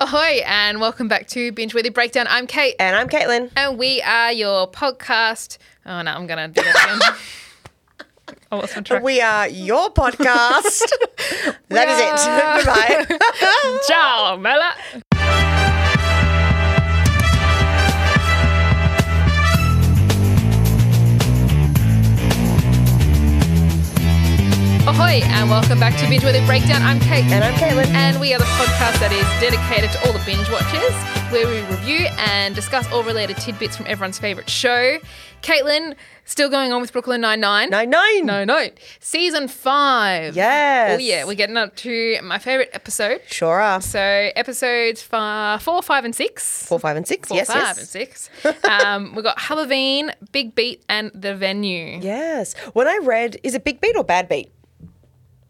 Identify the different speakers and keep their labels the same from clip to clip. Speaker 1: Ahoy, and welcome back to Binge Worthy Breakdown. I'm Kate,
Speaker 2: And I'm Caitlin.
Speaker 1: and we are your podcast. Oh, no, I'm going to do that again. I lost my track.
Speaker 2: We are your podcast. that is it. Goodbye.
Speaker 1: Ciao, Mela. Ahoy, and welcome back to Binge Worthy Breakdown. I'm Kate.
Speaker 2: And I'm Caitlin.
Speaker 1: And we are the podcast that is dedicated to all the binge watchers, where we review and discuss all related tidbits from everyone's favourite show. Caitlin, still going on with Brooklyn Nine-Nine.
Speaker 2: Nine nine.
Speaker 1: No, no. Season five.
Speaker 2: Yes.
Speaker 1: Oh, yeah. We're getting up to my favourite episode.
Speaker 2: Sure are.
Speaker 1: So, episodes fi- four, five, and six.
Speaker 2: Four, five, and six.
Speaker 1: Four,
Speaker 2: yes,
Speaker 1: five,
Speaker 2: yes.
Speaker 1: and six. um, we got Halloween, Big Beat, and The Venue.
Speaker 2: Yes. When I read, is it Big Beat or Bad Beat?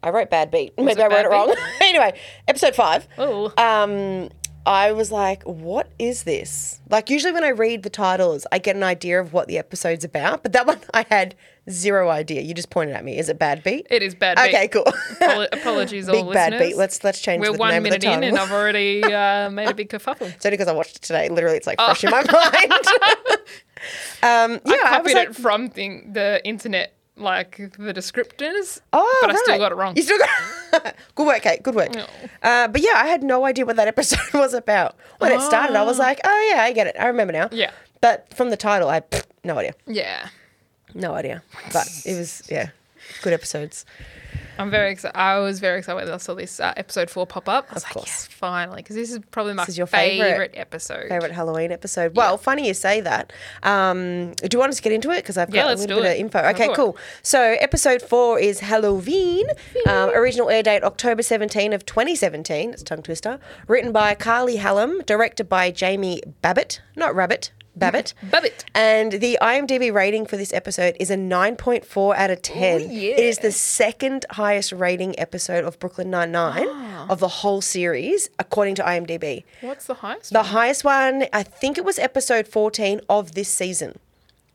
Speaker 2: I wrote Bad Beat. Maybe I
Speaker 1: it
Speaker 2: wrote it
Speaker 1: Bad
Speaker 2: wrong. anyway, episode five.
Speaker 1: Oh.
Speaker 2: Um, I was like, what is this? Like, usually when I read the titles, I get an idea of what the episode's about, but that one I had zero idea. You just pointed at me. Is it Bad Beat?
Speaker 1: It is Bad Beat.
Speaker 2: Okay, cool.
Speaker 1: Apolo- apologies, all
Speaker 2: Big Bad
Speaker 1: listeners.
Speaker 2: Beat. Let's- let's change
Speaker 1: We're
Speaker 2: the
Speaker 1: one
Speaker 2: name of the
Speaker 1: minute in, and
Speaker 2: title.
Speaker 1: I've already uh, made a big kerfuffle.
Speaker 2: It's only because I watched it today. Literally, it's
Speaker 1: Oh.
Speaker 2: like fresh in my mind. um, yeah,
Speaker 1: I
Speaker 2: I,
Speaker 1: copied
Speaker 2: was like,
Speaker 1: it from the, the internet, like the descriptors.
Speaker 2: oh,
Speaker 1: but I still
Speaker 2: right.
Speaker 1: got it wrong.
Speaker 2: You still got good work, Kate. Good work. Uh, but yeah, I had no idea what that episode was about when it started. I was like, oh yeah, I get it. I remember now.
Speaker 1: Ah. Yeah.
Speaker 2: But from the title, I pfft, no idea.
Speaker 1: Yeah,
Speaker 2: No idea. But it was yeah, good episodes.
Speaker 1: I'm very excited. I was very excited when I saw this uh, episode four pop up. I was
Speaker 2: Of
Speaker 1: like,
Speaker 2: course.
Speaker 1: yes, finally, because this is probably my
Speaker 2: This is your
Speaker 1: favorite,
Speaker 2: favourite-
Speaker 1: episode.
Speaker 2: Favorite Halloween episode. Well, funny you say that. Um, do you want us to get into it? Because I've
Speaker 1: Yeah,
Speaker 2: got a
Speaker 1: let's
Speaker 2: little
Speaker 1: do
Speaker 2: bit
Speaker 1: it.
Speaker 2: of info.
Speaker 1: Go
Speaker 2: Okay,
Speaker 1: for it.
Speaker 2: cool. So episode four is Halloween. Um, original air date October 17 of 2017. It's a tongue twister. Written by Carly Hallam, directed by Jamie Babbitt, not Rabbit, Babbitt.
Speaker 1: Babbitt.
Speaker 2: And the IMDb rating for this episode is a 9.4 out of 10.
Speaker 1: Oh,
Speaker 2: It is the second highest rating episode of Brooklyn Nine-Nine
Speaker 1: Ah.
Speaker 2: of the whole series, according to IMDb.
Speaker 1: What's the highest?
Speaker 2: The highest one, I think it was episode 14 of this season.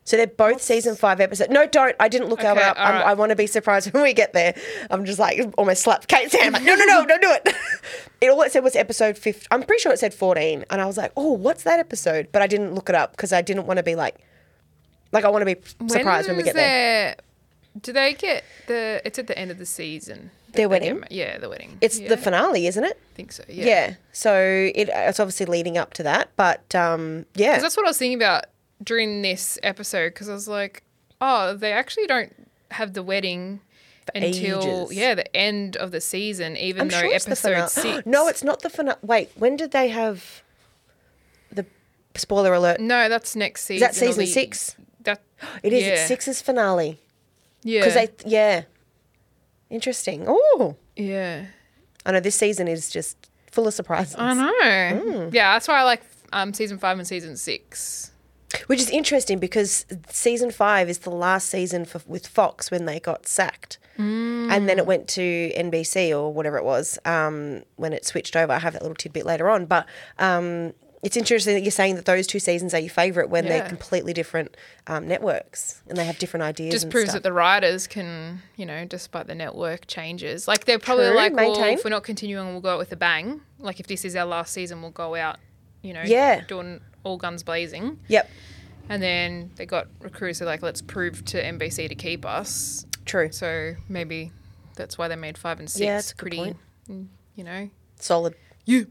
Speaker 2: So they're both season five episodes. No, don't. I didn't look that
Speaker 1: Okay,
Speaker 2: one up. I'm-
Speaker 1: alright.
Speaker 2: I want to be surprised when we get there. I'm just like almost slapped Kate's hand. I'm like, no, no, no, don't do it. it all it said was episode 15. I'm pretty sure it said 14. And I was like, oh, what's that episode? But I didn't look it up because I didn't want to be like, like I want to be surprised when we
Speaker 1: is
Speaker 2: get
Speaker 1: their-
Speaker 2: there.
Speaker 1: Do they get the? It's at the end of the season. that
Speaker 2: Their
Speaker 1: they get
Speaker 2: wedding?
Speaker 1: ma- Yeah, the wedding.
Speaker 2: It's
Speaker 1: yeah,
Speaker 2: the finale, isn't it?
Speaker 1: I think so.
Speaker 2: Yeah.
Speaker 1: Yeah. yeah.
Speaker 2: So it, it's obviously leading up to that. But um, yeah.
Speaker 1: That's what I was thinking about during this episode because I was like, oh, they actually don't have the wedding until
Speaker 2: ages.
Speaker 1: yeah the end of the season, even
Speaker 2: I'm
Speaker 1: though
Speaker 2: sure it's the
Speaker 1: episode
Speaker 2: finale.
Speaker 1: six.
Speaker 2: No, it's not the finale. Wait, when did they have the spoiler alert?
Speaker 1: no, that's next season.
Speaker 2: that
Speaker 1: or
Speaker 2: season
Speaker 1: the-
Speaker 2: six?
Speaker 1: That
Speaker 2: It is.
Speaker 1: yeah.
Speaker 2: It's six's finale
Speaker 1: Yeah,
Speaker 2: because they. Yeah. Interesting. Oh,
Speaker 1: yeah.
Speaker 2: I know this season is just full of surprises,
Speaker 1: I know.
Speaker 2: Mm.
Speaker 1: Yeah, that's why I like um season five and season six.
Speaker 2: which is interesting because season five is the last season for, with Fox when they got sacked.
Speaker 1: Mm.
Speaker 2: And then it went to NBC or whatever it was um, when it switched over. I have that little tidbit later on, but um, it's interesting that you're saying that those two seasons are your favourite when
Speaker 1: Yeah.
Speaker 2: they're completely different um, networks and they have different ideas.
Speaker 1: Just
Speaker 2: and
Speaker 1: proves
Speaker 2: stuff.
Speaker 1: that the writers can, you know, despite the network changes, like they're probably
Speaker 2: True,
Speaker 1: like, well,
Speaker 2: maintain.
Speaker 1: if we're not continuing, we'll go out with a bang. Like if this is our last season, we'll go out, you know,
Speaker 2: Yeah.
Speaker 1: doing all guns blazing.
Speaker 2: Yep,
Speaker 1: And then they got recruits. They're like, let's prove to NBC to keep us.
Speaker 2: true,
Speaker 1: So maybe that's why they made five and six
Speaker 2: Yeah, that's a good
Speaker 1: pretty,
Speaker 2: point.
Speaker 1: mm, you know.
Speaker 2: solid.
Speaker 1: You.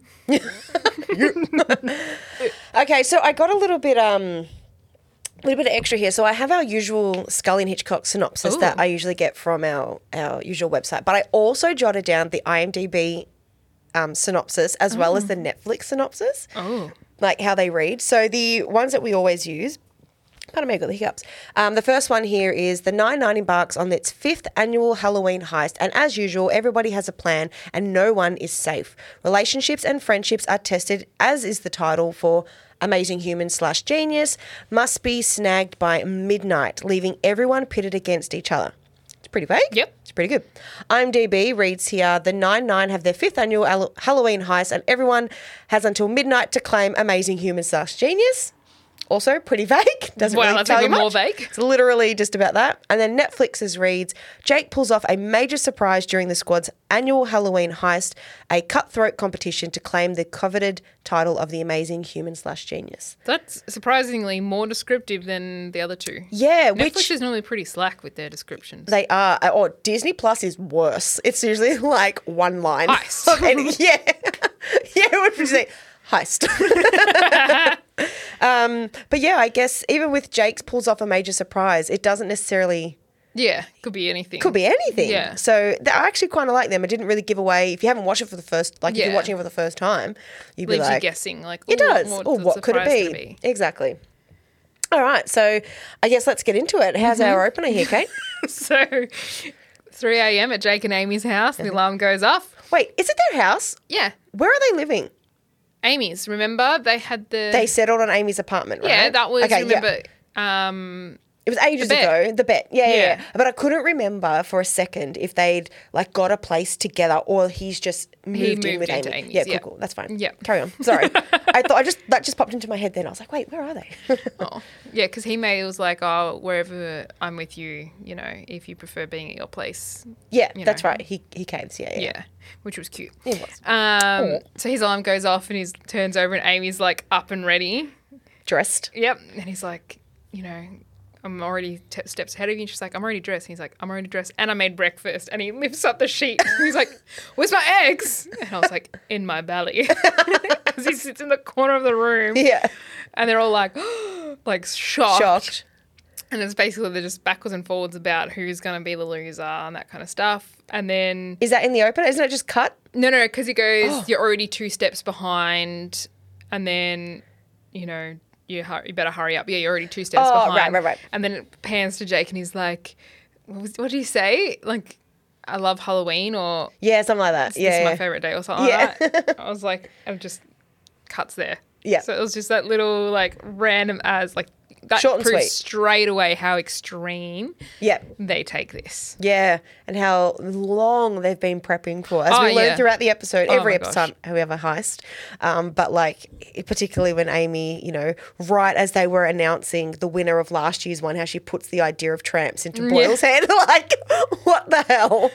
Speaker 2: Okay, so I got a little bit um a little bit of extra here. So I have our usual Scully and Hitchcock synopsis
Speaker 1: Ooh.
Speaker 2: that I usually get from our our usual website, but I also jotted down the IMDb um, synopsis as well as the Netflix synopsis,
Speaker 1: Mm. Oh.
Speaker 2: like how they read. So the ones that we always use. Pardon me, I got the hiccups. Um, the first one here is the 99 embarks on its fifth annual Halloween heist, and as usual, everybody has a plan and no one is safe. Relationships and friendships are tested, as is the title for Amazing Human slash Genius, must be snagged by midnight, leaving everyone pitted against each other. It's pretty vague.
Speaker 1: Yep.
Speaker 2: It's pretty good. IMDb reads here the 9 9 have their fifth annual Al- Halloween heist, and everyone has until midnight to claim Amazing Human slash Genius. Also, pretty vague. Doesn't
Speaker 1: Wow,
Speaker 2: really
Speaker 1: that's
Speaker 2: tell you
Speaker 1: even more
Speaker 2: much.
Speaker 1: vague.
Speaker 2: It's literally just about that. And then Netflix's reads Jake pulls off a major surprise during the squad's annual Halloween heist, a cutthroat competition to claim the coveted title of the amazing human slash genius.
Speaker 1: That's surprisingly more descriptive than the other two.
Speaker 2: Yeah,
Speaker 1: Netflix
Speaker 2: which
Speaker 1: is normally pretty slack with their descriptions.
Speaker 2: they are. uh, Or Disney Plus is worse. It's usually like one line.
Speaker 1: Heist.
Speaker 2: Of any- yeah. yeah, it would be just like, heist. um, but yeah, I guess even with Jake's pulls off a major surprise, it doesn't necessarily
Speaker 1: yeah, could be anything.
Speaker 2: could be anything.
Speaker 1: Yeah.
Speaker 2: So th- I actually kind of like them. It didn't really give away. If you haven't watched it for the first, like if
Speaker 1: Yeah.
Speaker 2: you're watching it for the first time, you'd be
Speaker 1: Leaves
Speaker 2: like,
Speaker 1: you guessing. Like
Speaker 2: it
Speaker 1: "Ooh,
Speaker 2: does.
Speaker 1: what's
Speaker 2: or
Speaker 1: the
Speaker 2: what could it
Speaker 1: surprise
Speaker 2: be?
Speaker 1: gonna
Speaker 2: Exactly. All right. So I guess let's get into it.
Speaker 1: Mm-hmm.
Speaker 2: How's our opener here, Kate?
Speaker 1: so, 3 a.m. at Jake and Amy's house,
Speaker 2: Mm-hmm.
Speaker 1: the alarm goes off.
Speaker 2: Wait, is it their house?
Speaker 1: Yeah,
Speaker 2: Where are they living?
Speaker 1: Amy's. Remember they had the
Speaker 2: They settled on Amy's apartment, right?
Speaker 1: yeah that was
Speaker 2: Okay, yeah.
Speaker 1: remember um
Speaker 2: It was ages
Speaker 1: The bet.
Speaker 2: ago. The bet. Yeah, yeah,
Speaker 1: Yeah.
Speaker 2: yeah. But I couldn't remember for a second if they'd like got a place together or he's just moved,
Speaker 1: moved
Speaker 2: in with
Speaker 1: into
Speaker 2: Amy.
Speaker 1: Amy's,
Speaker 2: Yeah, cool,
Speaker 1: yeah.
Speaker 2: cool. That's fine.
Speaker 1: Yeah.
Speaker 2: Carry on. Sorry. I thought I just that just popped into my head then. I was like, wait, where are they?
Speaker 1: oh yeah because he may was like oh wherever I'm with you you know if you prefer being at your place
Speaker 2: yeah,
Speaker 1: You
Speaker 2: that's
Speaker 1: know.
Speaker 2: right. He he caves. Yeah, yeah.
Speaker 1: yeah which was cute
Speaker 2: He was.
Speaker 1: um so his alarm goes off and he turns over and Amy's like up and ready
Speaker 2: Dressed.
Speaker 1: Yep. And he's like, you know, I'm already t- steps ahead of you. And she's like, I'm already dressed. And he's like, I'm already dressed. And I made breakfast. And he lifts up the sheet. And he's like, where's my eggs? And I was like, in my belly. Because he sits in the corner of the room.
Speaker 2: Yeah.
Speaker 1: And they're all like, like shocked.
Speaker 2: Shocked.
Speaker 1: And it's basically they're just backwards and forwards about who's going to be the loser and that kind of stuff. And then,
Speaker 2: Is that in the open? Isn't it just cut?
Speaker 1: no, no, because he goes,
Speaker 2: Oh.
Speaker 1: you're already two steps behind. And then, you know, you, hur- you better hurry up. Yeah, you're already two steps
Speaker 2: Oh, right,
Speaker 1: behind.
Speaker 2: right, right.
Speaker 1: And then it pans to Jake and he's like, what, was, what did he say? Like, I love Halloween or
Speaker 2: Yeah, something like that.
Speaker 1: this is
Speaker 2: yeah.
Speaker 1: my favorite day or something
Speaker 2: Yeah.
Speaker 1: like that. I was like, it just cuts there.
Speaker 2: Yeah.
Speaker 1: So it was just that little like random as like that
Speaker 2: Short and
Speaker 1: proves
Speaker 2: sweet.
Speaker 1: straight away how extreme
Speaker 2: yeah. yeah.
Speaker 1: they take this.
Speaker 2: Yeah, and how long they've been prepping for, as
Speaker 1: Oh,
Speaker 2: we learned
Speaker 1: yeah.
Speaker 2: throughout the episode,
Speaker 1: Oh
Speaker 2: every
Speaker 1: my gosh.
Speaker 2: episode, whoever heist. Um, but like, particularly when Amy, you know, right as they were announcing the winner of last year's one, how she puts the idea of tramps
Speaker 1: Mm,
Speaker 2: into Boyle's head, like, what the hell?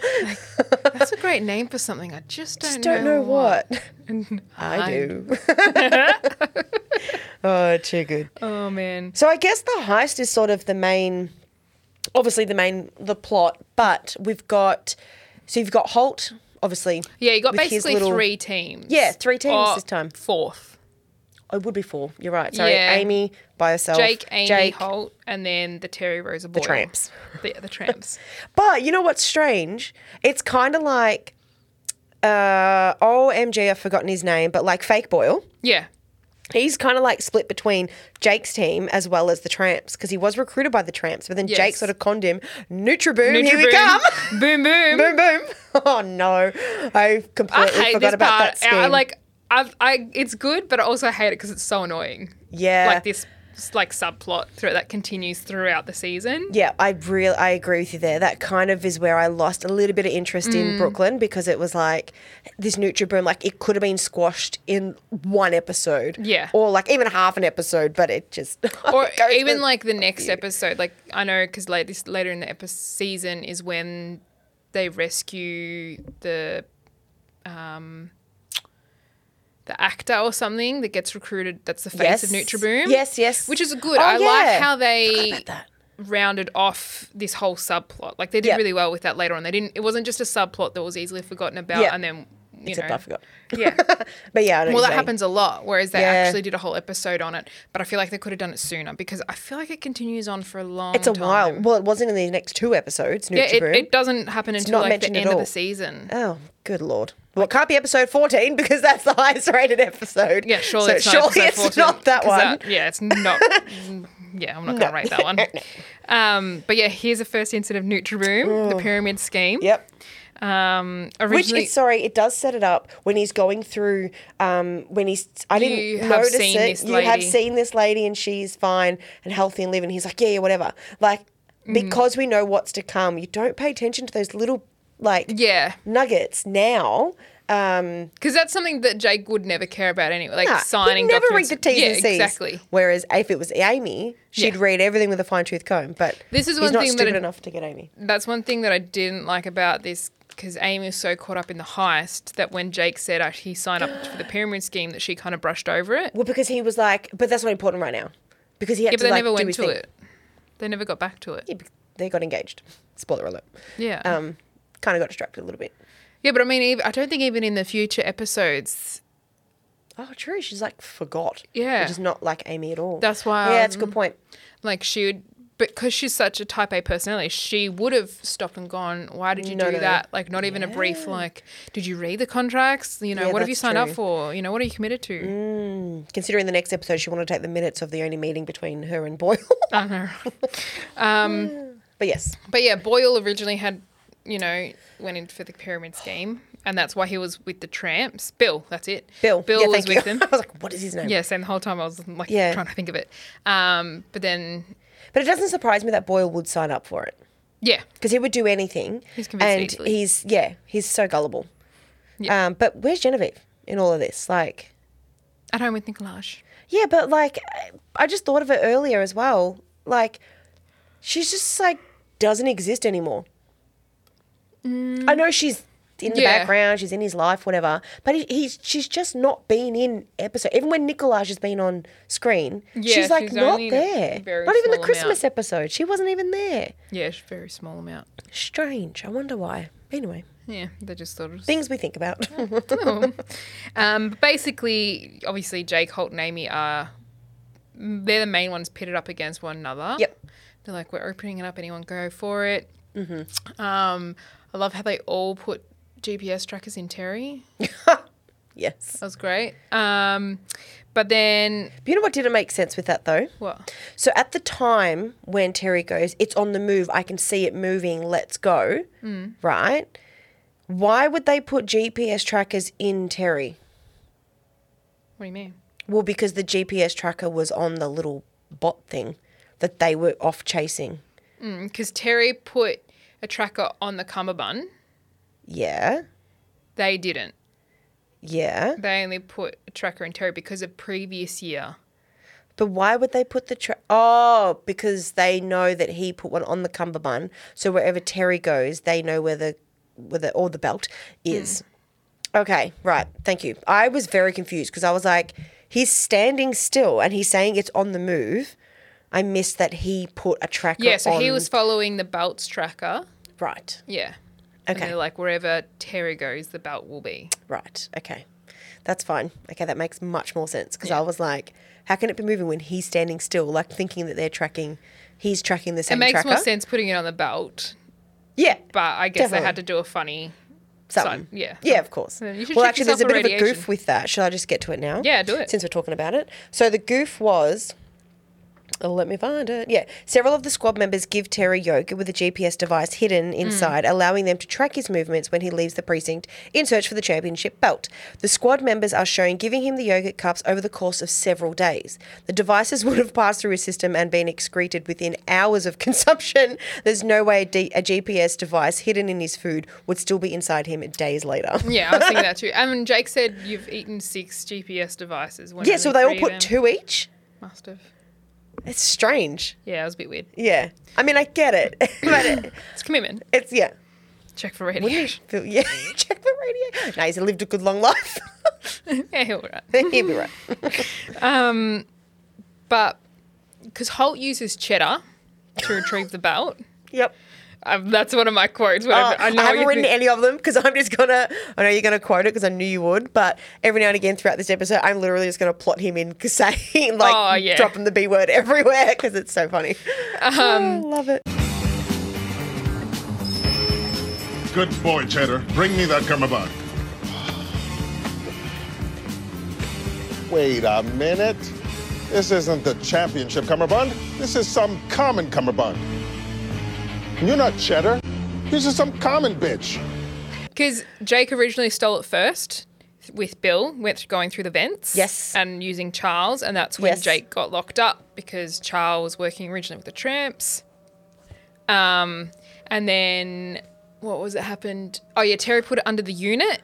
Speaker 1: That's a great name for something. I just don't,
Speaker 2: Just don't know what. I do. oh, too good.
Speaker 1: Oh man.
Speaker 2: So I guess the heist is sort of the main, obviously the main the plot, but we've got so you've got Holt, obviously.
Speaker 1: Yeah, you got
Speaker 2: with his
Speaker 1: basically
Speaker 2: little-
Speaker 1: three teams.
Speaker 2: Yeah, three teams
Speaker 1: Or
Speaker 2: this time.
Speaker 1: Fourth.
Speaker 2: It would be four. You're right. Sorry,
Speaker 1: Yeah.
Speaker 2: Amy by herself.
Speaker 1: Jake, Amy, Holt, and then the Terry Rosa Boyle.
Speaker 2: tramps.
Speaker 1: The, the tramps.
Speaker 2: But you know what's strange? It's kind of like, uh, OMG, I've forgotten his name, but like Fake Boyle.
Speaker 1: Yeah.
Speaker 2: He's kind of like split between Jake's team as well as the Tramps because he was recruited by the Tramps, but then Jake
Speaker 1: Yes.
Speaker 2: sort of conned him. Nutriboom, here we
Speaker 1: Nutriboom.
Speaker 2: come.
Speaker 1: Boom, boom.
Speaker 2: boom, boom. Oh no, I
Speaker 1: I
Speaker 2: completely
Speaker 1: hate
Speaker 2: forgot
Speaker 1: this
Speaker 2: about
Speaker 1: part.
Speaker 2: that scheme.
Speaker 1: I, like, I've, I, it's good, but I also hate it because it's so annoying.
Speaker 2: yeah,
Speaker 1: Like this, like subplot through that continues throughout the season.
Speaker 2: Yeah, I really I agree with you there. That kind of is where I lost a little bit of interest in
Speaker 1: Mm.
Speaker 2: Brooklyn because it was like this NutriBurn, like it could have been squashed in one episode,
Speaker 1: Yeah.
Speaker 2: or like even half an episode, but it just
Speaker 1: Or
Speaker 2: it goes
Speaker 1: even
Speaker 2: to-
Speaker 1: like the next episode. Like I know because late, this later in the epi- season is when they rescue the um, the actor or something that gets recruited. That's the face of Nutriboom.
Speaker 2: Yes, yes,
Speaker 1: which is good.
Speaker 2: Oh,
Speaker 1: I like
Speaker 2: yeah.
Speaker 1: how they
Speaker 2: about that.
Speaker 1: rounded off this whole subplot. Like they did
Speaker 2: Yeah.
Speaker 1: really well with that later on. They didn't. It wasn't just a subplot that was easily forgotten about,
Speaker 2: Yeah.
Speaker 1: and then you
Speaker 2: Except
Speaker 1: know,
Speaker 2: I forgot.
Speaker 1: yeah.
Speaker 2: But yeah, I know
Speaker 1: Well,
Speaker 2: what
Speaker 1: that
Speaker 2: you mean.
Speaker 1: happens a lot. Whereas they
Speaker 2: Yeah.
Speaker 1: actually did a whole episode on it, but I feel like they could have done it sooner because I feel like it continues on for a long.
Speaker 2: It's a
Speaker 1: time.
Speaker 2: while. Well, it wasn't in the next two episodes.
Speaker 1: Yeah, it,
Speaker 2: Nutriboom.
Speaker 1: it doesn't happen until
Speaker 2: not
Speaker 1: like the
Speaker 2: mentioned at
Speaker 1: end of the
Speaker 2: all.
Speaker 1: season.
Speaker 2: Oh, good lord. Well, it can't be episode 14 because that's the highest rated episode.
Speaker 1: Yeah, surely
Speaker 2: So
Speaker 1: it's not.
Speaker 2: surely
Speaker 1: episode
Speaker 2: it's
Speaker 1: 14,
Speaker 2: not that
Speaker 1: 'cause
Speaker 2: one.
Speaker 1: yeah, it's not. yeah, I'm not gonna rate that one. Um, but yeah, here's the first incident of Nutriboom, the pyramid scheme.
Speaker 2: Yep.
Speaker 1: Um,
Speaker 2: Which
Speaker 1: originally,
Speaker 2: is sorry, it does set it up when he's going through. Um, when he's, I didn't
Speaker 1: You have
Speaker 2: notice
Speaker 1: seen
Speaker 2: it.
Speaker 1: this
Speaker 2: you have
Speaker 1: lady.
Speaker 2: seen this lady, and she's fine and healthy and living. He's like, yeah, yeah, whatever. Like
Speaker 1: Mm.
Speaker 2: because we know what's to come, you don't pay attention to those little like
Speaker 1: yeah,
Speaker 2: nuggets now. Um,
Speaker 1: Because that's something that Jake would never care about anyway. Like
Speaker 2: nah,
Speaker 1: signing
Speaker 2: he'd never
Speaker 1: documents.
Speaker 2: read the T's
Speaker 1: yeah,
Speaker 2: and C's.
Speaker 1: exactly.
Speaker 2: Whereas if it was Amy, she'd
Speaker 1: Yeah.
Speaker 2: read everything with a fine tooth comb. But
Speaker 1: This is
Speaker 2: he's
Speaker 1: one
Speaker 2: not
Speaker 1: thing that
Speaker 2: stupid
Speaker 1: I-
Speaker 2: enough to get Amy.
Speaker 1: That's one thing that I didn't like about this because Amy was so caught up in the heist that when Jake said uh, he signed up for the pyramid scheme, that she kind of brushed over it.
Speaker 2: Well, because he was like, but that's not important right now. Because he had
Speaker 1: Yeah, but
Speaker 2: to
Speaker 1: they
Speaker 2: like
Speaker 1: never
Speaker 2: do
Speaker 1: went
Speaker 2: his
Speaker 1: to
Speaker 2: thing.
Speaker 1: it. They never got back to it.
Speaker 2: Yeah, bec- they got engaged. Spoiler alert.
Speaker 1: Yeah.
Speaker 2: Um, kind of got distracted a little bit.
Speaker 1: yeah, but I mean, ev I don't think even in the future episodes,
Speaker 2: Oh, true. She's like forgot.
Speaker 1: Yeah.
Speaker 2: which is not like Amy at all.
Speaker 1: That's why,
Speaker 2: Yeah, that's a
Speaker 1: um,
Speaker 2: good point.
Speaker 1: like she would, because she's such a type A personality, she would have stopped and gone, why did you
Speaker 2: No,
Speaker 1: do
Speaker 2: no.
Speaker 1: that? Like, not even a brief, like, did you read the contracts? You know,
Speaker 2: Yeah,
Speaker 1: what have you
Speaker 2: that's
Speaker 1: signed
Speaker 2: true. Mm.
Speaker 1: up for? You know, what are you committed to?
Speaker 2: Considering the next episode, she wanted to take the minutes of the only meeting between her and Boyle.
Speaker 1: I know. Um,
Speaker 2: Mm. but yes,
Speaker 1: But yeah, Boyle originally had, you know, went in for the pyramid scheme, and that's why he was with the tramps. Bill, that's it.
Speaker 2: Bill.
Speaker 1: Bill
Speaker 2: yeah,
Speaker 1: was
Speaker 2: thank you.
Speaker 1: with them.
Speaker 2: I was like, what is his name?
Speaker 1: Yeah, same the whole time I was like
Speaker 2: Yeah.
Speaker 1: trying to think of it. Um, but then,
Speaker 2: But it doesn't surprise me that Boyle would sign up for it
Speaker 1: yeah,
Speaker 2: because he would do anything.
Speaker 1: He's convinced
Speaker 2: and
Speaker 1: easily.
Speaker 2: he's yeah, he's so gullible.
Speaker 1: Yeah.
Speaker 2: Um, but where's Genevieve in all of this? Like,
Speaker 1: at home with Nicolaj.
Speaker 2: yeah, but like, I- I just thought of it earlier as well. Like, she's just like doesn't exist anymore. I know she's in the
Speaker 1: Mm. Yeah.
Speaker 2: background, she's in his life, whatever. But he, he's she's just not been in episode. Even when Nicolaj has been on screen,
Speaker 1: Yeah,
Speaker 2: she's like
Speaker 1: she's
Speaker 2: not
Speaker 1: only in a
Speaker 2: there.
Speaker 1: very
Speaker 2: Not even the
Speaker 1: small
Speaker 2: Christmas episode, she wasn't even there.
Speaker 1: Yeah, it's a very small amount.
Speaker 2: Strange. I wonder why. Anyway,
Speaker 1: Yeah, they just thought it was.
Speaker 2: things we think about.
Speaker 1: Oh. um, but basically, obviously, Jake, Holt, and Amy are. They're the main ones pitted up against one another.
Speaker 2: Yep.
Speaker 1: They're like, we're opening it up, anyone go for it. Mm-hmm. Um, I love how they all put GPS trackers in Terry.
Speaker 2: yes.
Speaker 1: That was great. Um, but then,
Speaker 2: But you know what didn't make sense with that though?
Speaker 1: what?
Speaker 2: So at the time when Terry goes, it's on the move. I can see it moving. Let's go. Right? Why would they put GPS trackers in Terry?
Speaker 1: What do you mean?
Speaker 2: Well, because the GPS tracker was on the little bot thing that they were off chasing.
Speaker 1: Because Mm, Terry put a tracker on the cummerbund.
Speaker 2: Yeah.
Speaker 1: They didn't.
Speaker 2: Yeah.
Speaker 1: They only put a tracker in Terry because of previous year.
Speaker 2: But why would they put the tra- Oh, because they know that he put one on the cummerbund. So wherever Terry goes, they know where the where the or the belt is.
Speaker 1: Hmm.
Speaker 2: Okay, right. Thank you. I was very confused because I was like, he's standing still and he's saying it's on the move. I missed that he put a tracker.
Speaker 1: Yeah, so he
Speaker 2: on-
Speaker 1: was following the belt's tracker.
Speaker 2: right.
Speaker 1: Yeah. And
Speaker 2: Okay.
Speaker 1: they're like, wherever Terry goes, the belt will be.
Speaker 2: Right. Okay. That's fine. Okay, that makes much more sense because I was like, how can it be moving when he's standing still? Like thinking that they're tracking, he's tracking the
Speaker 1: It
Speaker 2: same
Speaker 1: makes
Speaker 2: tracker.
Speaker 1: more sense putting it on the belt,
Speaker 2: Yeah.
Speaker 1: but I guess they
Speaker 2: Definitely.
Speaker 1: had to do a funny.
Speaker 2: Something.
Speaker 1: So, yeah.
Speaker 2: Yeah, of course.
Speaker 1: Yeah, you should
Speaker 2: well,
Speaker 1: check
Speaker 2: actually, there's a
Speaker 1: yourself
Speaker 2: bit
Speaker 1: for
Speaker 2: of a
Speaker 1: radiation.
Speaker 2: goof with that. Should I just get to it now?
Speaker 1: Yeah, do it.
Speaker 2: Since we're talking about it. So the goof was. Oh, let me find it. Yeah. Several of the squad members give Terry yogurt with a GPS device
Speaker 1: Mm.
Speaker 2: hidden inside, allowing them to track his movements when he leaves the precinct in search for the championship belt. The squad members are shown giving him the yogurt cups over the course of several days. The devices would have passed through his system and been excreted within hours of consumption. There's no way a, D- a GPS device hidden in his food would still be inside him days later.
Speaker 1: Yeah, I was thinking that too. I mean, Jake said you've eaten six GPS devices. When
Speaker 2: Yeah, so
Speaker 1: only
Speaker 2: they all
Speaker 1: three of them-
Speaker 2: put two each.
Speaker 1: Must have.
Speaker 2: It's strange.
Speaker 1: Yeah, it was a bit weird.
Speaker 2: Yeah. I mean, I get it, but it,
Speaker 1: It's commitment.
Speaker 2: it's yeah.
Speaker 1: Check for radiation.
Speaker 2: Feel- Yeah, check the radio. No, he's lived a good long life.
Speaker 1: yeah, all right. Um,
Speaker 2: He'll be right.
Speaker 1: But because Holt uses cheddar to retrieve the belt,
Speaker 2: Yep.
Speaker 1: um, that's one of my quotes. When
Speaker 2: Uh,
Speaker 1: I, I know
Speaker 2: I haven't
Speaker 1: you
Speaker 2: written
Speaker 1: think-
Speaker 2: any of them because I'm just gonna. I know you're gonna quote it because I knew you would, but every now and again throughout this episode, I'm literally just gonna plot him in 'cause saying like
Speaker 1: Oh, yeah.
Speaker 2: dropping the b word everywhere because it's so funny.
Speaker 1: Um,
Speaker 2: Oh, love it.
Speaker 3: Good boy, Cheddar. Bring me that cummerbund. Wait a minute. This isn't the championship cummerbund. This is some common cummerbund. You're not Cheddar. You're just some common bitch.
Speaker 1: Because Jake originally stole it first with Bill, went th- going through the vents.
Speaker 2: Yes.
Speaker 1: And using Charles, and that's when
Speaker 2: Yes.
Speaker 1: Jake got locked up because Charles was working originally with the tramps. Um, and then what was it happened? Oh yeah, Terry put it under the unit,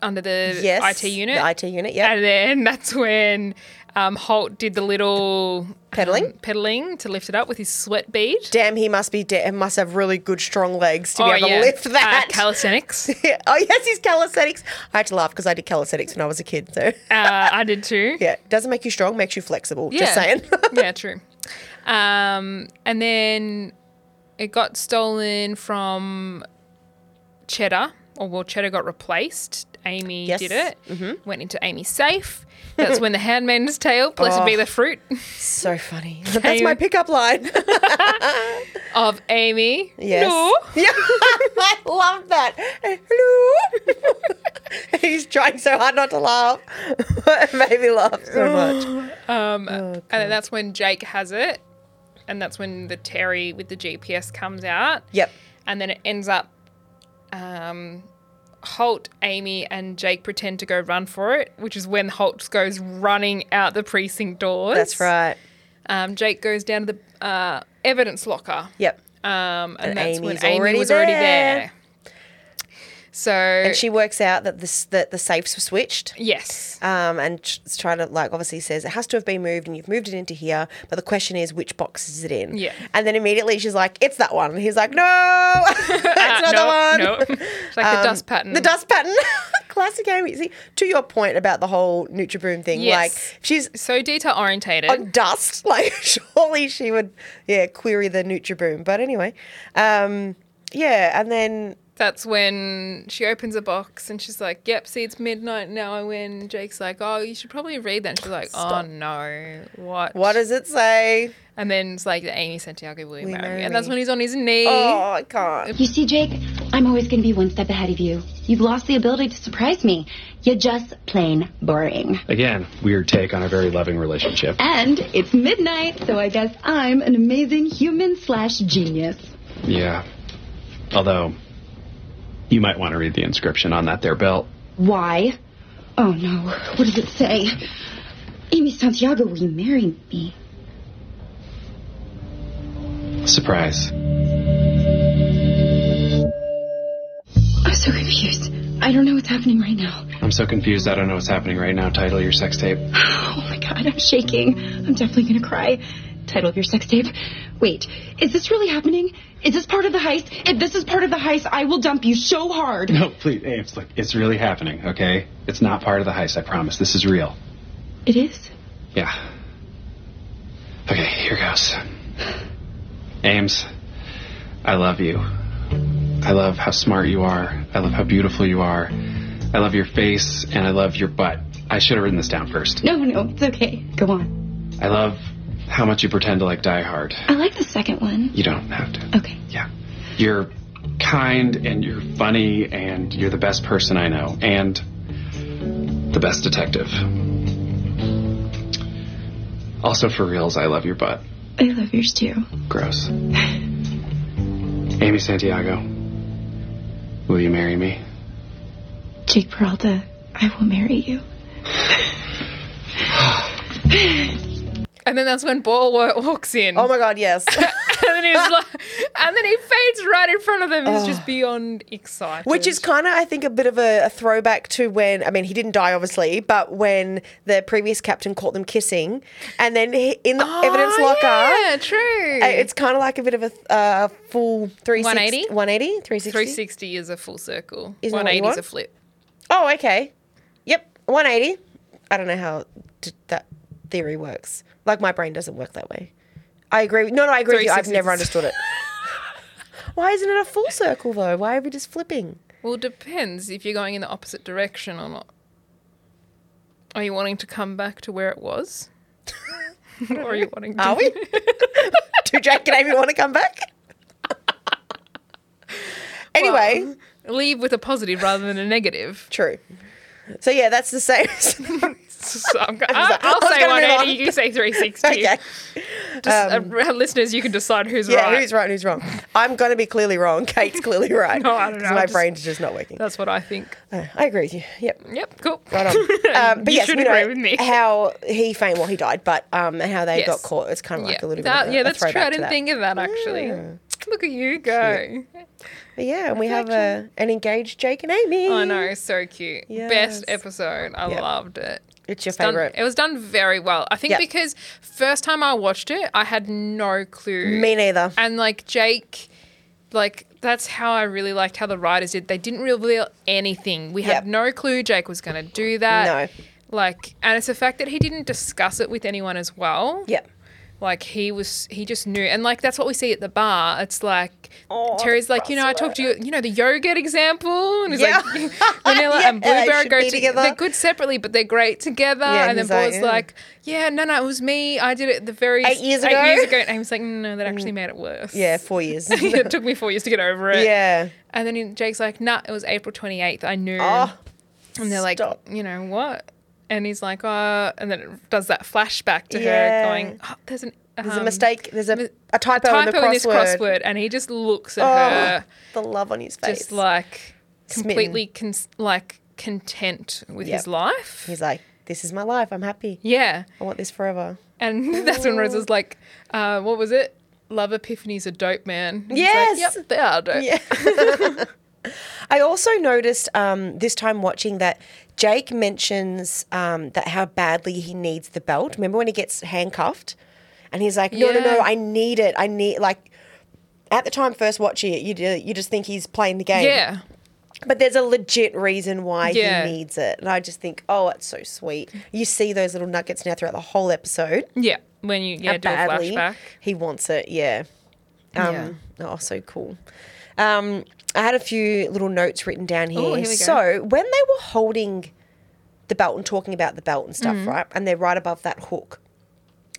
Speaker 1: under the
Speaker 2: Yes.
Speaker 1: IT unit.
Speaker 2: The IT unit, yeah.
Speaker 1: And then that's when um, Holt did the little
Speaker 2: Pedaling?
Speaker 1: um, pedaling to lift it up with his sweat bead.
Speaker 2: Damn, he must be. De- must have really good, strong legs to be able to lift
Speaker 1: Uh,
Speaker 2: that.
Speaker 1: calisthenics. uh,
Speaker 2: Yeah. Oh yes, he's calisthenics. I had to laugh because I did calisthenics when I was a kid. So
Speaker 1: Uh, I did too.
Speaker 2: yeah, doesn't make you strong, makes you flexible. Just
Speaker 1: Yeah.
Speaker 2: saying.
Speaker 1: yeah, true. Um, and then it got stolen from Cheddar, or well, Cheddar got replaced. Amy
Speaker 2: Yes.
Speaker 1: did it. Mm-hmm. Went into Amy's safe. That's when the handmaid's tale, blessed be
Speaker 2: Oh.
Speaker 1: the fruit
Speaker 2: so funny. That's my pickup line.
Speaker 1: of Amy.
Speaker 2: Yes.
Speaker 1: No.
Speaker 2: Yeah, I love that. Hello. He's trying so hard not to laugh. it made me laugh so much.
Speaker 1: Um,
Speaker 2: Oh,
Speaker 1: and then that's when Jake has it. And that's when the Terry with the GPS comes out.
Speaker 2: Yep.
Speaker 1: And then it ends up um, Holt, Amy, and Jake pretend to go run for it, which is when Holt goes running out the precinct doors.
Speaker 2: That's right.
Speaker 1: Um, Jake goes down to the uh, evidence locker.
Speaker 2: Yep.
Speaker 1: Um, and,
Speaker 2: And
Speaker 1: that's when
Speaker 2: Amy's
Speaker 1: Amy
Speaker 2: already
Speaker 1: was already
Speaker 2: there.
Speaker 1: there. So,
Speaker 2: And she works out that this that the safes were switched.
Speaker 1: yes.
Speaker 2: um, and tr- it's trying to like obviously says it has to have been moved and you've moved it into here but the question is which box is it in
Speaker 1: Yeah.
Speaker 2: and then immediately she's like it's that one and he's like no it's not that
Speaker 1: Uh, no,
Speaker 2: one
Speaker 1: no. It's like the
Speaker 2: Um,
Speaker 1: dust pattern.
Speaker 2: the dust pattern classic Amy see to your point about the whole Nutriboom thing
Speaker 1: Yes.
Speaker 2: like if she's
Speaker 1: So detail orientated.
Speaker 2: on dust like surely she would yeah query the Nutriboom but anyway um, yeah and then
Speaker 1: That's when she opens a box and she's like, "Yep, see, it's midnight now." And Jake's like, "Oh, you should probably read that." And she's like, "Oh no, what?"
Speaker 2: what does it say
Speaker 1: And then it's like, "The Amy Santiago will you
Speaker 2: We
Speaker 1: marry
Speaker 2: marry
Speaker 1: me?" And that's
Speaker 2: me.
Speaker 1: when he's on his knee.
Speaker 2: oh I can't
Speaker 4: You see, Jake, I'm always going to be one step ahead of you. You've lost the ability to surprise me. You're just plain boring.
Speaker 5: Again, weird take on a very loving relationship.
Speaker 4: And it's midnight, so I guess I'm an amazing human slash genius.
Speaker 5: Yeah. Although, you might want to read the inscription on that there belt.
Speaker 4: Why? Oh no, what does it say? Amy Santiago, will you marry me?
Speaker 5: Surprise.
Speaker 4: I'm so confused. I don't know what's happening right now.
Speaker 5: I'm so confused. I don't know what's happening right now. Title your sex tape.
Speaker 4: Oh my god, I'm shaking. I'm definitely going to cry. Title of your sex tape. Wait, is this really happening? Is this part of the heist? If this is part of the heist, I will dump you so hard.
Speaker 5: No, please, Ames. Look, it's really happening. Okay, it's not part of the heist. I promise. This is real.
Speaker 4: It is?
Speaker 5: Yeah. Okay, here goes. Ames, I love you. I love how smart you are. I love how beautiful you are. I love your face and I love your butt. I should have written this down first.
Speaker 4: No, no, it's okay. Go on.
Speaker 5: I love how much you pretend to like Die Hard.
Speaker 4: I like the second one.
Speaker 5: You don't have to.
Speaker 4: Okay.
Speaker 5: Yeah. You're kind and you're funny and you're the best person I know and the best detective. Also, for reals, I love your butt.
Speaker 4: I love yours too.
Speaker 5: Gross. Amy Santiago, will you marry me?
Speaker 4: Jake Peralta, I will marry you.
Speaker 1: And then that's when Ball wa- walks in.
Speaker 2: oh my god yes
Speaker 1: and then he's like, and then he fades right in front of them. He's just beyond excited.
Speaker 2: Oh. Which is kind of, I think, a bit of a, a throwback to when, I mean, he didn't die, obviously, but when the previous captain caught them kissing. And then he, in the evidence
Speaker 1: Oh,
Speaker 2: locker,
Speaker 1: Yeah, true.
Speaker 2: uh, it's kind of like a bit of a uh, full
Speaker 1: 180?
Speaker 2: 360. 180? 360?
Speaker 1: 360 is a full circle.
Speaker 2: Isn't that what
Speaker 1: 180 is
Speaker 2: you want?
Speaker 1: a flip.
Speaker 2: Oh, okay. Yep, 180. I don't know how d- that theory works. Like, my brain doesn't work that way. I agree. With, no, no, I agree with you. I've
Speaker 1: 360.
Speaker 2: never understood it. Why isn't it a full circle, though? Why are we just flipping?
Speaker 1: Well, it depends if you're going in the opposite direction or not. Are you wanting to come back to where it was? or are you wanting to
Speaker 2: Are we? Do Jake and Amy want to come back? anyway,
Speaker 1: leave with a positive rather than a negative?
Speaker 2: true. So yeah, that's the same.
Speaker 1: So I'm, go-
Speaker 2: I was
Speaker 1: I'll,
Speaker 2: like, I
Speaker 1: I'll
Speaker 2: was
Speaker 1: say
Speaker 2: gonna move
Speaker 1: 180,
Speaker 2: on.
Speaker 1: you say 360.
Speaker 2: okay.
Speaker 1: Just, uh, our listeners, you can decide who's
Speaker 2: Yeah,
Speaker 1: right.
Speaker 2: who's right and who's wrong? I'm going to be clearly wrong. Kate's clearly right.
Speaker 1: No, I don't
Speaker 2: 'Cause
Speaker 1: know, I
Speaker 2: My
Speaker 1: just-
Speaker 2: brain's just not working.
Speaker 1: That's what I think.
Speaker 2: Uh, I agree with you. Yep.
Speaker 1: Yep, cool.
Speaker 2: Right on. Um, but
Speaker 1: You
Speaker 2: yes,
Speaker 1: should
Speaker 2: we know
Speaker 1: agree with me.
Speaker 2: How he feigned well he died, but um, and how they
Speaker 1: Yes.
Speaker 2: got caught. It's kind of like
Speaker 1: yeah.
Speaker 2: a little bit.
Speaker 1: That-
Speaker 2: of a,
Speaker 1: yeah,
Speaker 2: a
Speaker 1: that's true.
Speaker 2: throwback
Speaker 1: I
Speaker 2: to
Speaker 1: didn't
Speaker 2: that.
Speaker 1: think of that actually. Look at you go.
Speaker 2: But yeah, and we have a, an engaged Jake and Amy.
Speaker 1: I know, so cute.
Speaker 2: Yes.
Speaker 1: Best episode. I
Speaker 2: Yep.
Speaker 1: loved it.
Speaker 2: It's your
Speaker 1: done-
Speaker 2: favorite.
Speaker 1: it was done very well. I think
Speaker 2: Yep.
Speaker 1: because first time I watched it, I had no clue.
Speaker 2: Me neither.
Speaker 1: And like Jake, like that's how I really liked how the writers did. They didn't reveal anything. We
Speaker 2: Yep.
Speaker 1: had no clue Jake was going to do that.
Speaker 2: No.
Speaker 1: Like, and it's the fact that he didn't discuss it with anyone as well.
Speaker 2: Yep.
Speaker 1: Like he was, he just knew, and like that's what we see at the bar. It's like
Speaker 2: Oh,
Speaker 1: Terry's like, you know, I talked to you, you know, the yogurt example, and he's
Speaker 2: Yeah.
Speaker 1: like, vanilla
Speaker 2: Yeah,
Speaker 1: and
Speaker 2: they
Speaker 1: blueberry
Speaker 2: should
Speaker 1: go
Speaker 2: be
Speaker 1: to-
Speaker 2: together.
Speaker 1: They're good separately, but they're great together.
Speaker 2: Yeah,
Speaker 1: and then
Speaker 2: he's like,
Speaker 1: Paul's
Speaker 2: "Yeah."
Speaker 1: like, yeah, no, no, it was me. I did it the very
Speaker 2: Eight years
Speaker 1: eight
Speaker 2: ago. Mm.
Speaker 1: years ago, and Amy's like, no, that actually made it worse.
Speaker 2: Yeah, four years.
Speaker 1: it took me four years to get over it.
Speaker 2: yeah.
Speaker 1: And then he- Jake's like, nah, it was April 28th. I knew.
Speaker 2: Oh,
Speaker 1: and they're like,
Speaker 2: stop.
Speaker 1: you know what? And he's like, uh, and then it does that flashback to
Speaker 2: Yeah.
Speaker 1: her going, oh, there's an
Speaker 2: there's a
Speaker 1: um,
Speaker 2: mistake. There's a,
Speaker 1: mi-
Speaker 2: a typo, in the
Speaker 1: typo
Speaker 2: crossword.
Speaker 1: in this crossword. And he just looks at her
Speaker 2: the love on his face.
Speaker 1: just like
Speaker 2: Smitten.
Speaker 1: completely cons like content with his
Speaker 2: Yep.
Speaker 1: life.
Speaker 2: He's like, this is my life. I'm happy.
Speaker 1: yeah,
Speaker 2: I want this forever.
Speaker 1: and that's when Rose was like, uh, "What was it? Love Epiphany's a dope man." And he's like,
Speaker 2: Yes.
Speaker 1: yep, they are dope.
Speaker 2: Yeah. I also noticed um, this time watching that Jake mentions um, that how badly he needs the belt. Remember when he gets handcuffed, and he's like, "No, no, no,
Speaker 1: Yeah.
Speaker 2: I need it. I need like." At the time, first watching it, you do- you just think he's playing the game.
Speaker 1: Yeah,
Speaker 2: But there's a legit reason why
Speaker 1: Yeah.
Speaker 2: he needs it, and I just think, oh, it's so sweet. You see those little nuggets now throughout the whole episode.
Speaker 1: yeah. When you yeah
Speaker 2: how
Speaker 1: do a flashback,
Speaker 2: he wants it. Yeah.
Speaker 1: Yeah.
Speaker 2: Um, Oh, so cool. Um, I had a few little notes written down here.
Speaker 1: Oh, here we go.
Speaker 2: So when they were holding the belt and talking about the belt and stuff,
Speaker 1: Mm-hmm.
Speaker 2: right? And they're right above that hook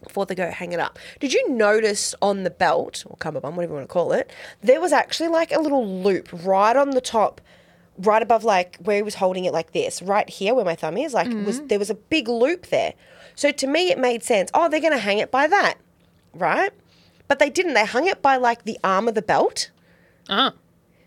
Speaker 2: before they go hang it up. Did you notice on the belt or cummerbund, whatever you want to call it, there was actually like a little loop right on the top, right above like where he was holding it like this, right here where my thumb is, like it was
Speaker 1: Mm-hmm.
Speaker 2: there was a big loop there. So to me it made sense. Oh, they're gonna hang it by that, right? But they didn't. They hung it by like the arm of the belt.
Speaker 1: oh,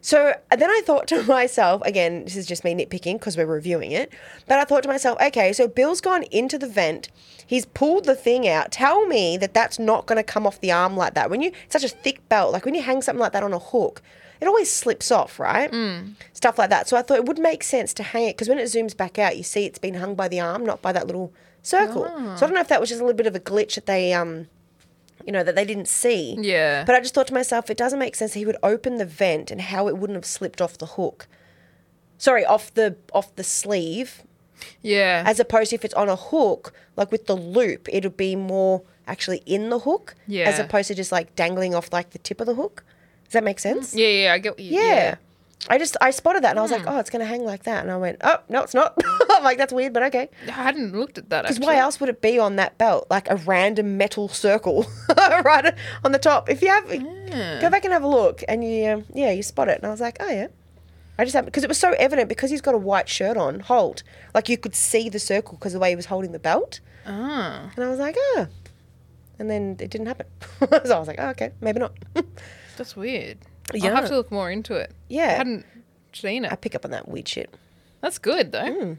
Speaker 2: So and then I thought to myself, again, this is just me nitpicking because we're reviewing it, but I thought to myself, okay, so Bill's gone into the vent, he's pulled the thing out. Tell me that that's not going to come off the arm like that. When you, such a thick belt, like when you hang something like that on a hook, it always slips off, right? Mm. Stuff like that. So I thought it would make sense to hang it because when it zooms back out, you see it's been hung by the arm, not by that little circle. So I don't know if that was just a little bit of a glitch that they, um, you know, that they didn't see.
Speaker 1: Yeah.
Speaker 2: But I just thought to myself, it doesn't make sense. He would open the vent and how it wouldn't have slipped off the hook. Sorry, off the off the sleeve,
Speaker 1: yeah.
Speaker 2: as opposed to if it's on a hook, like with the loop, it'd be more actually in the hook, as
Speaker 1: Yeah.
Speaker 2: opposed to just like dangling off like the tip of the hook. Does that make sense?
Speaker 1: yeah, Mm, yeah, I get what you,
Speaker 2: Yeah. I just I spotted that and I was like, oh, it's gonna hang like that, and I went, oh no, it's not. I'm like that's weird, but okay.
Speaker 1: yeah. I hadn't looked at that.
Speaker 2: Because
Speaker 1: Actually.
Speaker 2: why else would it be on that belt? Like a random metal circle right on the top. If you have, go back and have a look, and you um, yeah, you spot it. And I was like, oh yeah, I just happened because it was so evident because he's got a white shirt on. Hold, like you could see the circle because the way he was holding the belt.
Speaker 1: Ah,
Speaker 2: And I was like, ah, and then it didn't happen. so I was like, oh, okay, maybe not.
Speaker 1: that's weird. I'll
Speaker 2: Yeah.
Speaker 1: have to look more into it.
Speaker 2: Yeah.
Speaker 1: I hadn't seen
Speaker 2: I
Speaker 1: it.
Speaker 2: pick up on that weird shit.
Speaker 1: That's good though.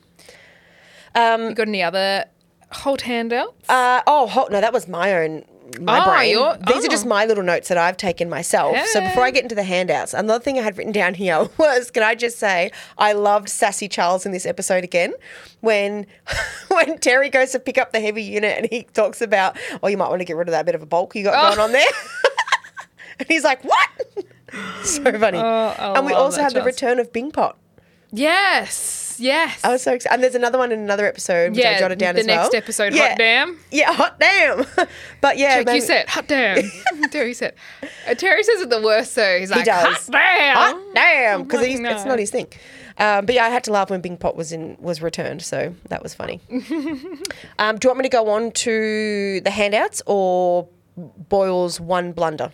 Speaker 2: Um,
Speaker 1: You got any other hold handouts?
Speaker 2: uh, oh, hold, no, that was my own. My
Speaker 1: Oh,
Speaker 2: brain.
Speaker 1: your-
Speaker 2: These are just
Speaker 1: oh.
Speaker 2: my little notes that I've taken myself. So before I
Speaker 1: Hey.
Speaker 2: get into the handouts, another thing I had written down here was, can I just say, I loved Sassy Charles in this episode again, when when Terry goes to pick up the heavy unit and he talks about, oh, you might want to get rid of that bit of a bulk you got
Speaker 1: Oh.
Speaker 2: going on there, and he's like, what? so funny.
Speaker 1: Oh, I
Speaker 2: and we
Speaker 1: love
Speaker 2: also
Speaker 1: that
Speaker 2: had the
Speaker 1: Charles.
Speaker 2: return of Bing Pot.
Speaker 1: yes, yes.
Speaker 2: I was so excited. And there's another one in another episode which I jotted down
Speaker 1: the
Speaker 2: as well.
Speaker 1: next episode,
Speaker 2: yeah.
Speaker 1: hot damn.
Speaker 2: Yeah, hot damn. but yeah,
Speaker 1: Like you
Speaker 2: maybe-
Speaker 1: said, hot damn. Terry said. Uh, Terry says it the worst though. He's like,
Speaker 2: does.
Speaker 1: hot damn.
Speaker 2: hot damn, because
Speaker 1: Like,
Speaker 2: it's
Speaker 1: no.
Speaker 2: not his thing. Um, but yeah, I had to laugh when Bing Pot was in was returned, so that was funny. um, do you want me to go on to the handouts or Boyle's one blunder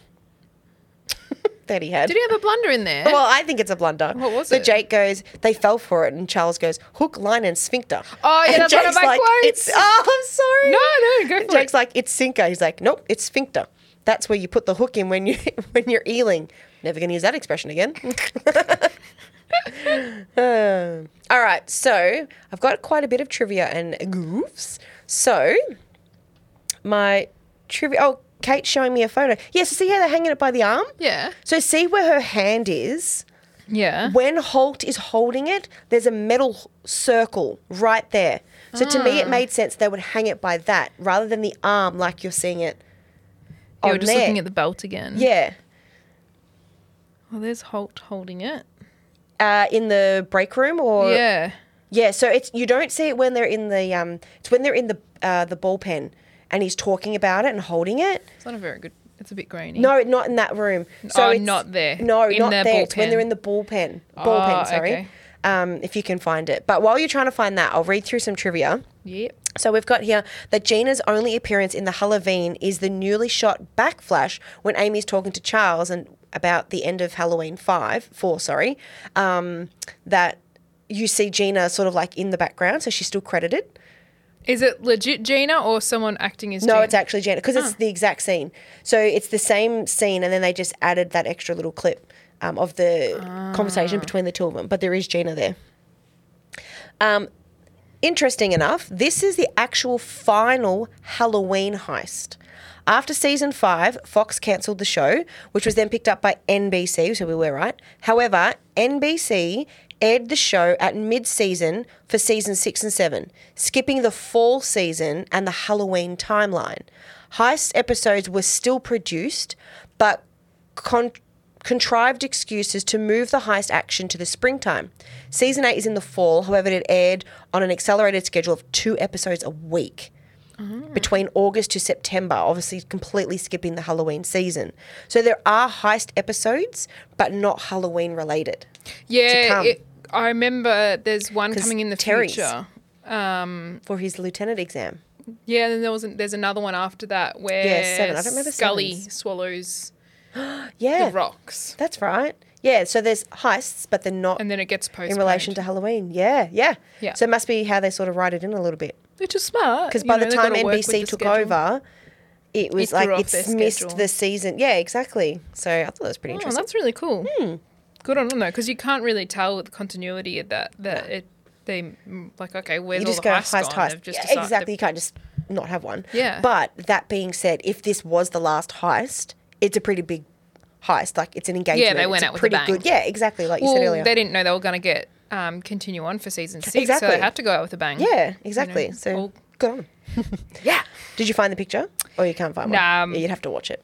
Speaker 2: that he had?
Speaker 1: Did he have a blunder in there?
Speaker 2: well, I think it's a blunder.
Speaker 1: What was
Speaker 2: so
Speaker 1: it?
Speaker 2: Jake goes, they fell for it, and Charles goes, hook, line, and sphincter.
Speaker 1: Oh, yeah,
Speaker 2: And
Speaker 1: that's one of my quotes.
Speaker 2: It's, oh, I'm sorry.
Speaker 1: no, no, go for
Speaker 2: Jake's
Speaker 1: it.
Speaker 2: like, it's sinker. He's like, nope, it's sphincter. That's where you put the hook in when you when you're eeling. Never gonna use that expression again. Um, all right, so I've got quite a bit of trivia and grooves. So my trivia. Oh, Kate's showing me a photo. Yes, see how they're hanging it by the arm.
Speaker 1: yeah. Oh,
Speaker 2: So see where her hand is.
Speaker 1: Yeah.
Speaker 2: When Holt is holding it, there's a metal circle right there. So to me,
Speaker 1: Ah.
Speaker 2: it made sense they would hang it by that rather than the arm like you're seeing it.
Speaker 1: You were
Speaker 2: on
Speaker 1: just
Speaker 2: there.
Speaker 1: looking at the belt again.
Speaker 2: yeah.
Speaker 1: Well, there's Holt holding it.
Speaker 2: Uh, in the break room or
Speaker 1: yeah.
Speaker 2: Yeah, so it's you don't see it when they're in the um, it's when they're in the uh, the ballpen and he's talking about it and holding it.
Speaker 1: It's not a very good. It's a bit grainy.
Speaker 2: No, not in that room. So
Speaker 1: Oh,
Speaker 2: it's-
Speaker 1: not there.
Speaker 2: No,
Speaker 1: In
Speaker 2: not
Speaker 1: their
Speaker 2: there. It's when
Speaker 1: bullpen.
Speaker 2: they're in the bullpen. Bullpen,
Speaker 1: Oh,
Speaker 2: sorry.
Speaker 1: okay.
Speaker 2: Um, if you can find it. But while you're trying to find that, I'll read through some trivia.
Speaker 1: Yep.
Speaker 2: So we've got here that Gina's only appearance in the Halloween is the newly shot backflash when Amy's talking to Charles and about the end of Halloween five four sorry um, that you see Gina sort of like in the background, so she's still credited.
Speaker 1: Is it legit Gina or someone acting as
Speaker 2: No,
Speaker 1: Gina?
Speaker 2: it's actually Gina because it's the exact scene. So it's the same scene, and then they just added that extra little clip um, of the conversation between the two of them. But there is Gina there. Um, interesting enough, this is the actual final Halloween heist. After season five, Fox cancelled the show, which was then picked up by NBC, so we were right. However, NBC aired the show at mid season for season six and seven, skipping the fall season and the Halloween timeline. Heist episodes were still produced, but con- contrived excuses to move the heist action to the springtime. Season 8 is in the fall, however, it aired on an accelerated schedule of two episodes a week.
Speaker 1: Mm.
Speaker 2: Between August to September, obviously completely skipping the Halloween season. So there are heist episodes, but not Halloween related.
Speaker 1: yeah.
Speaker 2: come.
Speaker 1: It, I remember there's one
Speaker 2: 'Cause
Speaker 1: coming in the
Speaker 2: Terry's.
Speaker 1: future.
Speaker 2: For his lieutenant exam,
Speaker 1: Yeah, and then there was an, there's another one after that where
Speaker 2: Yeah, seven. I don't remember
Speaker 1: Scully
Speaker 2: sevens.
Speaker 1: swallows
Speaker 2: yeah,
Speaker 1: the rocks,
Speaker 2: that's right. Yeah, so there's heists, but they're not
Speaker 1: and then it gets postponed.
Speaker 2: in relation to Halloween. Yeah, yeah,
Speaker 1: Yeah.
Speaker 2: So it must be how they sort of write it in a little bit.
Speaker 1: which is smart
Speaker 2: because
Speaker 1: you
Speaker 2: by
Speaker 1: know,
Speaker 2: the
Speaker 1: they've gotta
Speaker 2: time
Speaker 1: work with
Speaker 2: NBC
Speaker 1: the
Speaker 2: took
Speaker 1: schedule.
Speaker 2: over, it was
Speaker 1: It threw
Speaker 2: like
Speaker 1: off
Speaker 2: it's
Speaker 1: their
Speaker 2: missed
Speaker 1: schedule.
Speaker 2: the season. Yeah, exactly. So I thought that was pretty
Speaker 1: Oh,
Speaker 2: interesting. Hmm.
Speaker 1: that's really cool. Good on them though, because you can't really tell with the continuity of that that it they mm, like okay, where's
Speaker 2: You
Speaker 1: all
Speaker 2: just
Speaker 1: the
Speaker 2: go
Speaker 1: heist,
Speaker 2: heist,
Speaker 1: gone?
Speaker 2: heist.
Speaker 1: They've just
Speaker 2: Yeah,
Speaker 1: decided-
Speaker 2: exactly. You can't just not have one.
Speaker 1: Yeah.
Speaker 2: But that being said, if this was the last heist, it's a pretty big heist. Like it's an engagement.
Speaker 1: they
Speaker 2: It's
Speaker 1: went
Speaker 2: a
Speaker 1: out with a
Speaker 2: pretty
Speaker 1: bang.
Speaker 2: good. Yeah, exactly. Like you
Speaker 1: Well,
Speaker 2: said earlier.
Speaker 1: they didn't know they were going to get um, continue on for season six, so
Speaker 2: Exactly.
Speaker 1: they had to go out with a bang.
Speaker 2: yeah, exactly.
Speaker 1: You know,
Speaker 2: so
Speaker 1: all-
Speaker 2: good on. yeah. Did you find the picture, or you can't find one?
Speaker 1: Nah, um,
Speaker 2: Yeah, you'd have to watch it.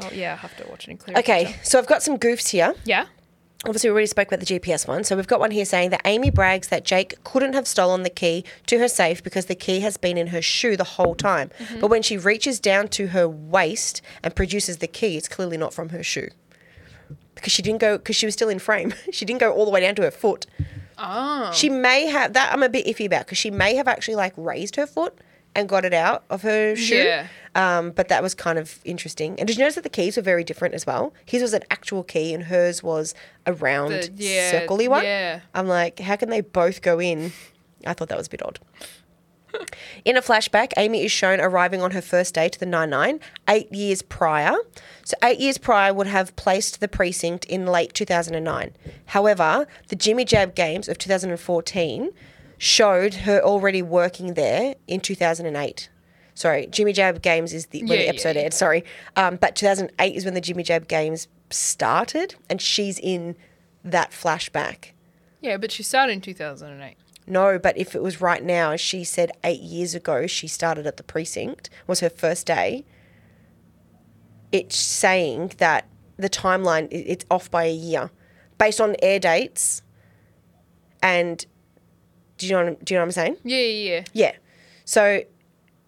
Speaker 1: oh, yeah, I have to watch it in clear.
Speaker 2: Okay,
Speaker 1: picture.
Speaker 2: so I've got some goofs here.
Speaker 1: Yeah.
Speaker 2: obviously we already spoke about the GPS one. So we've got one here saying that Amy brags that Jake couldn't have stolen the key to her safe because the key has been in her shoe the whole time. But when she reaches down to her waist and produces the key, it's clearly not from her shoe. Because she didn't go because she was still in frame. she didn't go all the way down to her foot. Oh. She may have that I'm a bit iffy about because she may have actually like raised her foot and got it out of her shoe.
Speaker 1: Yeah.
Speaker 2: Um, but that was kind of interesting. And did you notice that the keys were very different as well? His was an actual key and hers was a round,
Speaker 1: The- yeah,
Speaker 2: circly one.
Speaker 1: yeah.
Speaker 2: I'm like, how can they both go in? I thought that was a bit odd. In a flashback, Amy is shown arriving on her first day to the 99 eight years prior. So, eight years prior would have placed the precinct in late 2009. However, the Jimmy Jab Games of 2014 showed her already working there in 2008. Sorry, Jimmy Jab Games is the, when
Speaker 1: Yeah,
Speaker 2: the
Speaker 1: yeah,
Speaker 2: episode
Speaker 1: yeah.
Speaker 2: aired, sorry. Um, but 2008 is when the Jimmy Jab Games started, and she's in that flashback.
Speaker 1: Yeah, but she started in 2008.
Speaker 2: No, but if it was right now, she said eight years ago she started at the precinct, was her first day. It's saying that the timeline i- it's off by a year, based on air dates. And do you know what, I'm- do you know what I'm saying?
Speaker 1: Yeah, yeah, yeah.
Speaker 2: Yeah. So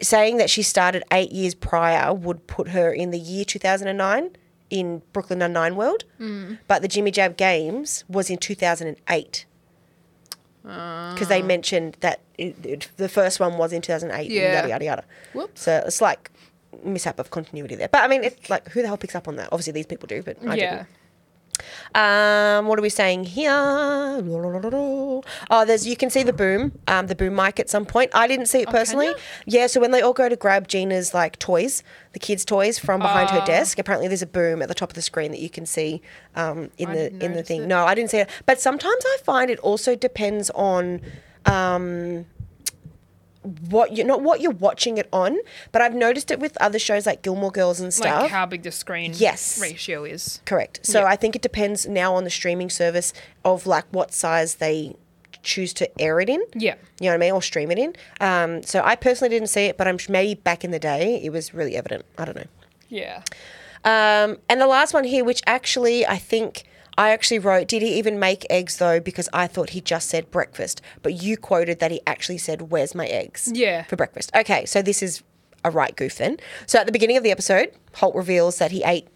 Speaker 2: saying that she started eight years prior would put her in the year 2009 in Brooklyn Nine-Nine world,
Speaker 1: Mm.
Speaker 2: but the Jimmy Jab Games was in 2008 because they
Speaker 1: Ah.
Speaker 2: mentioned that it, it- the first one was in 2008 and
Speaker 1: Yeah.
Speaker 2: yada yada yada.
Speaker 1: Whoops.
Speaker 2: So it's like mishap of continuity there. But I mean, it's like who the hell picks up on that? Obviously, these people do, but I
Speaker 1: yeah.
Speaker 2: didn't. Um, what are we saying here? La, la, la, la, la. Oh, there's you can see the boom, um, the boom mic at some point. I didn't see it personally.
Speaker 1: Oh, ya?
Speaker 2: Yeah, so when they all go to grab Gina's like toys, the kids' toys from behind
Speaker 1: Ah.
Speaker 2: her desk, apparently there's a boom at the top of the screen that you can see um, in
Speaker 1: I
Speaker 2: the
Speaker 1: didn't
Speaker 2: in the
Speaker 1: notice
Speaker 2: thing.
Speaker 1: it.
Speaker 2: No, I didn't see it. But sometimes I find it also depends on um, what you're not what you're watching it on, but I've noticed it with other shows like Gilmore Girls and stuff.
Speaker 1: Like how big the screen
Speaker 2: Yes.
Speaker 1: ratio is.
Speaker 2: Correct. So I think it depends now on the streaming service of like what size they choose to air it in.
Speaker 1: Yeah.
Speaker 2: You know what I mean? Or stream it in. Um, so I personally didn't see it, but I'm sh- maybe back in the day it was really evident. I don't know.
Speaker 1: Yeah.
Speaker 2: Um, and the last one here, which actually I think I actually wrote, did he even make eggs though? Because I thought he just said breakfast, but you quoted that he actually said, "Where's my eggs?"
Speaker 1: Yeah.
Speaker 2: for breakfast. Okay, so this is a right goof then. So at the beginning of the episode, Holt reveals that he ate.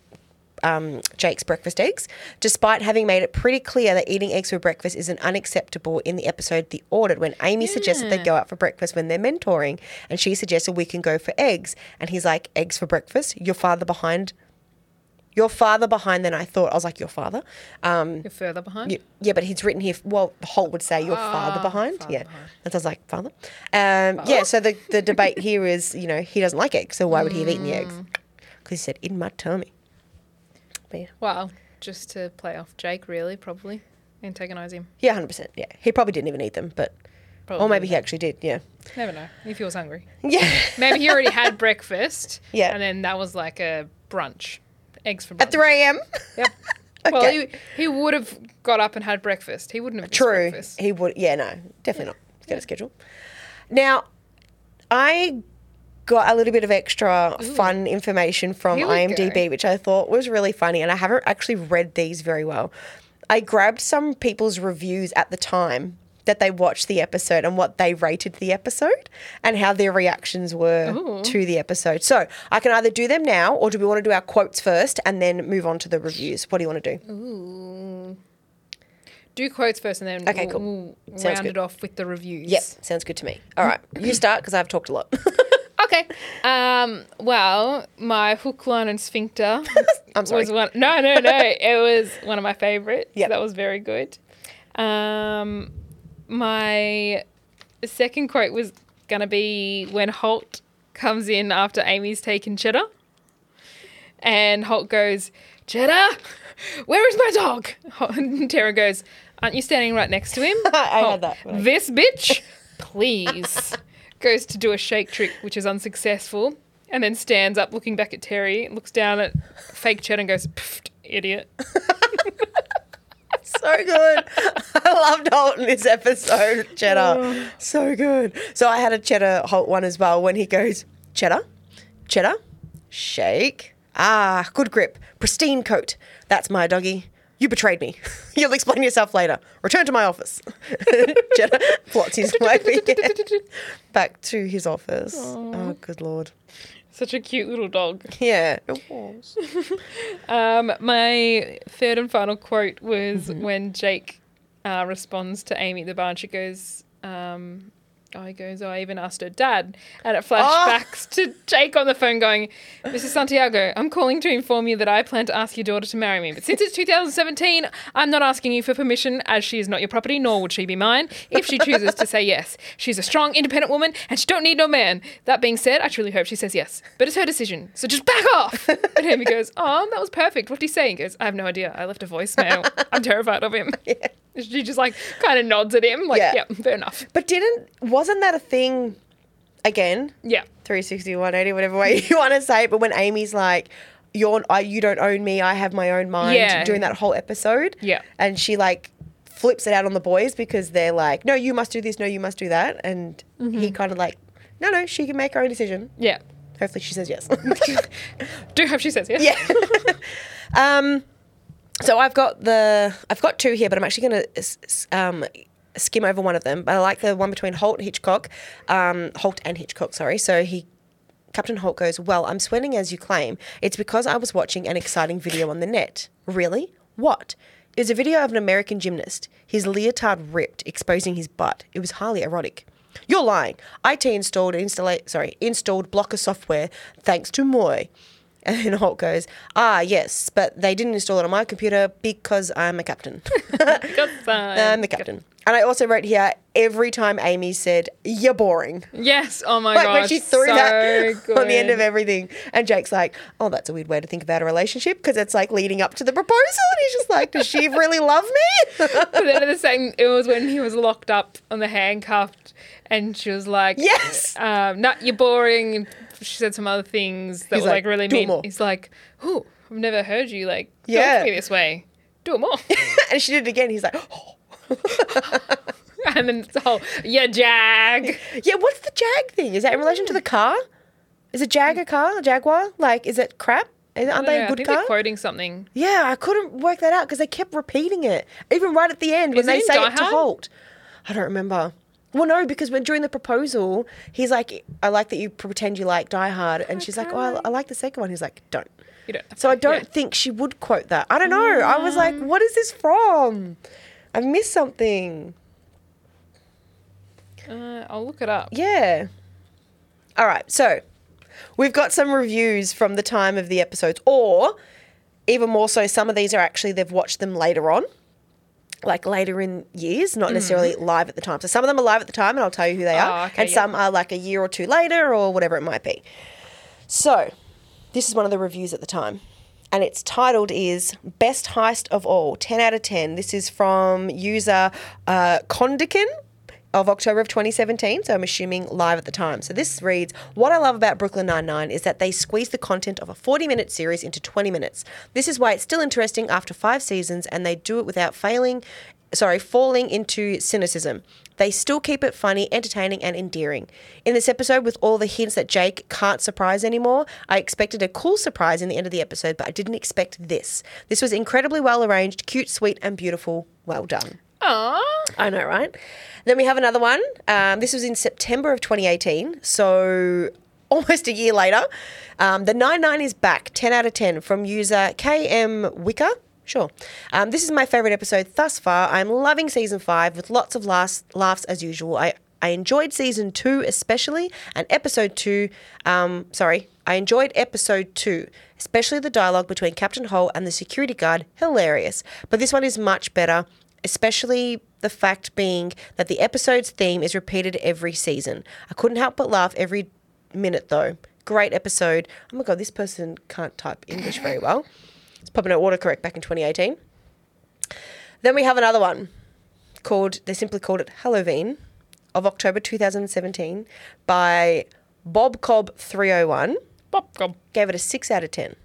Speaker 2: Um, Jake's breakfast eggs, despite having made it pretty clear that eating eggs for breakfast is an unacceptable in the episode The Audit, when Amy suggested they go out for breakfast when they're mentoring, and she suggested we can go for eggs, and he's like, "Eggs for breakfast? Your father behind your father behind than I thought. I was like, your father? Um,
Speaker 1: You're further behind.
Speaker 2: y- yeah, but he's written here. Well, Holt would say your Ah, father behind. yeah, that sounds like father. Um, Yeah. So the the debate here is, you know, he doesn't like eggs, so why would he have eaten the eggs? Because he said in my tummy. But yeah,
Speaker 1: Well, just to play off Jake, really, probably. Antagonize him.
Speaker 2: yeah, hundred percent. Yeah, he probably didn't even eat them, but
Speaker 1: Probably
Speaker 2: or maybe he actually did. Yeah,
Speaker 1: Never know. If he was hungry.
Speaker 2: yeah.
Speaker 1: Maybe he already had breakfast.
Speaker 2: Yeah.
Speaker 1: And then that was like a brunch. Eggs for brunch.
Speaker 2: At three a.m.
Speaker 1: Yep. Well, he,
Speaker 2: Okay.
Speaker 1: he would have got up and had breakfast. He wouldn't have missed
Speaker 2: True.
Speaker 1: breakfast.
Speaker 2: He would. Yeah, no, definitely not. He's got a schedule. Now, I got a little bit of extra fun information from
Speaker 1: Here we
Speaker 2: IMDb,
Speaker 1: go.
Speaker 2: which I thought was really funny, and I haven't actually read these very well. I grabbed some people's reviews at the time that they watched the episode and what they rated the episode and how their reactions were to the episode. So I can either do them now or do we want to do our quotes first and then move on to the reviews? What do you want to do?
Speaker 1: Do quotes first and then
Speaker 2: Okay,
Speaker 1: we'll,
Speaker 2: cool.
Speaker 1: we'll
Speaker 2: Sounds
Speaker 1: round it
Speaker 2: good.
Speaker 1: off with the reviews.
Speaker 2: Yep, sounds good to me. All right, you start because I've talked a lot.
Speaker 1: Okay. Um, well, my hook, line, and sphincter
Speaker 2: I'm sorry.
Speaker 1: was one. No, no, no. it was one of my favorites.
Speaker 2: Yep.
Speaker 1: That was very good. Um, my second quote was going to be when Holt comes in after Amy's taken Cheddar. And Holt goes, Cheddar, where is my dog? And Tara goes, Aren't you standing right next to him?
Speaker 2: I
Speaker 1: Holt,
Speaker 2: had that when I-
Speaker 1: This bitch, please. goes to do a shake trick, which is unsuccessful, and then stands up looking back at Terry, looks down at fake Cheddar and goes, Pfft, idiot.
Speaker 2: so good. I loved Holt in this episode, Cheddar. So good. So I had a Cheddar Holt one as well when he goes, Cheddar, Cheddar, shake. Ah, good grip. Pristine coat. That's my doggy. You betrayed me. You'll explain yourself later. Return to my office. Cheddar plots his way back to his office. Oh, good lord.
Speaker 1: Such a cute little dog.
Speaker 2: Yeah, it was.
Speaker 1: Um, my third and final quote was when Jake uh, responds to Amy at the bar and she goes, um, Oh, he goes, oh, I even asked her dad. And it flashbacks to Jake on the phone going, Mrs. Santiago, I'm calling to inform you that I plan to ask your daughter to marry me. But since it's 2017, I'm not asking you for permission as she is not your property, nor would she be mine if she chooses to say yes. She's a strong, independent woman and she don't need no man. That being said, I truly hope she says yes. But it's her decision, so just back off. And Amy goes, Oh, that was perfect. What did he say? He goes, I have no idea. I left a voicemail. I'm terrified of him. She just like kind of nods at him, like,
Speaker 2: Yeah.
Speaker 1: yeah, fair enough.
Speaker 2: But didn't, wasn't that a thing again?
Speaker 1: Yeah.
Speaker 2: 360, 180, whatever way you want to say it. But when Amy's like, you're, I, you don't own me, I have my own mind,
Speaker 1: Yeah.
Speaker 2: during that whole episode.
Speaker 1: Yeah.
Speaker 2: And she like flips it out on the boys because they're like, no, you must do this, no, you must do that. And he
Speaker 1: Mm-hmm.
Speaker 2: kind of like, no, no, she can make her own decision.
Speaker 1: Yeah.
Speaker 2: Hopefully she says yes.
Speaker 1: Do hope she says yes.
Speaker 2: yeah. um, so I've got the, I've got two here, but I'm actually going to um, skim over one of them. But I like the one between Holt and Hitchcock, um, Holt and Hitchcock, sorry. So he Captain Holt goes, Well, I'm sweating as you claim. It's because I was watching an exciting video on the net. Really? What? It was a video of an American gymnast. His leotard ripped, exposing his butt. It was highly erotic. You're lying. IT installed installa- sorry, installed blocker software thanks to Moy. And then Holt goes, Ah, yes, but they didn't install it on my computer because I'm a captain.
Speaker 1: Because I'm
Speaker 2: I'm the captain. And I also wrote here every time Amy said, You're boring.
Speaker 1: Yes. Oh my
Speaker 2: Like
Speaker 1: gosh.
Speaker 2: when she threw
Speaker 1: so
Speaker 2: that
Speaker 1: good.
Speaker 2: on the end of everything. And Jake's like, oh, that's a weird way to think about a relationship because it's like leading up to the proposal. And he's just like, does she really love me?
Speaker 1: But then at the same, it was when he was locked up on the handcuffed, and she was like,
Speaker 2: Yes!
Speaker 1: um, not you're boring." And she said some other things that
Speaker 2: He's
Speaker 1: were
Speaker 2: like,
Speaker 1: like, really
Speaker 2: "Do it
Speaker 1: mean.
Speaker 2: more."
Speaker 1: He's like, "Ooh, I've never heard you like
Speaker 2: Yeah.
Speaker 1: talk to me this way. Do it more."
Speaker 2: and she did it again. He's like, oh,
Speaker 1: and then it's the whole, "Yeah, Jag."
Speaker 2: yeah, what's the Jag thing? Is that in relation to the car? Is a Jag a car? A Jaguar? Like, is it crap? Is- Aren't they
Speaker 1: Yeah,
Speaker 2: a
Speaker 1: I
Speaker 2: good
Speaker 1: think
Speaker 2: car?
Speaker 1: They're quoting something.
Speaker 2: Yeah, I couldn't work that out because they kept repeating it, even right at the end when
Speaker 1: Is it
Speaker 2: they
Speaker 1: in
Speaker 2: say
Speaker 1: Die
Speaker 2: it to
Speaker 1: Hard?
Speaker 2: halt. I don't remember. Well, no, because when during the proposal, he's like, "I like that you pretend you like Die Hard," and she's like, "Oh, I, I like the second one." He's like, "Don't."
Speaker 1: You don't.
Speaker 2: So I don't
Speaker 1: Yeah. Mm.
Speaker 2: think she would quote that. I don't know. I was like, "What is this from?" I missed something.
Speaker 1: Uh, I'll look it up.
Speaker 2: Yeah. All right. So we've got some reviews from the time of the episodes, or even more so, some of these are actually they've watched them later on, like later in years, not necessarily live at the time. So some of them are live at the time, and I'll tell you who they are,
Speaker 1: Mm-hmm. Oh, okay,
Speaker 2: and
Speaker 1: yeah.
Speaker 2: some are like a year or two later, or whatever it might be. So this is one of the reviews at the time. And it's titled is Best Heist of All, 10 out of 10. This is from user uh, Kondikin of October of 2017. So I'm assuming live at the time. So this reads What I love about Brooklyn Nine-Nine is that they squeeze the content of a 40 minute series into 20 minutes. This is why it's still interesting after five seasons, and they do it without failing sorry, falling into cynicism. They still keep it funny, entertaining, and endearing. In this episode, with all the hints that Jake can't surprise anymore, I expected a cool surprise in the end of the episode, but I didn't expect this. This was incredibly well arranged, cute, sweet, and beautiful. Well done.
Speaker 1: Aww.
Speaker 2: I know, right? Then we have another one. Um, this was in September of 2018, so almost a year later. Um, the 99 is back, 10 out of 10, from user KM Wicker. Sure. Um, this is my favourite episode thus far. I'm loving season five with lots of laughs, laughs as usual. I, I enjoyed season two especially, and episode two. Um, sorry, I enjoyed episode two, especially the dialogue between Captain Hole and the security guard. Hilarious. But this one is much better especially the fact being that the episode's theme is repeated every season. I couldn't help but laugh every minute though. Great episode. Oh my god, this person can't type English very well. It's popping out autocorrect back in 2018. Then we have another one called they simply called it Halloween of October 2017 by Bob Cobb 301.
Speaker 1: Bop, gob.
Speaker 2: Gave it a 6 out of 10.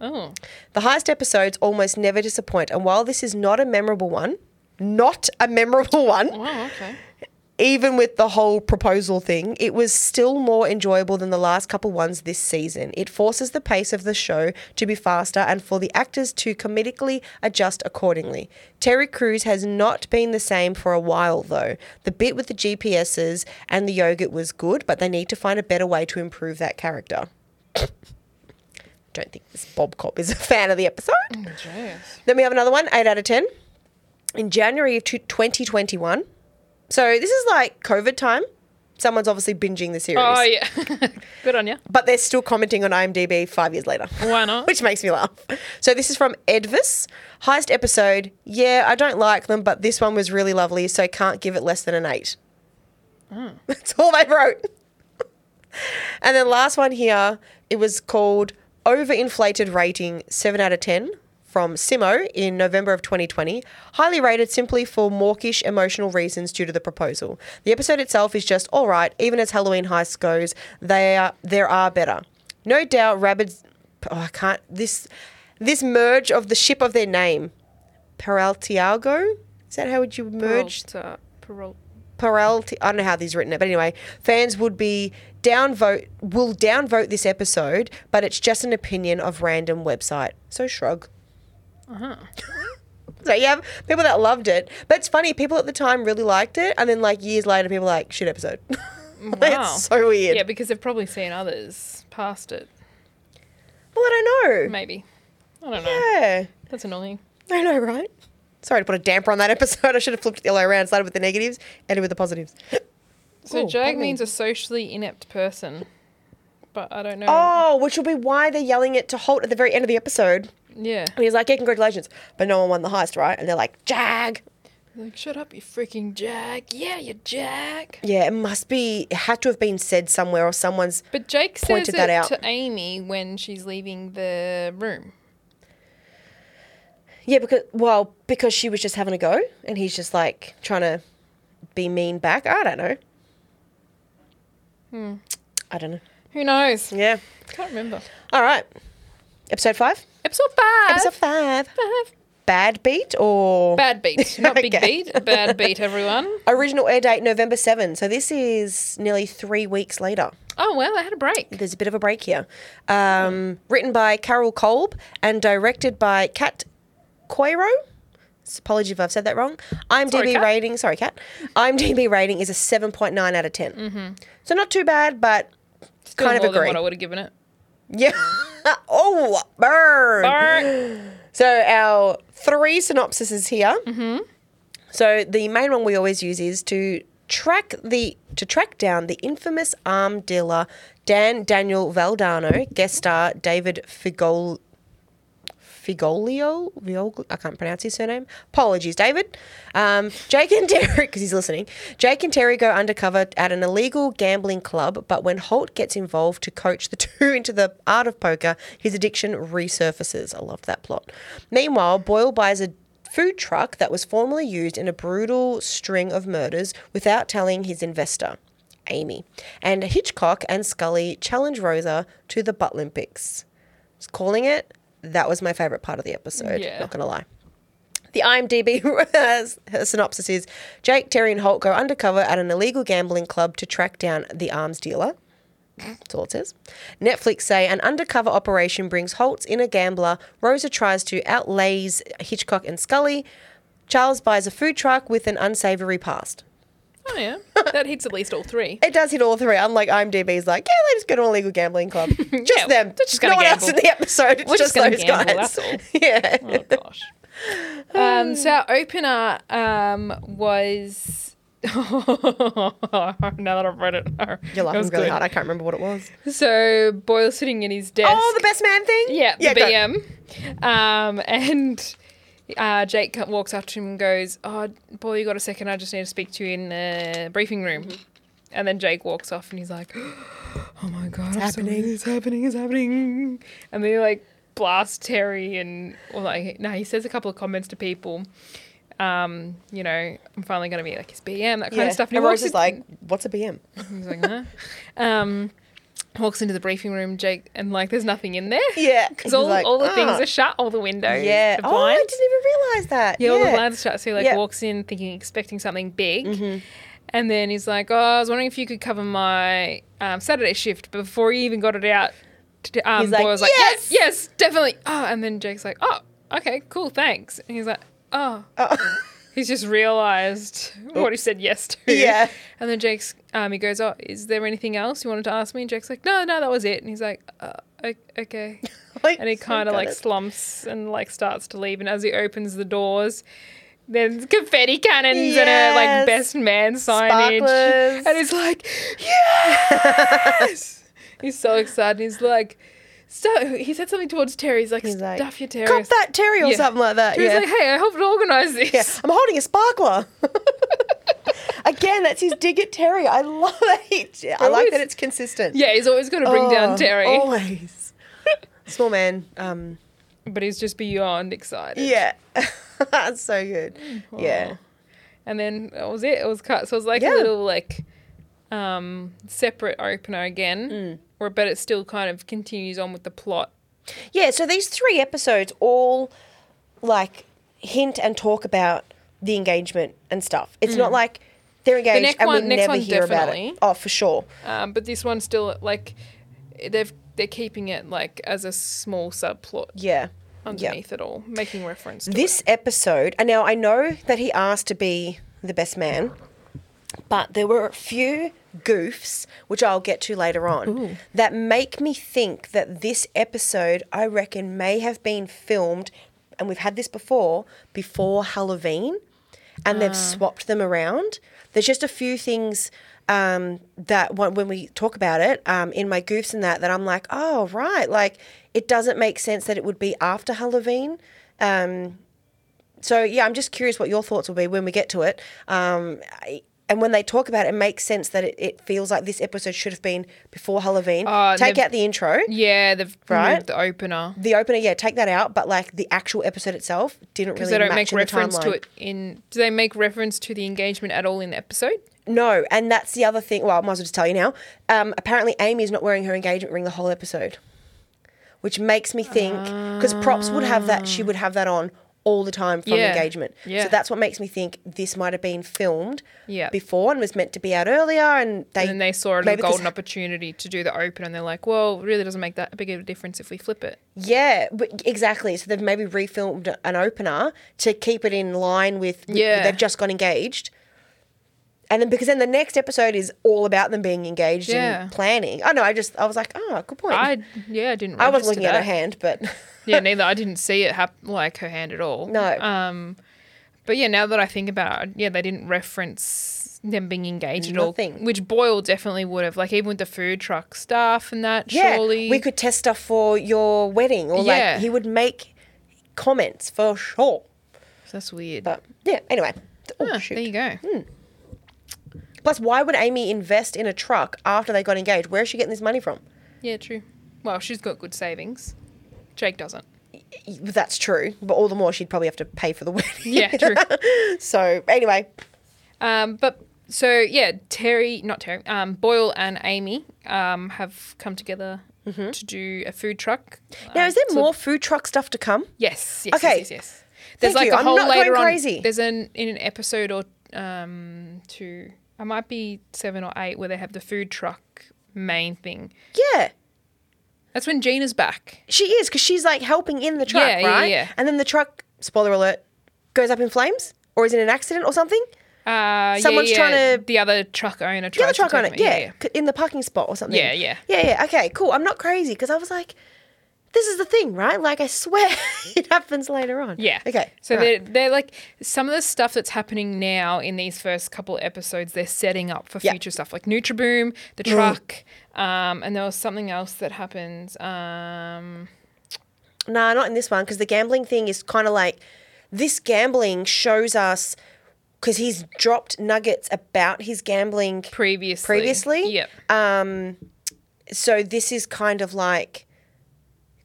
Speaker 1: Oh.
Speaker 2: The highest episodes almost never disappoint, and while this is not a memorable one, not a memorable one,
Speaker 1: Wow. Oh, Okay.
Speaker 2: even with the whole proposal thing, it was still more enjoyable than the last couple ones this season. It forces the pace of the show to be faster and for the actors to comedically adjust accordingly. Terry Crews has not been the same for a while, though. The bit with the GPSs and the yogurt was good, but they need to find a better way to improve that character. Don't think this Bob Cop is a fan of the episode.
Speaker 1: Jeez.
Speaker 2: Then we have another one, 8 out of 10, in January of two- 2021. So this is like COVID time. Someone's obviously binging the series,
Speaker 1: Oh yeah. Good on you.
Speaker 2: but they're still commenting on IMDb five years later.
Speaker 1: Why not?
Speaker 2: Which makes me laugh. So this is from Edvis. Highest episode. Yeah, I don't like them, but this one was really lovely, so can't give it less than an eight. That's all they wrote. and then last one here, it was called Overinflated Rating, 7 out of 10 from Simo in November of 2020. Highly rated simply for mawkish emotional reasons due to the proposal. The episode itself is just all right, even as Halloween Heist goes, they are, there are better. No doubt Rabbids oh, I can't this this merge of the ship of their name. Peraltiago? Is that how would you merge
Speaker 1: Peralta. Peralta.
Speaker 2: Peralti, I don't know how these written it, but anyway, fans would be downvote will downvote this episode, but it's just an opinion of random website. So shrug.
Speaker 1: Uh-huh.
Speaker 2: so you have people that loved it, but it's funny. People at the time really liked it, and then like years later, people are like shit episode.
Speaker 1: Wow.
Speaker 2: it's so weird.
Speaker 1: Yeah, because they've probably seen others past it.
Speaker 2: well, I don't know.
Speaker 1: Maybe. I don't know.
Speaker 2: Yeah,
Speaker 1: That's annoying.
Speaker 2: I know, right? Sorry to put a damper on that episode. I should have flipped it the other way around. Started with the negatives, ended with the positives.
Speaker 1: So
Speaker 2: Ooh,
Speaker 1: Jag
Speaker 2: pardon me.
Speaker 1: means a socially inept person, but I don't know.
Speaker 2: Oh, which will be why they're yelling it to halt at the very end of the episode.
Speaker 1: Yeah.
Speaker 2: And he's like, yeah, congratulations. But no one won the heist, right? And they're like, Jag.
Speaker 1: Like, shut up, you freaking Jag. Yeah, you Jag.
Speaker 2: Yeah, it must be, it had to have been said somewhere or someone's.
Speaker 1: But Jake says
Speaker 2: Pointed that
Speaker 1: it
Speaker 2: out.
Speaker 1: to Amy when she's leaving the room.
Speaker 2: Yeah, because, well, because she was just having a go and he's just like trying to be mean back. I don't know. I don't know.
Speaker 1: Who knows?
Speaker 2: Hmm. Yeah.
Speaker 1: Can't remember.
Speaker 2: All right. Episode five.
Speaker 1: Episode five.
Speaker 2: Episode five. Bad beat or
Speaker 1: Bad beat, not big
Speaker 2: Okay.
Speaker 1: beat. Bad beat, everyone.
Speaker 2: original air date November seven. So this is nearly three weeks later.
Speaker 1: Oh well, I had a break.
Speaker 2: There's a bit of a break here. Um, written by Carol Kolb and directed by Kat Coiro. Apology if I've said that wrong. IMDb
Speaker 1: Sorry, Kat.
Speaker 2: rating, sorry, Kat. IMDb rating is a 7.9 out of 10. So not too bad, but
Speaker 1: Mm-hmm. Still
Speaker 2: kind of
Speaker 1: more than
Speaker 2: agree.
Speaker 1: what I would have given it.
Speaker 2: Yeah. oh, burn.
Speaker 1: Bark.
Speaker 2: So our three synopsis is here. Mm-hmm. So the main one we always use is to track the to track down the infamous arm dealer Dan Daniel Valdano, guest star David Figol. Figolio, Viol- I can't pronounce his surname. Apologies, David. Um, Jake and Terry, because he's listening. Jake and Terry go undercover at an illegal gambling club, but when Holt gets involved to coach the two into the art of poker, his addiction resurfaces. I love that plot. Meanwhile, Boyle buys a food truck that was formerly used in a brutal string of murders without telling his investor. Amy and Hitchcock and Scully challenge Rosa to the Butt Olympics calling it, that was my favorite part of the episode.
Speaker 1: Yeah.
Speaker 2: Not going to lie. The IMDb synopsis is Jake, Terry, and Holt go undercover at an illegal gambling club to track down the arms dealer. That's all it says. Netflix say an undercover operation brings Holt's inner gambler. Rosa tries to outlays Hitchcock and Scully. Charles buys a food truck with an unsavory past.
Speaker 1: Oh yeah, that hits at least all three.
Speaker 2: It does hit all three, unlike IMDb's like, yeah, they just go to an illegal gambling club. Just
Speaker 1: Yeah,
Speaker 2: them.
Speaker 1: they're just
Speaker 2: no
Speaker 1: gonna
Speaker 2: one else in
Speaker 1: gamble.
Speaker 2: the episode. It's
Speaker 1: We're just
Speaker 2: just,
Speaker 1: gonna
Speaker 2: those
Speaker 1: gamble,
Speaker 2: guys.
Speaker 1: that's all.
Speaker 2: Yeah.
Speaker 1: Oh gosh. Um, so our opener um, was. now that I've read it, no, it
Speaker 2: You're laughing
Speaker 1: was
Speaker 2: really
Speaker 1: good.
Speaker 2: hard. I can't remember what it was.
Speaker 1: So Boyle sitting in his desk.
Speaker 2: Oh, the best man thing?
Speaker 1: Yeah, the uh,
Speaker 2: go.
Speaker 1: BM. Um, and uh, Jake co- walks up to him and goes, "Oh, boy, you got a second? I just need to speak to you in the briefing room."
Speaker 2: Mm-hmm.
Speaker 1: And then Jake walks off, and he's like, "Oh my god, it's
Speaker 2: happening.
Speaker 1: It's happening! It's happening!" And they like blast Terry, and or like, no, he says a couple of comments to people. Um, you know, I'm finally gonna be like his BM, that kind
Speaker 2: Yeah.
Speaker 1: of stuff.
Speaker 2: And
Speaker 1: he
Speaker 2: Rose
Speaker 1: walks
Speaker 2: is
Speaker 1: in-
Speaker 2: like, what's a BM?
Speaker 1: he's like, huh? um, walks into the briefing room, Jake, and like, there's nothing in there.
Speaker 2: Yeah.
Speaker 1: Because all,
Speaker 2: He's like,
Speaker 1: all the things
Speaker 2: "Ah."
Speaker 1: are shut, all the windows,
Speaker 2: Yeah.
Speaker 1: the
Speaker 2: Oh, I
Speaker 1: blinds.
Speaker 2: didn't even realize that.
Speaker 1: yeah, all the blinds are shut. So he like
Speaker 2: Yeah. Mm-hmm.
Speaker 1: walks in thinking, expecting something big. And then he's like, oh, I was wondering if you could cover my um, Saturday shift. But before he even got it out, t- um,
Speaker 2: He's like,
Speaker 1: Boyle was like,
Speaker 2: "Yes!"
Speaker 1: yes, yes, definitely. Oh, and then Jake's like, oh, okay, cool, thanks. And he's like, oh. He's just realised what he said yes to.
Speaker 2: Oh. Yeah.
Speaker 1: And then Jake's, um, he goes, "Oh, is there anything else you wanted to ask me?" And Jake's like, "No, no, that was it." And he's like, uh, o- "Okay."
Speaker 2: Like,
Speaker 1: And he
Speaker 2: so
Speaker 1: kind of
Speaker 2: got
Speaker 1: like
Speaker 2: it.
Speaker 1: slumps and like starts to leave. And as he opens the doors, there's confetti cannons and a
Speaker 2: Yes.
Speaker 1: like best man signage,
Speaker 2: Sparklers.
Speaker 1: and he's like, "Yes!" he's so excited. He's like. So he said something towards Terry. He's like,
Speaker 2: He's like,
Speaker 1: stuff your Terry.
Speaker 2: Cop that Terry or
Speaker 1: Yeah.
Speaker 2: something like that.
Speaker 1: Terry's
Speaker 2: yeah.
Speaker 1: like, hey, I helped organize this.
Speaker 2: Yeah, I'm holding a sparkler. Again, that's his dig at Terry. I love it. I like
Speaker 1: Always-
Speaker 2: that it's consistent.
Speaker 1: Yeah, he's always going to bring
Speaker 2: Oh,
Speaker 1: down Terry,
Speaker 2: Always. Small man. Um,
Speaker 1: but he's just beyond excited.
Speaker 2: yeah. That's so good.
Speaker 1: Oh.
Speaker 2: Yeah.
Speaker 1: and then that was it. It was cut. So it was like a
Speaker 2: Yeah.
Speaker 1: little like um separate opener again,
Speaker 2: Mm.
Speaker 1: or but it still kind of continues on with the plot.
Speaker 2: Yeah, so these three episodes all like hint and talk about the engagement and stuff. It's not like they're engaged
Speaker 1: Mm. next
Speaker 2: and
Speaker 1: one-
Speaker 2: we
Speaker 1: next
Speaker 2: never
Speaker 1: one
Speaker 2: hear
Speaker 1: definitely.
Speaker 2: about it. Oh, for sure.
Speaker 1: Um, but this one's still like they've they're keeping it like as a small subplot
Speaker 2: Yeah. Yeah.
Speaker 1: underneath it all, making reference to
Speaker 2: This episode, and now I know that he asked to be the best man, but there were a few goofs, which I'll get to later on, that make me think that this episode, I reckon, may have been filmed, and we've had this before, before Halloween, and they've swapped them around. There's just a few things. Um, that when when we talk about it um, in my goofs and that, that I'm like, oh right, like it doesn't make sense that it would be after Halloween. Um, so yeah, I'm just curious what your thoughts will be when we get to it. Um, I, and when they talk about it, it makes sense that it, it feels like this episode should have been before Halloween.
Speaker 1: Oh,
Speaker 2: Take
Speaker 1: they've-
Speaker 2: out the intro.
Speaker 1: Yeah, they've
Speaker 2: Right?
Speaker 1: removed the opener
Speaker 2: The opener, yeah, take that out, but like the actual episode itself didn't really
Speaker 1: because they don't
Speaker 2: match
Speaker 1: make
Speaker 2: in the
Speaker 1: reference to
Speaker 2: timeline.
Speaker 1: it in. Do they make reference to the engagement at all in the episode?
Speaker 2: No, and that's the other thing. Well, I might as well just tell you now. Um, apparently, Amy is not wearing her engagement ring the whole episode, which makes me think because props would have that. She would have that on all the time from
Speaker 1: Yeah.
Speaker 2: engagement.
Speaker 1: Yeah.
Speaker 2: So that's what makes me think this might have been filmed
Speaker 1: Yeah.
Speaker 2: before and was meant to be out earlier, and they
Speaker 1: And then they saw it as a
Speaker 2: maybe 'cause-
Speaker 1: golden opportunity to do the opener, and they're like, "Well, it really doesn't make that big of a difference if we flip it."
Speaker 2: Yeah, but exactly. So they've maybe refilmed an opener to keep it in line with
Speaker 1: Yeah.
Speaker 2: they've just got engaged. And then because then the next episode is all about them being engaged
Speaker 1: Yeah.
Speaker 2: and planning. Oh no, I just I was like, oh, good point.
Speaker 1: I yeah, I didn't.
Speaker 2: I was
Speaker 1: register
Speaker 2: looking at
Speaker 1: that.
Speaker 2: her hand, but
Speaker 1: Yeah, neither. I didn't see it hap- like her hand at all.
Speaker 2: No.
Speaker 1: Um, but yeah, now that I think about it, yeah, they didn't reference them being engaged at all.
Speaker 2: Nothing.
Speaker 1: Which Boyle definitely would have. Like even with the food truck stuff and that.
Speaker 2: yeah,
Speaker 1: surely
Speaker 2: we could test stuff for your wedding, or
Speaker 1: Yeah.
Speaker 2: like he would make comments for sure.
Speaker 1: That's weird.
Speaker 2: But yeah, anyway. Oh,
Speaker 1: Huh, Ah,
Speaker 2: shoot.
Speaker 1: there you go.
Speaker 2: Plus, why would Amy invest in a truck after they got engaged? Where is she getting this money from?
Speaker 1: Yeah, true. Well, she's got good savings. Jake doesn't.
Speaker 2: That's true, but all the more she'd probably have to pay for the wedding.
Speaker 1: Yeah, true.
Speaker 2: So anyway,
Speaker 1: Um, but so yeah, Terry, not Terry, um, Boyle and Amy um, have come together to do a food truck.
Speaker 2: Mm-hmm. now
Speaker 1: um,
Speaker 2: is there
Speaker 1: to-
Speaker 2: more food truck stuff to come?
Speaker 1: Yes. Yes.
Speaker 2: Okay.
Speaker 1: Yes. Yes. yes. There's like
Speaker 2: Thank you.
Speaker 1: a
Speaker 2: I'm
Speaker 1: whole
Speaker 2: not
Speaker 1: later
Speaker 2: going
Speaker 1: on.
Speaker 2: crazy.
Speaker 1: There's an in an episode or um two. I might be seven or eight where they have the food truck main thing.
Speaker 2: Yeah,
Speaker 1: That's when Gina's back.
Speaker 2: she is because she's like helping in the truck,
Speaker 1: Yeah, yeah,
Speaker 2: right?
Speaker 1: yeah.
Speaker 2: And then the truck, spoiler alert, goes up in flames or is in an accident or something.
Speaker 1: Uh,
Speaker 2: Someone's
Speaker 1: yeah,
Speaker 2: trying
Speaker 1: yeah,
Speaker 2: to-
Speaker 1: the other truck owner.
Speaker 2: The
Speaker 1: tries
Speaker 2: other
Speaker 1: to
Speaker 2: truck
Speaker 1: take
Speaker 2: on
Speaker 1: them
Speaker 2: it,
Speaker 1: out.
Speaker 2: yeah, c- in the parking spot or something.
Speaker 1: Yeah, yeah.
Speaker 2: yeah, yeah. Okay, cool. I'm not crazy because I was like, this is the thing, right? Like I swear it happens later on.
Speaker 1: Yeah.
Speaker 2: Okay.
Speaker 1: So
Speaker 2: all right.
Speaker 1: they're, they're like some of the stuff that's happening now in these first couple episodes, they're setting up for
Speaker 2: Yeah. Mm.
Speaker 1: future stuff like Nutriboom, the truck, um, and there was something else that happens. Um,
Speaker 2: Nah, not in this one because the gambling thing is kind of like this gambling shows us because he's dropped nuggets about his gambling.
Speaker 1: previously.
Speaker 2: Previously? Uh,
Speaker 1: Yep.
Speaker 2: So this is kind of like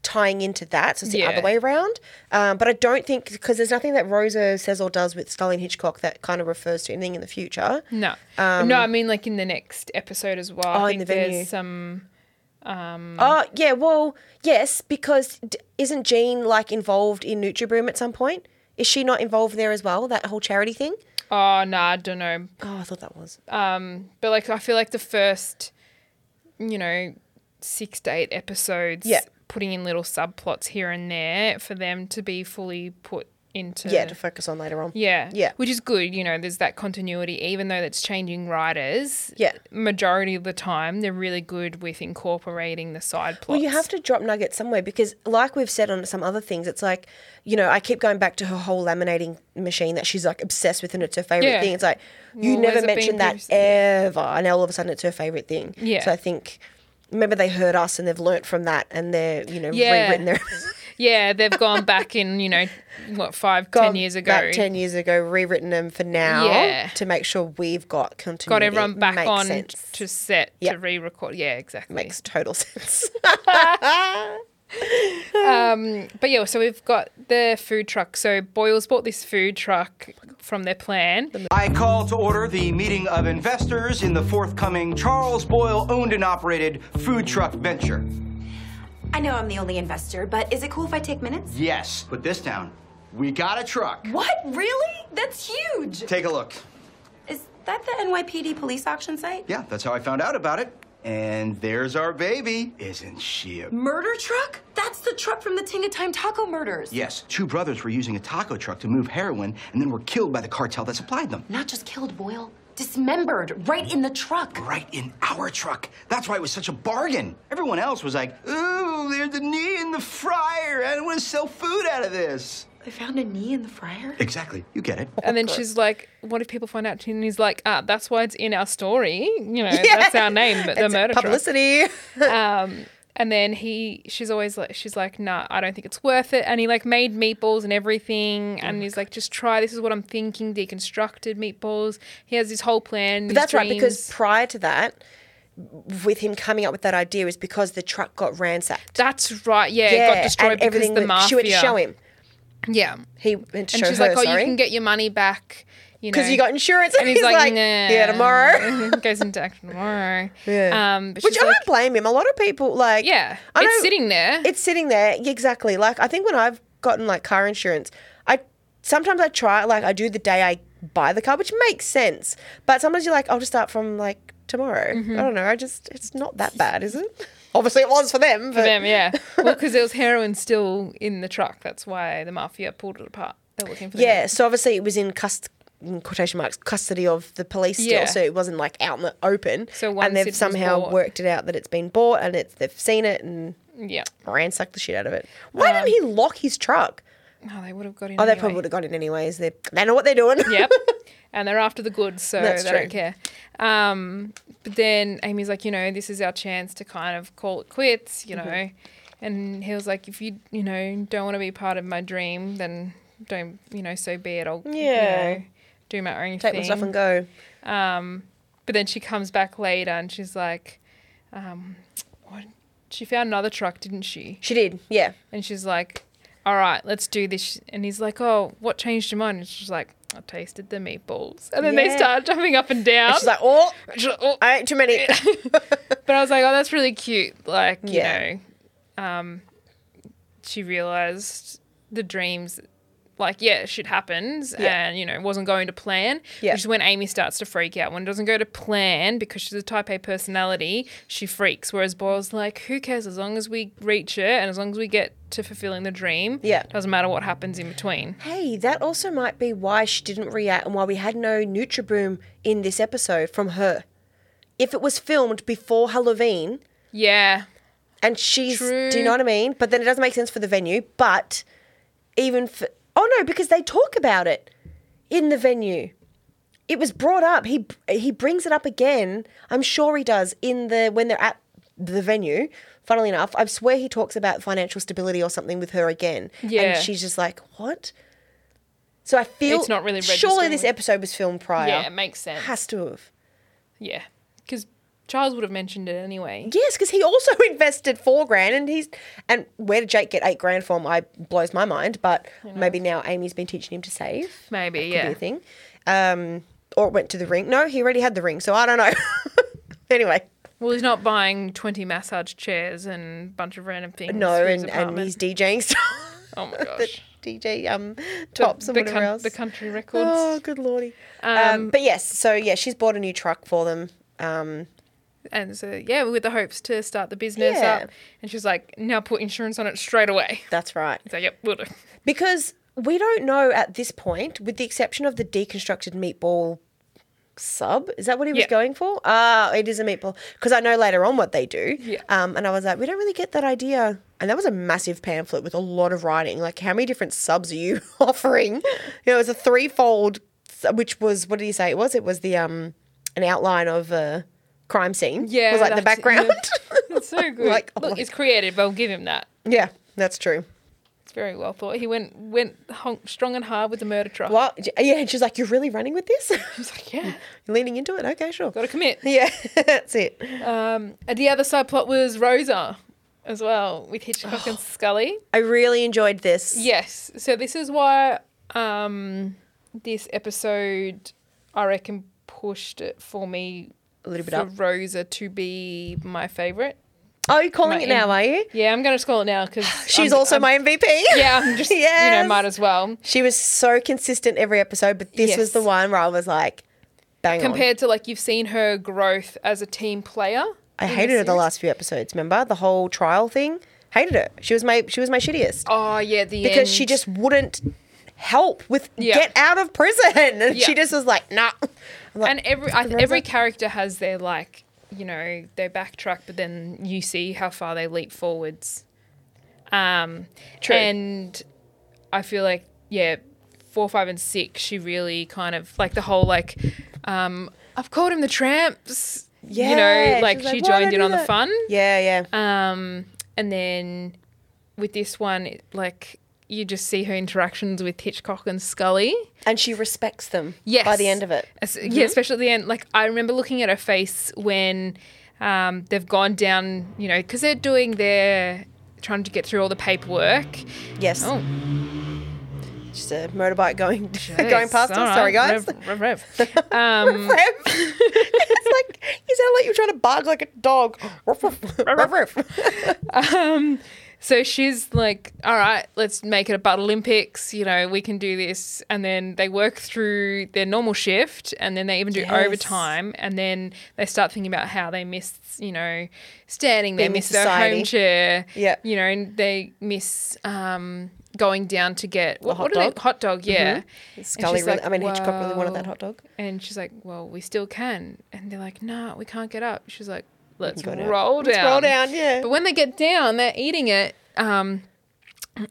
Speaker 2: tying into that. So it's the
Speaker 1: Yeah.
Speaker 2: other way around. Um, but I don't think because there's nothing that Rosa says or does with Stalin Hitchcock that kind of refers to anything in the future.
Speaker 1: no. no, I mean like in the next episode as well.
Speaker 2: um, Oh,
Speaker 1: I
Speaker 2: in
Speaker 1: think
Speaker 2: the venue.
Speaker 1: there's some.
Speaker 2: Oh yeah, well yes, because d- isn't Jean like involved in NutriBroom at some point? Is she not involved there as well? That whole charity thing?
Speaker 1: Oh, no, I don't know.
Speaker 2: Oh, I thought that was.
Speaker 1: But like, I feel like the first, you know, six to eight episodes,
Speaker 2: Yeah.
Speaker 1: putting in little subplots here and there for them to be fully put into.
Speaker 2: yeah, to focus on later on.
Speaker 1: Yeah.
Speaker 2: Yeah.
Speaker 1: Which is good, you know, there's that continuity, even though that's changing writers.
Speaker 2: Yeah.
Speaker 1: Majority of the time, they're really good with incorporating the side plots.
Speaker 2: Well, you have to drop nuggets somewhere because, like we've said on some other things, it's like, you know, I keep going back to her whole laminating machine that she's like obsessed with and it's her favorite
Speaker 1: Yeah.
Speaker 2: thing. It's like, you
Speaker 1: Well, where's
Speaker 2: never
Speaker 1: it been
Speaker 2: mentioned that
Speaker 1: previously?
Speaker 2: ever. And now all of a sudden it's her favorite thing.
Speaker 1: Yeah.
Speaker 2: So I think, remember they heard us and they've learnt from that and they're, you know,
Speaker 1: Yeah.
Speaker 2: rewritten their.
Speaker 1: Yeah, they've gone back in, you know, what, five, ten
Speaker 2: gone
Speaker 1: years ago.
Speaker 2: back 10 years ago, rewritten them for now
Speaker 1: Yeah.
Speaker 2: to make sure we've got continuity.
Speaker 1: Got everyone
Speaker 2: It
Speaker 1: back
Speaker 2: makes
Speaker 1: on
Speaker 2: sense.
Speaker 1: to set
Speaker 2: Yeah.
Speaker 1: to re record. Yeah, exactly.
Speaker 2: Makes total sense.
Speaker 1: Um, But yeah, so we've got the food truck. So Boyle's bought this food truck
Speaker 2: Oh
Speaker 1: from their plan.
Speaker 6: I call to order the meeting of investors in the forthcoming Charles Boyle owned and operated food truck venture.
Speaker 7: I know I'm the only investor, but is it cool if I take minutes?
Speaker 6: Yes, but this town, we got a truck.
Speaker 7: What? Really? That's huge!
Speaker 6: Take a look.
Speaker 7: Is that the NYPD police auction site?
Speaker 6: Yeah, that's how I found out about it. And there's our baby. Isn't she a.
Speaker 7: Murder truck? That's the truck from the Tinga Time Taco murders.
Speaker 6: Yes, two brothers were using a taco truck to move heroin and then were killed by the cartel that supplied them.
Speaker 7: Not just killed, Boyle. Dismembered right in the truck.
Speaker 6: Right in our truck. That's why it was such a bargain. Everyone else was like, ooh, there's the knee in the fryer, and I'm gonna sell food out of this.
Speaker 7: They found a knee in the fryer?
Speaker 6: Exactly, you get it.
Speaker 1: And then she's like, What if people find out? And he's like, Ah, that's why it's in our story. You know, that's our name, but the
Speaker 2: It's
Speaker 1: murder truck.
Speaker 2: Publicity.
Speaker 1: And then he, she's always like, she's like, nah, I don't think it's worth it. And he like made meatballs and everything.
Speaker 2: Oh
Speaker 1: And he's like, just try. This is what I'm thinking. Deconstructed meatballs. He has his whole plan.
Speaker 2: But that's right, because prior to that, with him coming up with that idea, is because the truck got ransacked.
Speaker 1: that's right. Yeah, it got destroyed because the
Speaker 2: was-
Speaker 1: mafia.
Speaker 2: She went to show him.
Speaker 1: Yeah,
Speaker 2: He went to
Speaker 1: and
Speaker 2: show
Speaker 1: she's
Speaker 2: her.
Speaker 1: like, oh,
Speaker 2: sorry,
Speaker 1: you can get your money back. You know,
Speaker 2: because you got insurance,
Speaker 1: And he's, like, nah.
Speaker 2: yeah, tomorrow.
Speaker 1: goes into action tomorrow.
Speaker 2: Yeah.
Speaker 1: Um, but
Speaker 2: Which
Speaker 1: she's
Speaker 2: I
Speaker 1: like,
Speaker 2: don't blame him. A lot of people like
Speaker 1: yeah,
Speaker 2: I
Speaker 1: it's
Speaker 2: know-
Speaker 1: sitting there.
Speaker 2: It's sitting there Yeah, exactly. Like I think when I've gotten like car insurance, I sometimes I try like I do the day I buy the car, which makes sense. But sometimes you're like, I'll just start from like tomorrow.
Speaker 1: Mm-hmm.
Speaker 2: I don't know. I just it's not that bad, is it? Obviously, it was for them.
Speaker 1: for
Speaker 2: But
Speaker 1: them, yeah. Well, because there was heroin still in the truck. That's why the mafia pulled it apart. They're looking for the
Speaker 2: Yeah, so obviously it was in cust- in quotation marks custody of the police still,
Speaker 1: Yeah.
Speaker 2: so it wasn't like out in the open.
Speaker 1: So
Speaker 2: and
Speaker 1: once it
Speaker 2: they've
Speaker 1: was
Speaker 2: somehow
Speaker 1: bought-
Speaker 2: worked it out that it's been bought and it's they've seen it and
Speaker 1: Yeah.
Speaker 2: ransacked the shit out of it. Why didn't he lock his truck?
Speaker 1: No, they would have got in.
Speaker 2: Oh,
Speaker 1: Um,
Speaker 2: they
Speaker 1: anyway.
Speaker 2: probably would have got in anyways. They they know what they're doing.
Speaker 1: Yep. And they're after the goods, so
Speaker 2: That's
Speaker 1: they
Speaker 2: true.
Speaker 1: don't care. Um, but then Amy's like, you know, this is our chance to kind of call it quits,
Speaker 2: Mm-hmm.
Speaker 1: you know. And he was like, if you, you know, don't want to be part of my dream, then don't, you know, so be it. I'll,
Speaker 2: Yeah.
Speaker 1: you know, do my own
Speaker 2: Take
Speaker 1: thing.
Speaker 2: my stuff and go.
Speaker 1: But then she comes back later and she's like, um, what? she found another truck, didn't she?
Speaker 2: She did. Yeah.
Speaker 1: And she's like, all right, let's do this. And he's like, oh, what changed your mind? And she's like, I tasted the meatballs. And then
Speaker 2: Yeah.
Speaker 1: they start jumping up and down.
Speaker 2: And she's like, oh,
Speaker 1: She's like, "Oh."
Speaker 2: I ate too many.
Speaker 1: But I was like, oh, that's really cute. Like, you
Speaker 2: Yeah.
Speaker 1: know, um, she realized the dreams, like, yeah, shit happens
Speaker 2: Yeah.
Speaker 1: and, you know, it wasn't going to plan,
Speaker 2: Yeah.
Speaker 1: which is when Amy starts to freak out. When it doesn't go to plan because she's a type A personality, she freaks. Whereas Boyle's like, who cares as long as we reach it and as long as we get to fulfilling the dream,
Speaker 2: Yeah.
Speaker 1: doesn't matter what happens in between.
Speaker 2: hey, that also might be why she didn't react and why we had no Nutriboom in this episode from her. If it was filmed before Halloween,
Speaker 1: Yeah.
Speaker 2: and she's do you
Speaker 1: True.
Speaker 2: know what I mean? But then it doesn't make sense for the venue. But even for, oh no, because they talk about it in the venue. It was brought up. He he brings it up again. I'm sure he does in the when they're at the venue. Funnily enough, I swear he talks about financial stability or something with her again.
Speaker 1: Yeah.
Speaker 2: and she's just like, what? So I feel
Speaker 1: It's not really
Speaker 2: Surely
Speaker 1: registering
Speaker 2: this
Speaker 1: with-
Speaker 2: episode was filmed prior.
Speaker 1: Yeah, it makes sense.
Speaker 2: has to have.
Speaker 1: yeah. Because Charles would have mentioned it anyway.
Speaker 2: Yes, because he also invested four grand, and he's and where did Jake get eight grand from? I blows my mind, but maybe now Amy's been teaching him to save.
Speaker 1: Maybe,
Speaker 2: That could
Speaker 1: yeah.
Speaker 2: be a thing. Um, or it went to the ring. No, he already had the ring, so I don't know. anyway,
Speaker 1: Well, he's not buying 20 massage chairs and a bunch of random things.
Speaker 2: no,
Speaker 1: for his
Speaker 2: and, and
Speaker 1: apartment.
Speaker 2: he's DJing stuff.
Speaker 1: Oh my
Speaker 2: the
Speaker 1: gosh.
Speaker 2: DJ um tops and
Speaker 1: the,
Speaker 2: whatever
Speaker 1: coun-
Speaker 2: else.
Speaker 1: the country records.
Speaker 2: oh, good lordy. Um,
Speaker 1: Um,
Speaker 2: but yes, so yeah, she's bought a new truck for them. Um,
Speaker 1: And so, yeah, with the hopes to start the business
Speaker 2: Yeah.
Speaker 1: up. And she's like, now put insurance on it straight away.
Speaker 2: that's right.
Speaker 1: He's like, yep, will do.
Speaker 2: Because we don't know at this point, with the exception of the deconstructed meatball sub, is that what he was
Speaker 1: Yeah.
Speaker 2: going for? Ah, it is a meatball. Because I know later on what they do.
Speaker 1: Yeah.
Speaker 2: Um, and I was like, we don't really get that idea. And that was a massive pamphlet with a lot of writing. Like, how many different subs are you offering? You know, it was a threefold, sub, which was what did he say it was? It was the um, an outline of a crime scene.
Speaker 1: Yeah,
Speaker 2: it was like the
Speaker 1: that's it,
Speaker 2: background.
Speaker 1: It's so good.
Speaker 2: Like, oh
Speaker 1: Look,
Speaker 2: my-
Speaker 1: it's creative. I'll give him that.
Speaker 2: yeah, that's true.
Speaker 1: It's very well thought. He went went honk, strong and hard with the murder truck.
Speaker 2: Well, yeah, and she's like, you're really running with this?
Speaker 1: He's like, yeah,
Speaker 2: You're leaning into it? Okay, sure.
Speaker 1: got to commit.
Speaker 2: Yeah, that's it.
Speaker 1: And the other side plot was Rosa as well with
Speaker 2: Oh.
Speaker 1: Hitchcock and Scully.
Speaker 2: I really enjoyed this.
Speaker 1: Yes. So this is why um, this episode, I reckon, pushed it for me
Speaker 2: A little bit
Speaker 1: for
Speaker 2: up.
Speaker 1: Rosa to be my favorite.
Speaker 2: Oh, you're calling
Speaker 1: my
Speaker 2: it now,
Speaker 1: in-
Speaker 2: are you?
Speaker 1: Yeah, I'm going to call it now because
Speaker 2: She's also my MVP.
Speaker 1: Yeah, I'm just you
Speaker 2: Yes.
Speaker 1: know might as well.
Speaker 2: She was so consistent every episode, but this was
Speaker 1: Yes.
Speaker 2: the one where I was like, bang on.
Speaker 1: Compared to like you've seen her growth as a team player.
Speaker 2: I
Speaker 1: in this
Speaker 2: hated her the
Speaker 1: series.
Speaker 2: last few episodes. Remember the whole trial thing? Hated her. She was my she was my shittiest
Speaker 1: Oh yeah, the
Speaker 2: because she
Speaker 1: end.
Speaker 2: just wouldn't help with
Speaker 1: Yeah.
Speaker 2: get out of prison, and
Speaker 1: Yeah.
Speaker 2: she just was like, nah. I'm like,
Speaker 1: and every I,
Speaker 2: Rosa-
Speaker 1: every character has their like you know their backtrack, but then you see how far they leap forwards. Um,
Speaker 2: True.
Speaker 1: And I feel like yeah, four, five, and six. She really kind of like the whole like um, I've called him the tramps. you
Speaker 2: Yeah,
Speaker 1: know,
Speaker 2: she
Speaker 1: like
Speaker 2: was
Speaker 1: she,
Speaker 2: like, "Why'd I
Speaker 1: joined in
Speaker 2: do
Speaker 1: on
Speaker 2: that?"
Speaker 1: the fun.
Speaker 2: Yeah, yeah.
Speaker 1: Um, and then with this one, it, like you just see her interactions with Hitchcock and Scully.
Speaker 2: and she respects them
Speaker 1: Yes.
Speaker 2: by the end of it. Mm-hmm.
Speaker 1: As- Yeah, especially at the end. Like I remember looking at her face when um, they've gone down, you know, because they're doing their trying to get through all the paperwork.
Speaker 2: Yes.
Speaker 1: Oh,
Speaker 2: Just a motorbike going going
Speaker 1: jeez,
Speaker 2: past us.
Speaker 1: all right,
Speaker 2: Sorry, guys.
Speaker 1: Rev, rev, rev. Um,
Speaker 2: Rev. it's like you sound like you're trying to bark like a dog. Ruff, ruff, ruff, ruff.
Speaker 1: So she's like, all right, let's make it about Olympics. You know, we can do this. And then they work through their normal shift and then they even do
Speaker 2: Yes.
Speaker 1: overtime. And then they start thinking about how they miss, you know, standing,
Speaker 2: Being in
Speaker 1: they miss their
Speaker 2: society.
Speaker 1: home chair.
Speaker 2: Yeah.
Speaker 1: You know, and they miss um, going down to get what,
Speaker 2: hot
Speaker 1: what are
Speaker 2: dog? Mm-hmm.
Speaker 1: They, hot dog, yeah. And
Speaker 2: Scully
Speaker 1: she's
Speaker 2: really- I mean, Hitchcock really wanted that
Speaker 1: well-
Speaker 2: hot dog.
Speaker 1: And she's like, well, we still can. And they're like, nah, we can't get up. She's like, let's
Speaker 2: go down.
Speaker 1: roll down.
Speaker 2: Let's roll down, yeah.
Speaker 1: But when they get down, they're eating it. Um,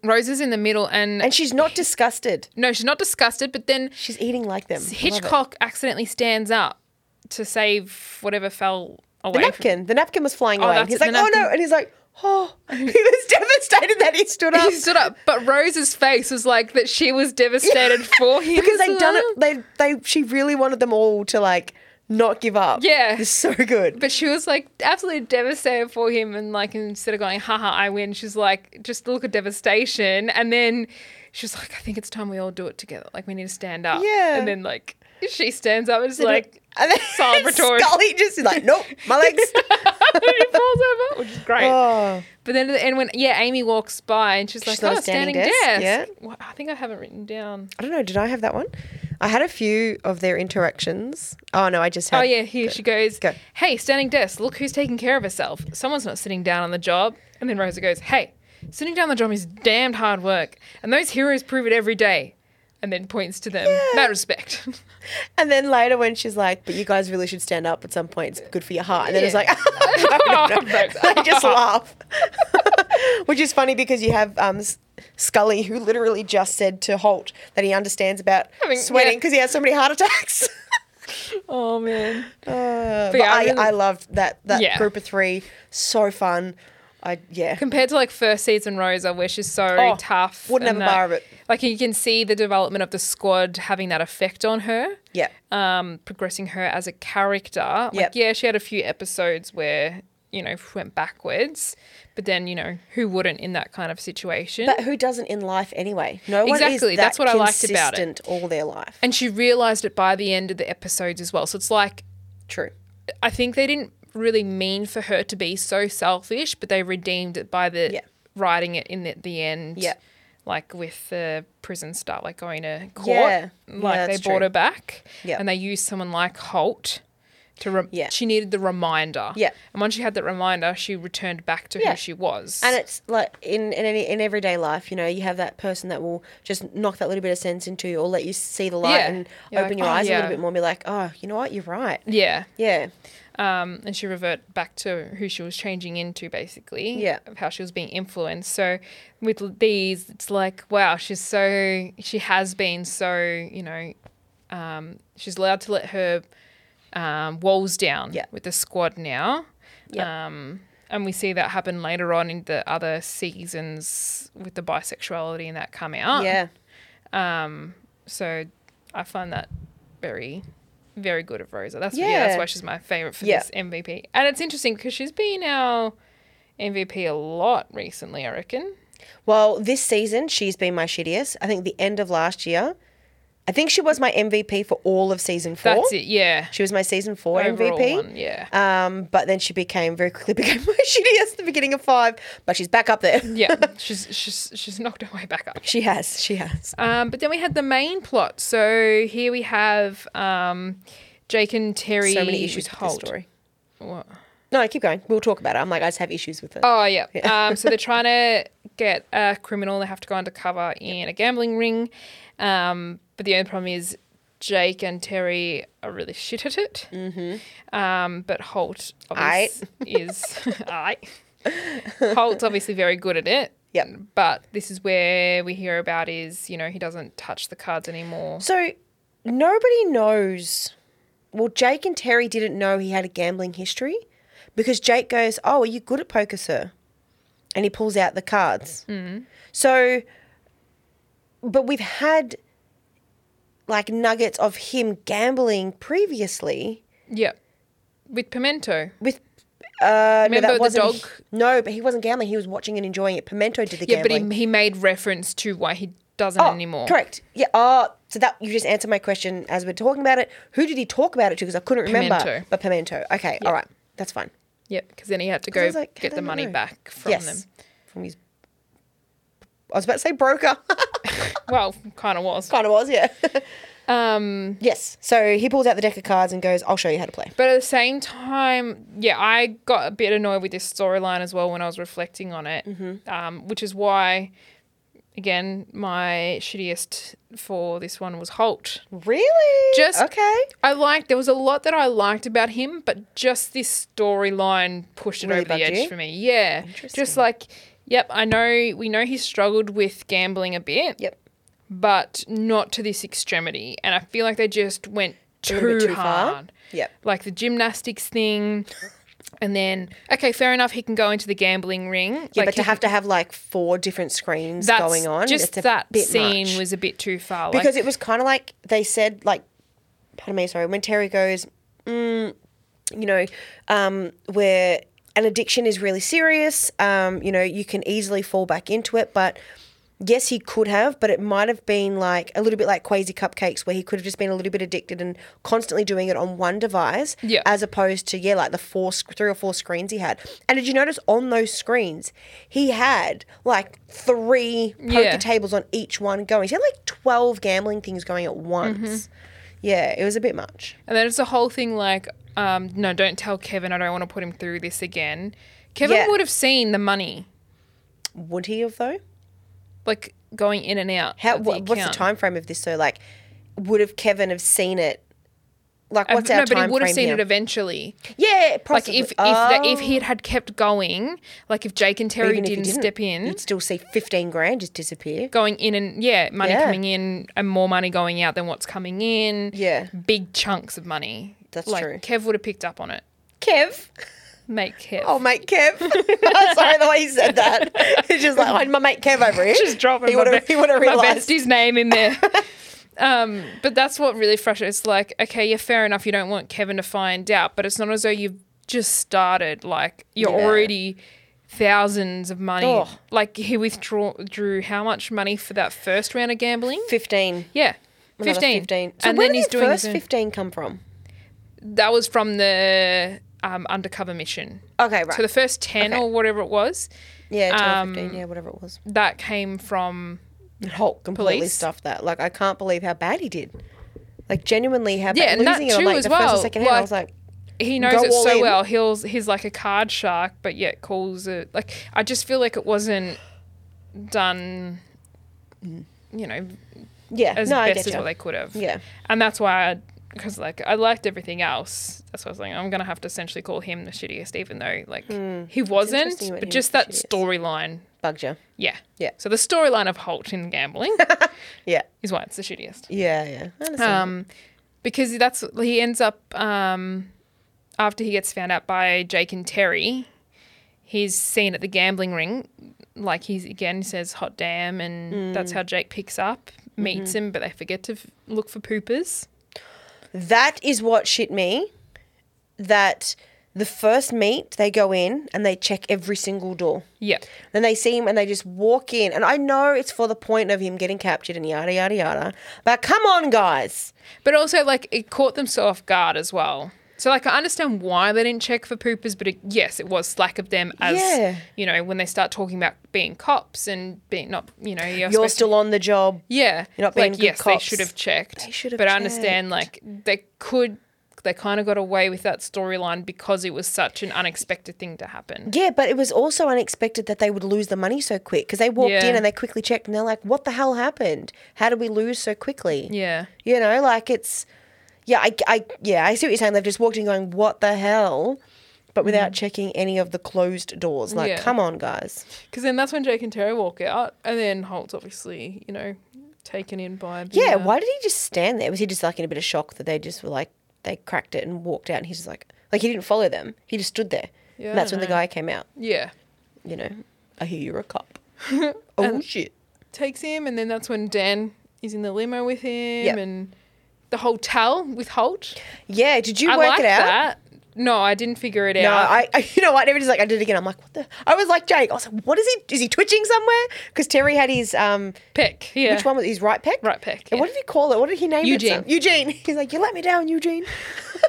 Speaker 1: Rose is in the middle, and,
Speaker 2: And she's not disgusted.
Speaker 1: no, she's not disgusted. But then
Speaker 2: She's eating like them. I love it.
Speaker 1: Hitchcock accidentally stands up to save whatever fell away.
Speaker 2: The
Speaker 1: from-
Speaker 2: napkin. The napkin was flying
Speaker 1: Oh,
Speaker 2: away.
Speaker 1: that's
Speaker 2: He's
Speaker 1: it,
Speaker 2: like,
Speaker 1: the
Speaker 2: oh no.
Speaker 1: napkin.
Speaker 2: And he's like, oh. He was devastated that he stood up.
Speaker 1: He stood up, but Rose's face was like that. She was devastated for him
Speaker 2: because
Speaker 1: as
Speaker 2: they'd done
Speaker 1: well.
Speaker 2: it. They, they, she really wanted them all to like not give up.
Speaker 1: Yeah.
Speaker 2: It's so good.
Speaker 1: But she was like absolutely devastated for him, and like instead of going, haha, I win, she's like, just look at devastation. And then she's like, I think it's time we all do it together. Like, we need to stand up.
Speaker 2: Yeah.
Speaker 1: And then, like, she stands up and is like,
Speaker 2: and then
Speaker 1: celebratory.
Speaker 2: Scully just is like, nope, my legs.
Speaker 1: and he falls over, which is great.
Speaker 2: Oh.
Speaker 1: But then at the end, when, yeah, Amy walks by and she's, like,
Speaker 2: not
Speaker 1: oh,
Speaker 2: a standing
Speaker 1: standing,
Speaker 2: desk,
Speaker 1: desk.
Speaker 2: yeah.
Speaker 1: Well, I think I haven't written down.
Speaker 2: I don't know. Did I have that one? I had a few of their interactions. Oh no, I just had.
Speaker 1: Oh yeah, here she goes.
Speaker 2: Go.
Speaker 1: Hey, standing desk. Look who's taking care of herself. Someone's not sitting down on the job. And then Rosa goes, Hey, sitting down on the job is damned hard work, and those heroes prove it every day. And then points to them. Mad respect.
Speaker 2: And then later when she's like, "But you guys really should stand up at some point. It's good for your heart." And then it's
Speaker 1: Yeah.
Speaker 2: like, no, no, no.
Speaker 1: Thanks.
Speaker 2: I just laugh, which is funny because you have um, S- Scully who literally just said to Holt that he understands about
Speaker 1: Having-
Speaker 2: sweating
Speaker 1: yeah.
Speaker 2: because he has so many heart attacks.
Speaker 1: oh man.
Speaker 2: Uh, but
Speaker 1: yeah, I
Speaker 2: I,
Speaker 1: really-
Speaker 2: I loved that that
Speaker 1: Yeah.
Speaker 2: group of three. So fun. I yeah.
Speaker 1: Compared to like first season Rosa, where she's so
Speaker 2: Oh,
Speaker 1: tough.
Speaker 2: wouldn't
Speaker 1: and
Speaker 2: have a
Speaker 1: that-
Speaker 2: bar of it.
Speaker 1: Like you can see the development of the squad having that effect on her.
Speaker 2: yeah.
Speaker 1: um, progressing her as a character. Like,
Speaker 2: Yep.
Speaker 1: yeah, she had a few episodes where, you know, went backwards, but then, you know, who wouldn't in that kind of situation?
Speaker 2: But who doesn't in life anyway? No one
Speaker 1: Exactly,
Speaker 2: is that
Speaker 1: that's what I liked about it.
Speaker 2: consistent all their life.
Speaker 1: and she realized it by the end of the episodes as well. So it's like,
Speaker 2: True.
Speaker 1: I think they didn't really mean for her to be so selfish, but they redeemed it by the
Speaker 2: Yeah.
Speaker 1: writing it in at the end.
Speaker 2: Yeah.
Speaker 1: Like with the prison stuff, like going to court.
Speaker 2: Yeah. Yeah,
Speaker 1: Like they
Speaker 2: that's
Speaker 1: brought
Speaker 2: true.
Speaker 1: her back.
Speaker 2: Yeah.
Speaker 1: And they used someone like Holt to, re-
Speaker 2: Yeah.
Speaker 1: she needed the reminder.
Speaker 2: Yeah.
Speaker 1: And once she had that reminder, she returned back to
Speaker 2: Yeah.
Speaker 1: who she was.
Speaker 2: And it's like in in, any, in everyday life, you know, you have that person that will just knock that little bit of sense into you or let you see the light
Speaker 1: Yeah.
Speaker 2: and
Speaker 1: You're
Speaker 2: open
Speaker 1: like,
Speaker 2: your
Speaker 1: "Oh,
Speaker 2: eyes a
Speaker 1: yeah."
Speaker 2: little bit more and be like, oh, you know what, you're right.
Speaker 1: yeah.
Speaker 2: Yeah.
Speaker 1: um, and she revert back to who she was changing into, basically.
Speaker 2: Yeah.
Speaker 1: Of how she was being influenced. So with l- these, it's like, wow, she's so she has been so you know, um, she's allowed to let her um, walls down
Speaker 2: Yeah.
Speaker 1: with the squad now.
Speaker 2: Yeah.
Speaker 1: Um, and we see that happen later on in the other seasons with the bisexuality and that come out.
Speaker 2: Yeah.
Speaker 1: So I find that very, very good of Rosa. That's yeah.
Speaker 2: Yeah.
Speaker 1: that's why she's my favorite for
Speaker 2: Yeah.
Speaker 1: this MVP. And it's interesting because she's been our MVP a lot recently. I reckon.
Speaker 2: Well, this season she's been my shittiest. I think the end of last year, I think she was my MVP for all of season four.
Speaker 1: That's it. Yeah.
Speaker 2: She was my season four
Speaker 1: Overall
Speaker 2: MVP.
Speaker 1: one, yeah.
Speaker 2: Um, but then she became very quickly became my shittiest at the beginning of five. But she's back up there.
Speaker 1: yeah. She's she's she's knocked her way back up.
Speaker 2: She has. She has.
Speaker 1: Um, but then we had the main plot. So here we have um, Jake and Terry.
Speaker 2: so many issues
Speaker 1: with
Speaker 2: with this
Speaker 1: Holt.
Speaker 2: story.
Speaker 1: What?
Speaker 2: No, keep going. We'll talk about it. I'm like, I just have issues with it.
Speaker 1: Oh yeah. Um, so they're trying to get a criminal. They have to go undercover in a gambling ring. Um, but the only problem is Jake and Terry are really shit at it. Mm-hmm. Um, but Holt obviously is I. Holt's obviously very good at it.
Speaker 2: Yep.
Speaker 1: But this is where we hear about is you know he doesn't touch the cards anymore.
Speaker 2: So nobody knows well, Jake and Terry didn't know he had a gambling history because Jake goes, "Oh, are you good at poker, sir?" And he pulls out the cards.
Speaker 1: Mm.
Speaker 2: So, but we've had like nuggets of him gambling previously
Speaker 1: Yeah. With Pimento.
Speaker 2: with. Uh, no,
Speaker 1: Remember
Speaker 2: that
Speaker 1: the
Speaker 2: wasn't,
Speaker 1: dog?
Speaker 2: No, but he wasn't gambling. He was watching and enjoying it. Pimento did the
Speaker 1: Yeah,
Speaker 2: gambling.
Speaker 1: but he, he made reference to why he doesn't
Speaker 2: Oh,
Speaker 1: anymore.
Speaker 2: Correct. Yeah. Oh, so that you just answered my question as we're talking about it. Who did he talk about it to? Because I couldn't remember.
Speaker 1: Pimento.
Speaker 2: But Pimento. Okay. All right. That's fine.
Speaker 1: Yep, because then he had to
Speaker 2: I
Speaker 1: go
Speaker 2: was like, how
Speaker 1: get
Speaker 2: did
Speaker 1: the
Speaker 2: I
Speaker 1: money
Speaker 2: know?
Speaker 1: back from
Speaker 2: yes.
Speaker 1: them.
Speaker 2: From his. I was about to say broker.
Speaker 1: Well, kind of was.
Speaker 2: kind of was, yeah. um. Yes. So he pulls out the deck of cards and goes, "I'll show you how to play."
Speaker 1: But at the same time, yeah, I got a bit annoyed with this storyline as well when I was reflecting on it,
Speaker 2: Mm-hmm.
Speaker 1: um, which is why, again, my shittiest for this one was Holt.
Speaker 2: Really?
Speaker 1: Just
Speaker 2: okay.
Speaker 1: I liked there was a lot that I liked about him, but just this storyline pushed it
Speaker 2: Really
Speaker 1: over the
Speaker 2: bugged
Speaker 1: edge
Speaker 2: you?
Speaker 1: for me. Yeah, just like, yep, I know we know he struggled with gambling a bit.
Speaker 2: Yep.
Speaker 1: but not to this extremity. And I feel like they just went
Speaker 2: A little
Speaker 1: too,
Speaker 2: bit too far.
Speaker 1: hard.
Speaker 2: Yep.
Speaker 1: Like the gymnastics thing. And then, okay, fair enough. He can go into the gambling ring.
Speaker 2: Yeah,
Speaker 1: like
Speaker 2: but to
Speaker 1: he
Speaker 2: have
Speaker 1: can-
Speaker 2: to have like four different screens
Speaker 1: that's
Speaker 2: going on.
Speaker 1: Just
Speaker 2: it's a
Speaker 1: that
Speaker 2: bit
Speaker 1: scene
Speaker 2: much.
Speaker 1: was a bit too far.
Speaker 2: because
Speaker 1: like,
Speaker 2: it was kind of like they said like pardon me sorry when terry goes mm, you know um, where an addiction is really serious um, you know you can easily fall back into it but yes he could have but it might have been like a little bit like quasi cupcakes where he could have just been a little bit addicted and constantly doing it on one device
Speaker 1: Yeah.
Speaker 2: as opposed to yeah like the four sc- three or four screens he had and did you notice on those screens he had like three poker
Speaker 1: Yeah.
Speaker 2: tables on each one going. She had like 12 gambling things going at once.
Speaker 1: Mm-hmm.
Speaker 2: Yeah, it was a bit much.
Speaker 1: and then it's the whole thing like, um, no, don't tell Kevin. I don't want to put him through this again. Kevin
Speaker 2: Yeah.
Speaker 1: would have seen the money,
Speaker 2: Would he have though?
Speaker 1: like going in and out.
Speaker 2: How
Speaker 1: of
Speaker 2: wha- what's the
Speaker 1: account.
Speaker 2: time frame of this so like would have Kevin have seen it? Like
Speaker 1: Uh,
Speaker 2: what's
Speaker 1: no,
Speaker 2: our
Speaker 1: but
Speaker 2: time
Speaker 1: he would have
Speaker 2: frame
Speaker 1: seen
Speaker 2: here?
Speaker 1: it eventually.
Speaker 2: Yeah,
Speaker 1: Like
Speaker 2: possibly.
Speaker 1: if if, that if
Speaker 2: Oh.
Speaker 1: he had, had kept going, like if Jake and Terry
Speaker 2: Even if he
Speaker 1: didn't, step in,
Speaker 2: you'd still see 15 grand just disappear.
Speaker 1: going in and yeah, money
Speaker 2: Yeah.
Speaker 1: coming in and more money going out than what's coming in.
Speaker 2: Yeah.
Speaker 1: big chunks of money.
Speaker 2: That's
Speaker 1: like,
Speaker 2: true.
Speaker 1: Kev would have picked up on it.
Speaker 2: Kev.
Speaker 1: Make Kev.
Speaker 2: Oh, mate, Kev. Oh, Sorry the way he said that. It's just like, oh, my mate Kev over here.
Speaker 1: just dropping
Speaker 2: He
Speaker 1: my,
Speaker 2: would have
Speaker 1: be-
Speaker 2: he would have
Speaker 1: my
Speaker 2: realised.
Speaker 1: bestie's name in there. um, but that's what really frustrates. It's like, okay, yeah, fair enough. You don't want Kevin to find out, but it's not as though you've just started. Like you're
Speaker 2: Yeah. Oh.
Speaker 1: already thousands of money.
Speaker 2: Ugh.
Speaker 1: Like he withdrew drew how much money for that first round of gambling?
Speaker 2: 15.
Speaker 1: Yeah.
Speaker 2: Another
Speaker 1: 15.
Speaker 2: 15. So
Speaker 1: And
Speaker 2: where
Speaker 1: then
Speaker 2: did
Speaker 1: he's
Speaker 2: that
Speaker 1: doing his
Speaker 2: first
Speaker 1: own-
Speaker 2: 15 come from?
Speaker 1: that was from the um, undercover mission.
Speaker 2: Okay, right.
Speaker 1: So the first 10
Speaker 2: Okay.
Speaker 1: or whatever it was,
Speaker 2: Yeah, 10
Speaker 1: Um,
Speaker 2: or 15, yeah, whatever it was.
Speaker 1: that came from
Speaker 2: Hulk completely
Speaker 1: Police.
Speaker 2: stuffed that. Like, I can't believe how bad he did. Like, genuinely how
Speaker 1: Yeah,
Speaker 2: bad.
Speaker 1: and that
Speaker 2: Losing it on,
Speaker 1: too
Speaker 2: like,
Speaker 1: as
Speaker 2: the first
Speaker 1: well.
Speaker 2: or second hand, I
Speaker 1: Like-
Speaker 2: was like,
Speaker 1: he knows
Speaker 2: Go
Speaker 1: it
Speaker 2: all
Speaker 1: so
Speaker 2: in.
Speaker 1: well. He's he's like a card shark, but yet calls it like I just feel like it wasn't done. You know,
Speaker 2: yeah,
Speaker 1: as
Speaker 2: no, I
Speaker 1: best
Speaker 2: get
Speaker 1: as what
Speaker 2: you.
Speaker 1: they could have.
Speaker 2: Yeah.
Speaker 1: and that's why I because like I liked everything else. That's why I was like, I'm gonna have to essentially call him the shittiest, even though like he wasn't.
Speaker 2: Hmm. interesting when
Speaker 1: But
Speaker 2: he
Speaker 1: just
Speaker 2: was
Speaker 1: that
Speaker 2: the shittiest.
Speaker 1: storyline,
Speaker 2: Bugged you.
Speaker 1: yeah,
Speaker 2: Yeah.
Speaker 1: So the storyline of Holt in gambling
Speaker 2: Yeah.
Speaker 1: is why it's the shittiest.
Speaker 2: Yeah, yeah. I understand.
Speaker 1: um, because that's he ends up um, after he gets found out by Jake and Terry. He's seen at the gambling ring, like he's again says "hot damn," and that's how Jake picks up, meets him, but they forget to f- look for poopers.
Speaker 2: That is what shit me. That the first meet, they go in and they check every single door.
Speaker 1: Yeah,
Speaker 2: Then they see him and they just walk in. And I know it's for the point of him getting captured and yada, yada, yada. But come on, guys.
Speaker 1: but also like it caught them so off guard as well. So like I understand why they didn't check for poopers, but it, yes, it was slack of them as
Speaker 2: Yeah.
Speaker 1: you know when they start talking about being cops and being not you know you're,
Speaker 2: You're
Speaker 1: supposed to
Speaker 2: still on the job.
Speaker 1: Yeah.
Speaker 2: You're not being
Speaker 1: like,
Speaker 2: good
Speaker 1: yes,
Speaker 2: cops.
Speaker 1: they should have checked.
Speaker 2: They should have
Speaker 1: But I understand, like, they could, they kind of got away with that storyline because it was such an unexpected thing to happen.
Speaker 2: Yeah, but it was also unexpected that they would lose the money so quick because they walked
Speaker 1: Yeah.
Speaker 2: in and they quickly checked and they're like, what the hell happened? How did we lose so quickly?
Speaker 1: Yeah.
Speaker 2: You know, like it's, yeah, I, I, yeah, I see what you're saying. They've just walked in going, what the hell? But without checking any of the closed doors. Like,
Speaker 1: Mm. Yeah.
Speaker 2: come on, guys.
Speaker 1: Because then that's when Jake and Terry walk out, and then Holt's obviously, you know, taken in by. The,
Speaker 2: Yeah,
Speaker 1: uh,
Speaker 2: why did he just stand there? Was he just like in a bit of shock that they just were like, they cracked it and walked out. And he's just like, like he didn't follow them. He just stood there.
Speaker 1: Yeah,
Speaker 2: and that's
Speaker 1: I
Speaker 2: when the
Speaker 1: know.
Speaker 2: guy came out.
Speaker 1: Yeah.
Speaker 2: You know, I hear you're a cop. oh shit.
Speaker 1: Takes him, and then that's when Dan is in the limo with him
Speaker 2: Yep.
Speaker 1: and the hotel with Holt.
Speaker 2: Yeah. Did you
Speaker 1: I
Speaker 2: work
Speaker 1: like
Speaker 2: it out?
Speaker 1: that. No, I didn't figure it
Speaker 2: No,
Speaker 1: out.
Speaker 2: I, I, you know what? Everybody's like, I did it again. I'm like, what the? I was like, Jake, I was like, what is he? Is he twitching somewhere? Because Terry had his, um,
Speaker 1: Peck. Yeah.
Speaker 2: which one was his right pec?
Speaker 1: Right pec,
Speaker 2: And what
Speaker 1: yeah.
Speaker 2: did he call it? What did he name
Speaker 1: Eugene.
Speaker 2: it? Some- Eugene. He's like, you let me down, Eugene.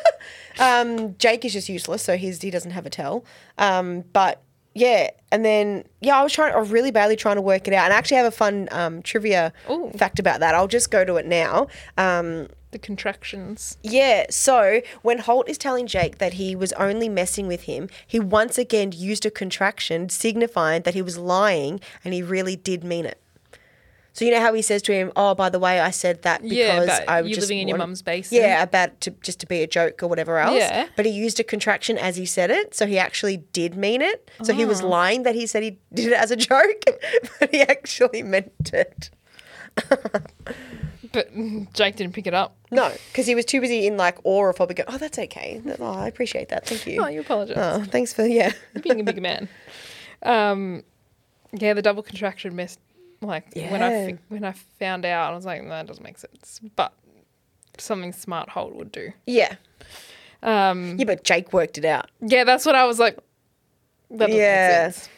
Speaker 2: um, Jake is just useless, so he's, he doesn't have a tell. Um, but yeah, and then yeah, I was trying, I was really badly trying to work it out, and I actually have a fun um, trivia
Speaker 1: Ooh.
Speaker 2: fact about that. I'll just go to it now. Um,
Speaker 1: The contractions.
Speaker 2: yeah, so when Holt is telling Jake that he was only messing with him, he once again used a contraction signifying that he was lying and he really did mean it. So you know how he says to him, "Oh, by the way, I said that because
Speaker 1: Yeah, about
Speaker 2: I was
Speaker 1: you
Speaker 2: just
Speaker 1: living in your
Speaker 2: want-"
Speaker 1: mum's basement.
Speaker 2: Yeah, about to, just to be a joke or whatever else.
Speaker 1: Yeah.
Speaker 2: But he used a contraction as he said it, so he actually did mean it. So he
Speaker 1: Ah.
Speaker 2: was lying that he said he did it as a joke, but he actually meant it.
Speaker 1: But mm, Jake didn't pick it up.
Speaker 2: No, because he was too busy in like awe of probably going, oh, that's okay. That- Oh, I appreciate that. Thank you.
Speaker 1: Oh, you apologise.
Speaker 2: Oh, thanks for yeah.
Speaker 1: being a big man. Um, yeah, the double contraction mess. Like when I
Speaker 2: Yeah.
Speaker 1: fi- when I found out, I was like, no, that doesn't make sense. But something smart Holt would do.
Speaker 2: Yeah.
Speaker 1: Um,
Speaker 2: Yeah, but Jake worked it out.
Speaker 1: yeah, that's what I was like. That doesn't
Speaker 2: Yeah.
Speaker 1: make sense.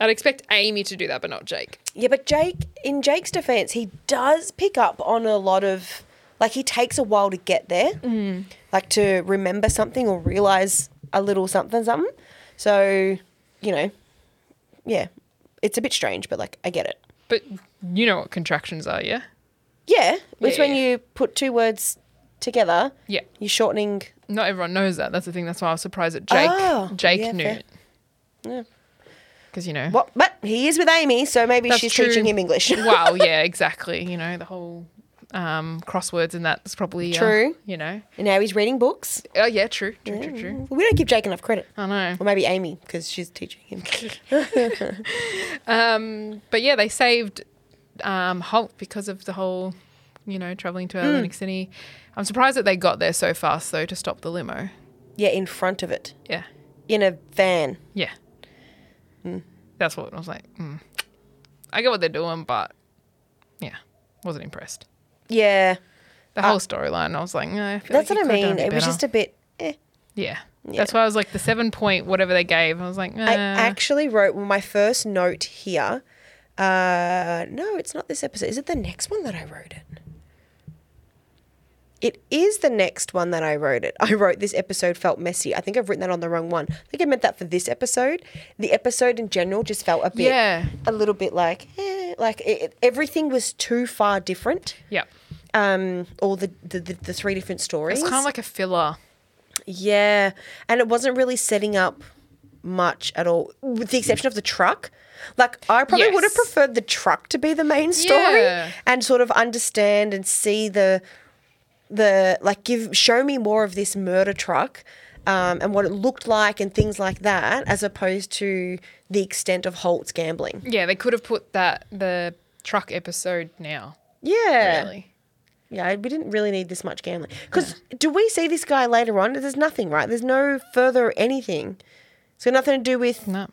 Speaker 1: I'd expect Amy to do that, but not Jake.
Speaker 2: Yeah, but Jake, in Jake's defense, he does pick up on a lot of, like, he takes a while to get there, mm. like to remember something or realize a little something, something. So, you know, yeah, it's a bit strange, but like, I get it.
Speaker 1: But you know what contractions are, yeah?
Speaker 2: Yeah, it's
Speaker 1: Yeah,
Speaker 2: when
Speaker 1: yeah.
Speaker 2: you put two words together,
Speaker 1: Yeah.
Speaker 2: you're shortening.
Speaker 1: Not everyone knows that. That's the thing. That's why I was surprised that Jake
Speaker 2: Oh,
Speaker 1: Jake
Speaker 2: yeah,
Speaker 1: knew
Speaker 2: fair.
Speaker 1: it. Because you know
Speaker 2: What? But he is with Amy, so maybe
Speaker 1: That's
Speaker 2: she's
Speaker 1: true.
Speaker 2: teaching him English.
Speaker 1: wow, yeah, exactly. You know, the whole um, crosswords and that's probably uh,
Speaker 2: True.
Speaker 1: you know,
Speaker 2: and now he's reading books.
Speaker 1: oh yeah, true, true, true, true.
Speaker 2: We don't give Jake enough credit.
Speaker 1: I know.
Speaker 2: Or maybe Amy, because she's teaching him. Um,
Speaker 1: But yeah, they saved um, Holt because of the whole, you know, traveling to
Speaker 2: Hmm.
Speaker 1: Atlantic City. I'm surprised that they got there so fast though to stop the limo.
Speaker 2: yeah, in front of it.
Speaker 1: Yeah,
Speaker 2: In a van.
Speaker 1: yeah.
Speaker 2: Hmm.
Speaker 1: That's what I was like. Mm. I get what they're doing, but yeah, wasn't impressed.
Speaker 2: Yeah.
Speaker 1: The whole storyline, I was like, no, I feel
Speaker 2: Uh, That's
Speaker 1: like
Speaker 2: what
Speaker 1: you
Speaker 2: I
Speaker 1: could've done
Speaker 2: mean.
Speaker 1: bit
Speaker 2: It was
Speaker 1: better.
Speaker 2: just a bit. Eh.
Speaker 1: yeah. That's why I was like the seven point whatever they gave. I was like, uh,
Speaker 2: I
Speaker 1: nah.
Speaker 2: actually wrote well, my first note here. Uh, no, it's not this episode. Is it the next one that I wrote it? It is the next one that I wrote it. I wrote this episode felt messy. I think I've written that on the wrong one. I think I meant that for this episode. The episode in general just felt a bit,
Speaker 1: Yeah.
Speaker 2: a little bit like, eh, like it, it- everything was too far different.
Speaker 1: Yep.
Speaker 2: Um, all the the, the, the three different stories.
Speaker 1: It's kind of like a filler.
Speaker 2: Yeah, and it wasn't really setting up much at all, with the exception of the truck. Like I probably would have
Speaker 1: Yes.
Speaker 2: preferred the truck to be the main story
Speaker 1: Yeah.
Speaker 2: and sort of understand and see the the like give show me more of this murder truck um, and what it looked like and things like that, as opposed to the extent of Holt's gambling.
Speaker 1: Yeah, they could have put that the truck episode now.
Speaker 2: Yeah,
Speaker 1: Really.
Speaker 2: yeah, we didn't really need this much gambling. Because do we see this guy later on? There's nothing, right? There's no further anything. So nothing to do with
Speaker 1: No,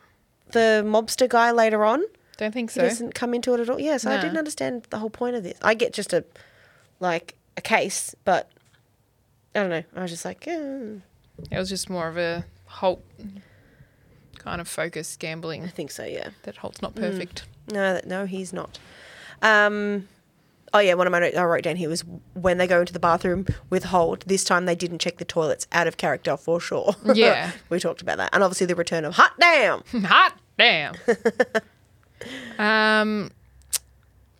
Speaker 2: the mobster guy later on.
Speaker 1: don't think
Speaker 2: He
Speaker 1: so.
Speaker 2: doesn't come into it at all. Yeah, so I
Speaker 1: No.
Speaker 2: didn't understand the whole point of this. I get just a like a case, but I don't know. I was just like, eh,
Speaker 1: It was just more of a Holt kind of focus gambling
Speaker 2: I think so. Yeah.
Speaker 1: that Holt's
Speaker 2: Mm.
Speaker 1: not perfect.
Speaker 2: No, that- no, he's not. Um, oh yeah, one of my notes I wrote down here was when they go into the bathroom with Holt. This time they didn't check the toilets. Out of character for sure.
Speaker 1: Yeah.
Speaker 2: we talked about that, and obviously the return of Hot Damn.
Speaker 1: Hot damn. um.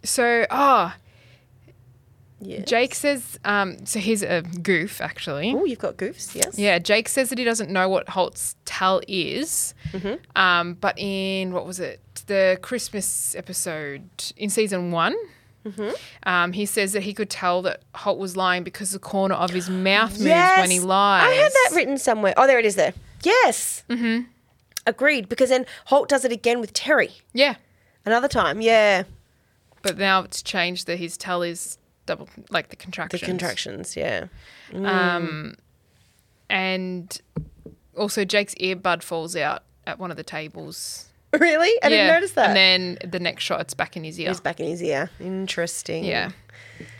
Speaker 1: So ah,
Speaker 2: Yeah.
Speaker 1: Jake says. Um. So he's a goof actually.
Speaker 2: oh, you've got goofs. Yes.
Speaker 1: Yeah, Jake says that he doesn't know what Holt's tell is.
Speaker 2: Mm-hmm.
Speaker 1: Um, but in what was it? The Christmas episode in season one.
Speaker 2: Mm-hmm.
Speaker 1: Um, he says that he could tell that Holt was lying because the corner of his mouth moves when he lies.
Speaker 2: I had that written somewhere. Oh, there it is there. Yes. Mm-hmm. Agreed. Because then Holt does it again with Terry
Speaker 1: Yeah,
Speaker 2: another time. Yeah.
Speaker 1: but now it's changed that his tell is double, like the contractions.
Speaker 2: The contractions. Yeah.
Speaker 1: Um, and also Jake's earbud falls out at one of the tables.
Speaker 2: Really? I didn't
Speaker 1: Yeah.
Speaker 2: notice
Speaker 1: And
Speaker 2: that.
Speaker 1: then the next shot, it's back in his ear.
Speaker 2: He's back in his ear. Interesting.
Speaker 1: Yeah.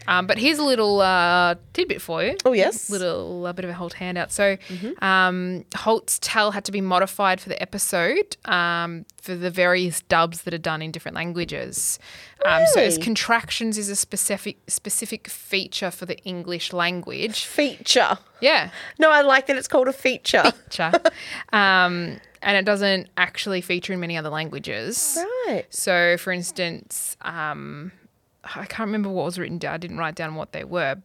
Speaker 1: Um, but here's a little uh, tidbit for you.
Speaker 2: Oh, yes. Mm-hmm.
Speaker 1: little a bit of a Holt handout. So um, Holt's tell had to be modified for the episode um, for the various dubs that are done in different languages. Um, So as
Speaker 2: Really?
Speaker 1: contractions is a specific specific feature for the English language.
Speaker 2: Feature.
Speaker 1: Yeah.
Speaker 2: No, I like that it's called a feature.
Speaker 1: Cha. um, and it doesn't actually feature in many other languages.
Speaker 2: Right.
Speaker 1: So, for instance, um, I can't remember what was written down. I didn't write down what they were.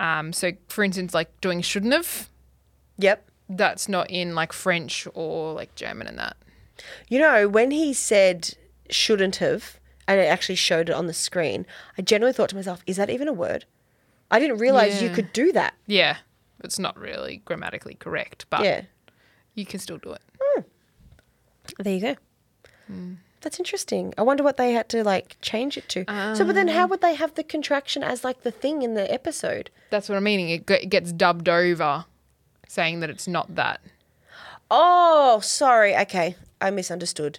Speaker 1: Um, so, for instance, like doing shouldn't have,
Speaker 2: Yep.
Speaker 1: that's not in like French or like German and that.
Speaker 2: You know, when he said shouldn't have, and it actually showed it on the screen, I generally thought to myself, is that even a word? I didn't realize you
Speaker 1: Yeah.
Speaker 2: could do that.
Speaker 1: Yeah, it's not really grammatically correct, but
Speaker 2: Yeah.
Speaker 1: you can still do it.
Speaker 2: There you go.
Speaker 1: Mm.
Speaker 2: That's interesting. I wonder what they had to like change it to. so, but then
Speaker 1: Um.
Speaker 2: how would they have the contraction as like the thing in the episode?
Speaker 1: That's what I'm meaning. It, g- it gets dubbed over saying that it's not that.
Speaker 2: Oh, sorry. Okay, I misunderstood.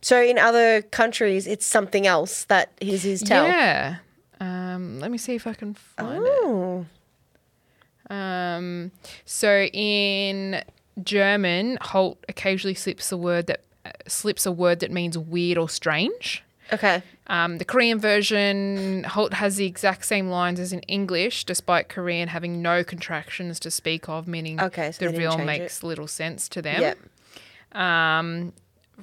Speaker 2: So in other countries, it's something else that is his tell.
Speaker 1: Yeah. Um, let me see if I can find it.
Speaker 2: Oh,
Speaker 1: Um, so in German, Holt occasionally slips a word that uh, slips a word that means weird or strange.
Speaker 2: okay.
Speaker 1: Um, the Korean version, Holt has the exact same lines as in English, despite Korean having no contractions to speak of, meaning
Speaker 2: Okay, so they
Speaker 1: the
Speaker 2: didn't
Speaker 1: real
Speaker 2: change
Speaker 1: makes little sense to them.
Speaker 2: Yep.
Speaker 1: Um,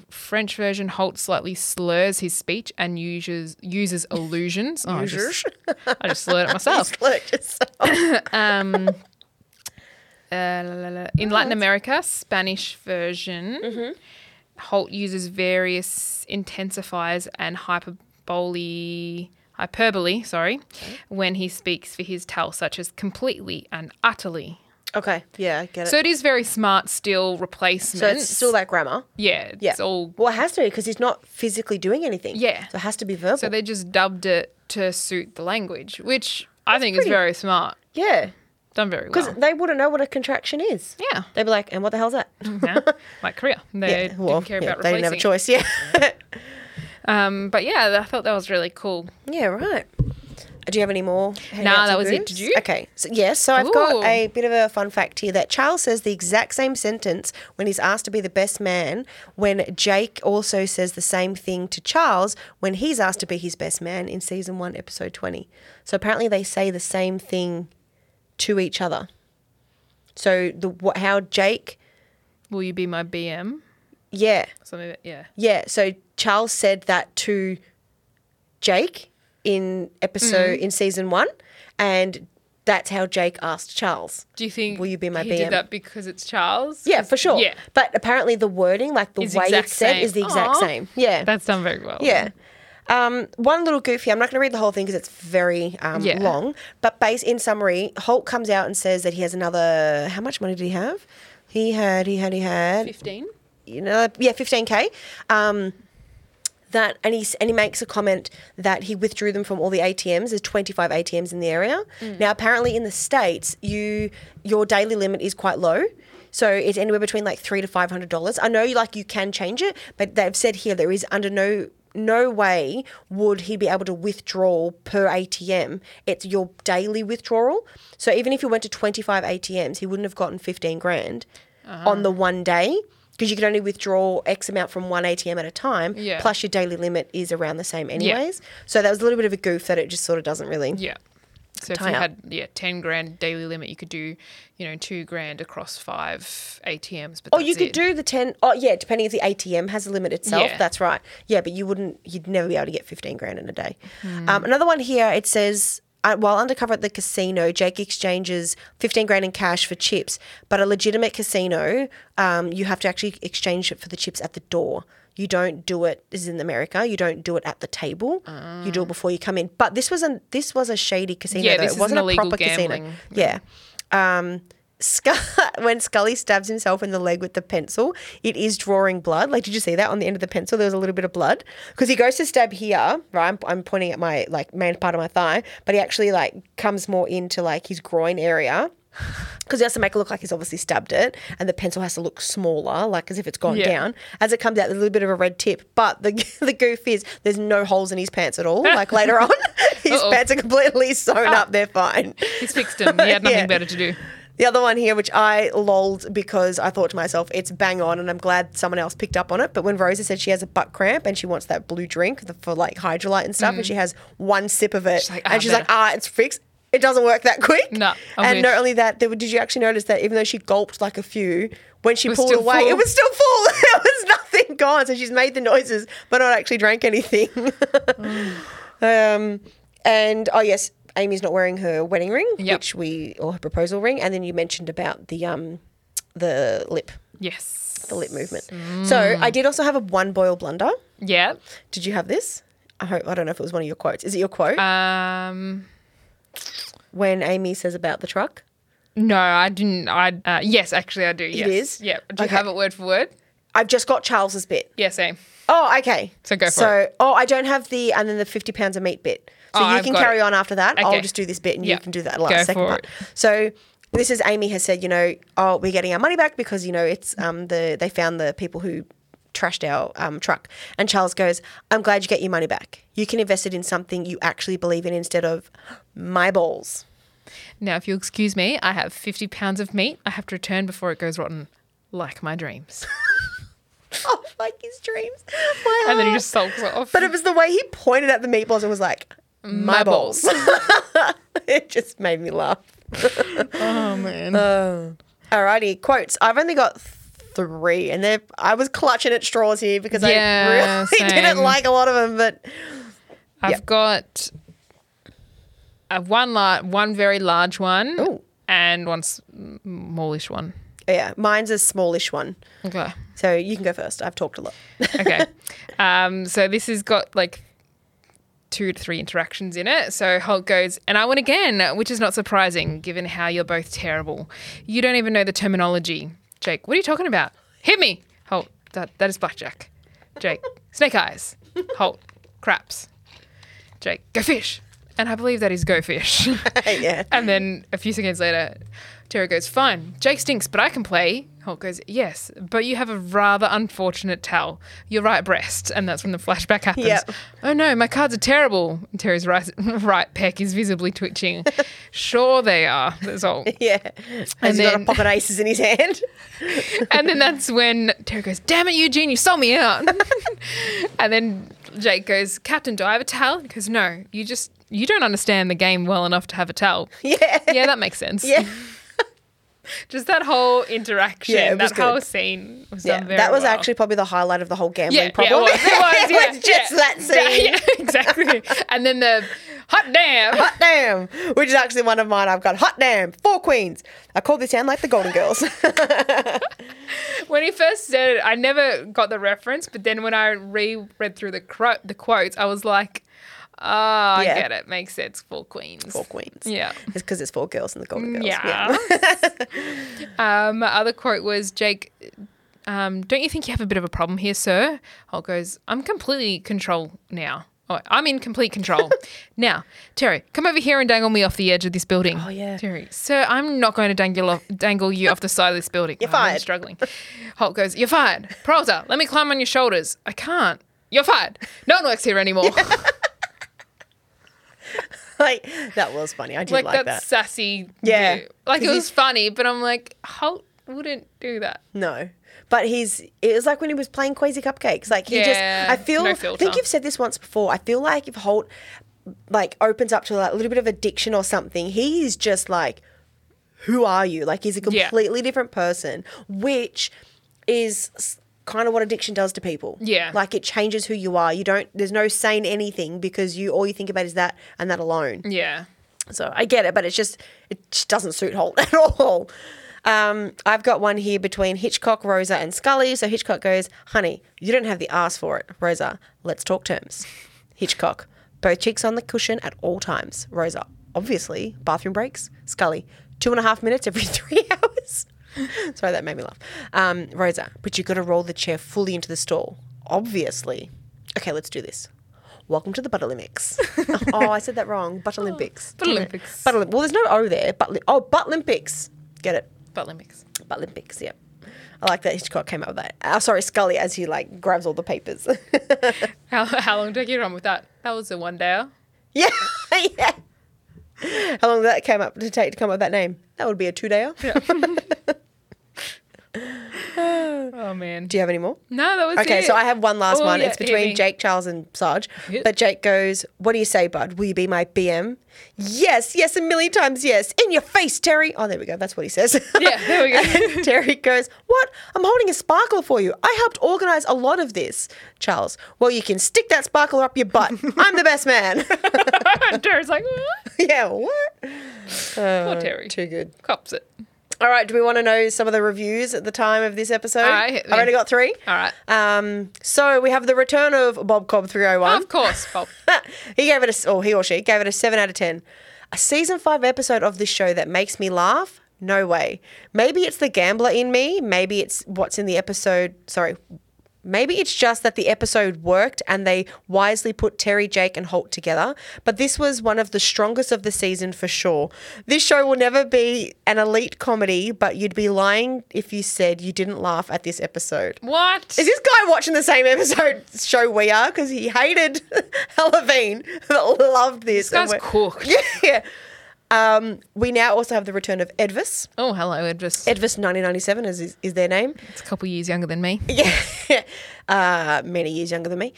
Speaker 1: French version, Holt slightly slurs his speech and uses uses allusions. Oh, I, just, I just slurred it myself.
Speaker 2: Look, just
Speaker 1: Um, uh, la, la, la. In Latin America, Spanish version,
Speaker 2: Mm-hmm.
Speaker 1: Holt uses various intensifiers and hyperbole, hyperbole, sorry, when he speaks for his tale, such as completely and utterly.
Speaker 2: okay. Yeah, I get it.
Speaker 1: So
Speaker 2: So,
Speaker 1: it is very smart still replacement.
Speaker 2: Uh, it's still that grammar.
Speaker 1: yeah,
Speaker 2: Yeah.
Speaker 1: it's all.
Speaker 2: well, it has to be because he's not physically doing anything.
Speaker 1: Yeah.
Speaker 2: So it has to be verbal.
Speaker 1: So they just dubbed it to suit the language, which I think
Speaker 2: pretty-
Speaker 1: is very smart.
Speaker 2: yeah,
Speaker 1: Done very
Speaker 2: because
Speaker 1: well.
Speaker 2: they wouldn't know what a contraction is.
Speaker 1: Oh. Yeah.
Speaker 2: They'd be like, and what the hell's that?
Speaker 1: Yeah. like Korea, they
Speaker 2: yeah. Well,
Speaker 1: didn't care
Speaker 2: yeah,
Speaker 1: about
Speaker 2: they
Speaker 1: replacing.
Speaker 2: didn't have a choice. Yeah.
Speaker 1: Um, but yeah, I thought that was really cool.
Speaker 2: Yeah, right. Do you have any more?
Speaker 1: Nah,
Speaker 2: No,
Speaker 1: that was it. Did you?
Speaker 2: Okay. So, yes. So I've got
Speaker 1: Ooh.
Speaker 2: a bit of a fun fact here that Charles says the exact same sentence when he's asked to be the best man, when Jake also says the same thing to Charles when he's asked to be his best man in season one, episode 20. So apparently they say the same thing to each other. So the wh- how Jake,
Speaker 1: Will you be my BM?
Speaker 2: yeah.
Speaker 1: Something that, yeah.
Speaker 2: Yeah, so Charles said that to Jake in episode
Speaker 1: Mm-hmm.
Speaker 2: in season one, and that's how Jake asked Charles.
Speaker 1: Do you think
Speaker 2: Will you be my
Speaker 1: he
Speaker 2: BM?
Speaker 1: did that because it's Charles?
Speaker 2: Yeah, for sure.
Speaker 1: Yeah.
Speaker 2: but apparently the wording, like the
Speaker 1: Is
Speaker 2: way
Speaker 1: exact
Speaker 2: it's said,
Speaker 1: same.
Speaker 2: is the exact
Speaker 1: Aw.
Speaker 2: same. Yeah,
Speaker 1: That's done very well.
Speaker 2: yeah. Um, one little goofy. I'm not going to read the whole thing because it's very um,
Speaker 1: Yeah.
Speaker 2: long. But base in summary, Holt comes out and says that he has another. How much money did he have? He had. He had. He had.
Speaker 1: Fifteen.
Speaker 2: you know, yeah, 15k. Um, that and he s- and he makes a comment that he withdrew them from all the ATMs. There's 25 ATMs in the area. Now, apparently, in the states, you your daily limit is quite low. So it's anywhere between like three to five hundred dollars. I know, like you can change it, but they've said here there is under no no way would he be able to withdraw per ATM. It's your daily withdrawal. So even if he went to twenty five ATMs, he wouldn't have gotten fifteen grand on the one day because you can only withdraw X amount from one ATM at a time.
Speaker 1: Yeah.
Speaker 2: Plus, your daily limit is around the same, anyways. So that was a little bit of a goof that it just sort of doesn't really.
Speaker 1: Yeah. So if you
Speaker 2: Tie up.
Speaker 1: had yeah ten grand daily limit, you could do you know two grand across five ATMs. But
Speaker 2: Or Oh, you could do the 10. Oh, yeah, depending if the ATM has a limit itself.
Speaker 1: Yeah.
Speaker 2: That's right. Yeah, but you wouldn't, you'd never be able to get 15 grand in a day.
Speaker 1: Hmm.
Speaker 2: Um, another one here, it says. Uh, while undercover at the casino, Jake exchanges 15 grand in cash for chips, but a legitimate casino, um, you have to actually exchange it for the chips at the door. You don't do it this is in America. You don't do it at the table. You
Speaker 1: Ah.
Speaker 2: do it before you come in. But this was not this was a shady casino.
Speaker 1: Yeah,
Speaker 2: though.
Speaker 1: this
Speaker 2: it
Speaker 1: is
Speaker 2: wasn't
Speaker 1: an
Speaker 2: a
Speaker 1: illegal
Speaker 2: proper casino.
Speaker 1: gambling.
Speaker 2: Yeah. Um, Scully, when Scully stabs himself in the leg with the pencil, it is drawing blood. Like, did you see that on the end of the pencil? There was a little bit of blood because he goes to stab here. Right, I'm, I'm pointing at my like main part of my thigh, but he actually like comes more into like his groin area. because he has to make it look like he's obviously stabbed it, and the pencil has to look smaller, like as if it's gone
Speaker 1: Yeah.
Speaker 2: down. As it comes out, there's a little bit of a red tip, but the the goof is there's no holes in his pants at all. Like later on, his
Speaker 1: Uh-oh.
Speaker 2: pants are completely sewn
Speaker 1: Ah.
Speaker 2: up. They're fine.
Speaker 1: He's fixed him. He had nothing
Speaker 2: Yeah.
Speaker 1: better to do.
Speaker 2: The other one here, which I lolled because I thought to myself, it's bang on, and I'm glad someone else picked up on it. But when Rosa said she has a butt cramp and she wants that blue drink the- for like hydrolyte and stuff, and she has one sip of it,
Speaker 1: Mm-hmm. like, "Ah,
Speaker 2: and she's
Speaker 1: better."
Speaker 2: like, ah, it's fixed. It doesn't work that quick.
Speaker 1: No, I
Speaker 2: and
Speaker 1: wish.
Speaker 2: not only that, there, were- did you actually notice that even though she gulped like a few, when she
Speaker 1: was
Speaker 2: pulled
Speaker 1: still
Speaker 2: away,
Speaker 1: full.
Speaker 2: it was still full. there was nothing gone. So she's made the noises, but not actually drank anything. um, and oh yes, Amy's not wearing her wedding ring,
Speaker 1: Yep.
Speaker 2: which we or her proposal ring, and then you mentioned about the um the lip,
Speaker 1: Yes.
Speaker 2: the lip movement. So I did also have a one boil blunder.
Speaker 1: Yeah.
Speaker 2: Did you have this? I hope I don't know if it was one of your quotes. Is it your quote
Speaker 1: Um.
Speaker 2: when Amy says about the truck?
Speaker 1: No, I didn't. I uh, yes, actually, I do. Yes.
Speaker 2: is?
Speaker 1: Yeah. Do you
Speaker 2: Okay.
Speaker 1: have it word for word?
Speaker 2: I've just got Charles's bit.
Speaker 1: Yeah, same.
Speaker 2: Oh, okay.
Speaker 1: So go for
Speaker 2: so, Oh, I don't have the and then the fifty pounds of meat bit. So
Speaker 1: Oh,
Speaker 2: you
Speaker 1: I've
Speaker 2: can
Speaker 1: got
Speaker 2: carry
Speaker 1: it.
Speaker 2: on after that. I'll
Speaker 1: Okay.
Speaker 2: just do this bit and
Speaker 1: Yeah.
Speaker 2: you can do that
Speaker 1: Go
Speaker 2: last second
Speaker 1: for
Speaker 2: part.
Speaker 1: it.
Speaker 2: So this is Amy has said, you know, oh, we're getting our money back because you know it's um the they found the people who trashed our um, truck. And Charles goes, I'm glad you get your money back. You can invest it in something you actually believe in instead of my balls.
Speaker 1: Now, if you'll excuse me, I have 50 pounds of meat I have to return before it goes rotten, like my dreams.
Speaker 2: Oh, like his dreams. My
Speaker 1: And then he
Speaker 2: heart.
Speaker 1: just sulks off.
Speaker 2: But uh, it was the way he pointed at the meatballs and was like, my,
Speaker 1: My
Speaker 2: balls.
Speaker 1: balls.
Speaker 2: it just made me laugh. Uh,
Speaker 1: oh, man.
Speaker 2: Alrighty, quotes. I've only got three, and they I was clutching at straws here because
Speaker 1: Yeah,
Speaker 2: I really didn't
Speaker 1: same.
Speaker 2: like a lot of them. But
Speaker 1: I've got uh, one, la- one very large one
Speaker 2: Ooh.
Speaker 1: and one smallish one.
Speaker 2: yeah, mine's a smallish one,
Speaker 1: Okay.
Speaker 2: so you can go first. I've talked a lot.
Speaker 1: okay. Um, so this has got like two to three interactions in it. So Hulk goes, and I win again, which is not surprising given how you're both terrible. You don't even know the terminology. Jake, what are you talking about? Hit me. Hulk, that, that is blackjack. Jake, snake eyes. Hulk, craps. Jake, go fish. And I believe that is go fish.
Speaker 2: yeah,
Speaker 1: And then a few seconds later, Tara goes, Fine, Jake stinks, but I can play. Hulk goes, Yes, but you have a rather unfortunate towel. Your right breast. And that's when the flashback happens.
Speaker 2: Yep.
Speaker 1: Oh no, my cards are terrible. And Tara's right, right pec is visibly twitching. sure they are. That's all.
Speaker 2: yeah. And he's got a
Speaker 1: then-
Speaker 2: pocket aces in his hand.
Speaker 1: And then that's when Terry goes, Damn it, Eugene, you sold me out. and then Jake goes, Captain, do I have a towel? He goes, No, you just, you don't understand the game well enough to have a towel.
Speaker 2: Yeah.
Speaker 1: Yeah, that makes sense.
Speaker 2: Yeah.
Speaker 1: Just that whole interaction,
Speaker 2: Yeah, it was
Speaker 1: that whole
Speaker 2: good.
Speaker 1: scene was
Speaker 2: Yeah,
Speaker 1: done very
Speaker 2: that was
Speaker 1: well.
Speaker 2: actually probably the highlight of the whole gambling
Speaker 1: yeah,
Speaker 2: problem.
Speaker 1: Yeah, it was. It was,
Speaker 2: It was
Speaker 1: yeah,
Speaker 2: just
Speaker 1: yeah.
Speaker 2: that scene.
Speaker 1: Yeah, exactly. and then the hot damn.
Speaker 2: Hot damn, which is actually one of mine. I've got hot damn, four queens. I call this sound like the Golden Girls.
Speaker 1: When he first said it, I never got the reference, but then when I re-read through the cro- the quotes, I was like, "Ah, I
Speaker 2: Yeah.
Speaker 1: get it. Makes sense. Four queens.
Speaker 2: four queens.
Speaker 1: Yeah.
Speaker 2: It's because it's four girls in the Golden Girls.
Speaker 1: Yeah. Mm, um, my other quote was Jake. Um, don't you think you have a bit of a problem here, sir? Hulk goes, I'm completely control now. Oh, I'm in complete control. now, Terry, come over here and dangle me off the edge of this building. Oh,
Speaker 2: yeah.
Speaker 1: Terry, sir, I'm not going to dangle, off, dangle you off the side of this building. You're I'm
Speaker 2: fired.
Speaker 1: struggling. Hulk goes, You're fired. Prolter, let me climb on your shoulders. I can't. You're fired. No one works here anymore.
Speaker 2: like that was funny. I did like,
Speaker 1: like, that,
Speaker 2: that.
Speaker 1: sassy.
Speaker 2: Yeah.
Speaker 1: do. Like it
Speaker 2: 'Cause
Speaker 1: was funny, but I'm like, Holt wouldn't do that.
Speaker 2: No. But he's it was like when he was playing Queasy Cupcakes. Like he just
Speaker 1: Yeah,
Speaker 2: I feel
Speaker 1: no
Speaker 2: I
Speaker 1: filter.
Speaker 2: think you've said this once before. I feel like if Holt like opens up to like, a little bit of addiction or something, he is just like who are you? Like he's a
Speaker 1: Yeah.
Speaker 2: completely different person, which is s- kind of what addiction does to people.
Speaker 1: Yeah.
Speaker 2: Like it changes who you are. You don't there's no saying anything because you all you think about is that and that alone.
Speaker 1: Yeah.
Speaker 2: So I get it, but it's just it just doesn't suit Holt at all. Um, I've got one here between Hitchcock, Rosa, and Scully. So Hitchcock goes, "Honey, you don't have the ass for it." Rosa, let's talk terms. Hitchcock, both cheeks on the cushion at all times. Rosa, obviously, bathroom breaks. Scully, two and a half minutes every three hours. Sorry, that made me laugh. Um, Rosa, but you got to roll the chair fully into the stall. Obviously. Okay, let's do this. Welcome to the Butt Olympics. oh, I said that wrong. Butt Olympics.
Speaker 1: Butt Olympics.
Speaker 2: Butt Olymp- well, there's no O there. Butt. Li- oh, Butt Olympics. Get it?
Speaker 1: But Olympics.
Speaker 2: But Olympics, yep. I like that Hitchcock came up with that. Uh, sorry, Scully, as he like grabs all the papers.
Speaker 1: How, how long did I get on with that? That was a one day.
Speaker 2: yeah, yeah. How long did that came up to take to come up with that name? That would be a two-dayer.
Speaker 1: Oh man.
Speaker 2: Do you have any more?
Speaker 1: No, that was
Speaker 2: Okay,
Speaker 1: it.
Speaker 2: so I have one last
Speaker 1: Oh,
Speaker 2: one.
Speaker 1: yeah,
Speaker 2: it's
Speaker 1: hit
Speaker 2: between
Speaker 1: me.
Speaker 2: Jake, Charles, and Sarge.
Speaker 1: Hit.
Speaker 2: But Jake goes, What do you say, bud? Will you be my BM? Yes, yes, a million times yes. In your face, Terry. Oh, there we go. That's what he says.
Speaker 1: Yeah, there we go.
Speaker 2: And Terry goes, What? I'm holding a sparkler for you. I helped organize a lot of this. Charles, Well, you can stick that sparkler up your butt. I'm the best man.
Speaker 1: Jared's like, what?
Speaker 2: yeah, what?
Speaker 1: Poor Terry.
Speaker 2: Too good.
Speaker 1: Cops it.
Speaker 2: All right, do we want to know some of the reviews at the time of this episode?
Speaker 1: All right, hit
Speaker 2: I've
Speaker 1: me.
Speaker 2: already got three.
Speaker 1: All right.
Speaker 2: Um, so we have the return of Bob Cobb 301.
Speaker 1: of course, Bob.
Speaker 2: he gave it a, or he or she gave it a 7 out of 10. A season 5 episode of this show that makes me laugh? No way. Maybe it's the gambler in me. Maybe it's what's in the episode. Sorry. Maybe it's just that the episode worked and they wisely put Terry, Jake, and Holt together. But this was one of the strongest of the season for sure. This show will never be an elite comedy, but you'd be lying if you said you didn't laugh at this episode.
Speaker 1: What?
Speaker 2: Is this guy watching the same episode show we are? Because he hated Halloween, but loved
Speaker 1: This
Speaker 2: this.
Speaker 1: guy's
Speaker 2: and we're-
Speaker 1: cooked.
Speaker 2: Yeah. yeah. Um, we now also have the return of Edvis.
Speaker 1: Oh, hello, Edris.
Speaker 2: Edvis 1997 is, is, is their name.
Speaker 1: It's a couple years younger than me.
Speaker 2: Yeah. uh, many years younger than me.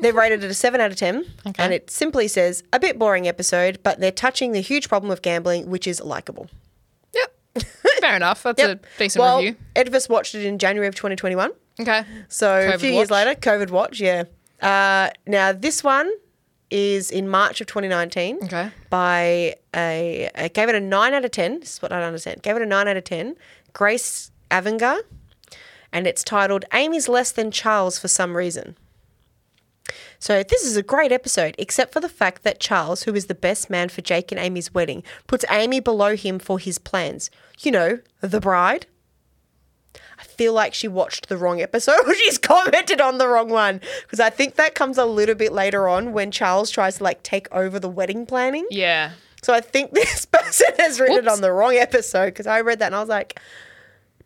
Speaker 2: They've rated it a 7 out of 10. And it simply says, a bit boring episode, but they're touching the huge problem of gambling, which is likable.
Speaker 1: Yep. Fair enough. That's
Speaker 2: Yep.
Speaker 1: a decent
Speaker 2: well,
Speaker 1: review.
Speaker 2: Edvis watched it in January of 2021.
Speaker 1: Okay.
Speaker 2: So a
Speaker 1: COVID
Speaker 2: few years
Speaker 1: watch.
Speaker 2: later, COVID watch, yeah. Uh, now this one is in March of 2019.
Speaker 1: Okay.
Speaker 2: By a, I gave it a nine out of ten. This is what I don't understand. Gave it a nine out of ten. Grace Avengar, and it's titled "Amy's Less Than Charles for Some Reason." So this is a great episode, except for the fact that Charles, who is the best man for Jake and Amy's wedding, puts Amy below him for his plans. You know, the bride feel like she watched the wrong episode or she's commented on the wrong one because I think that comes a little bit later on when Charles tries to like take over the wedding planning.
Speaker 1: Yeah.
Speaker 2: So I think this person has written it
Speaker 1: Whoops.
Speaker 2: on the wrong episode because I read that and I was like,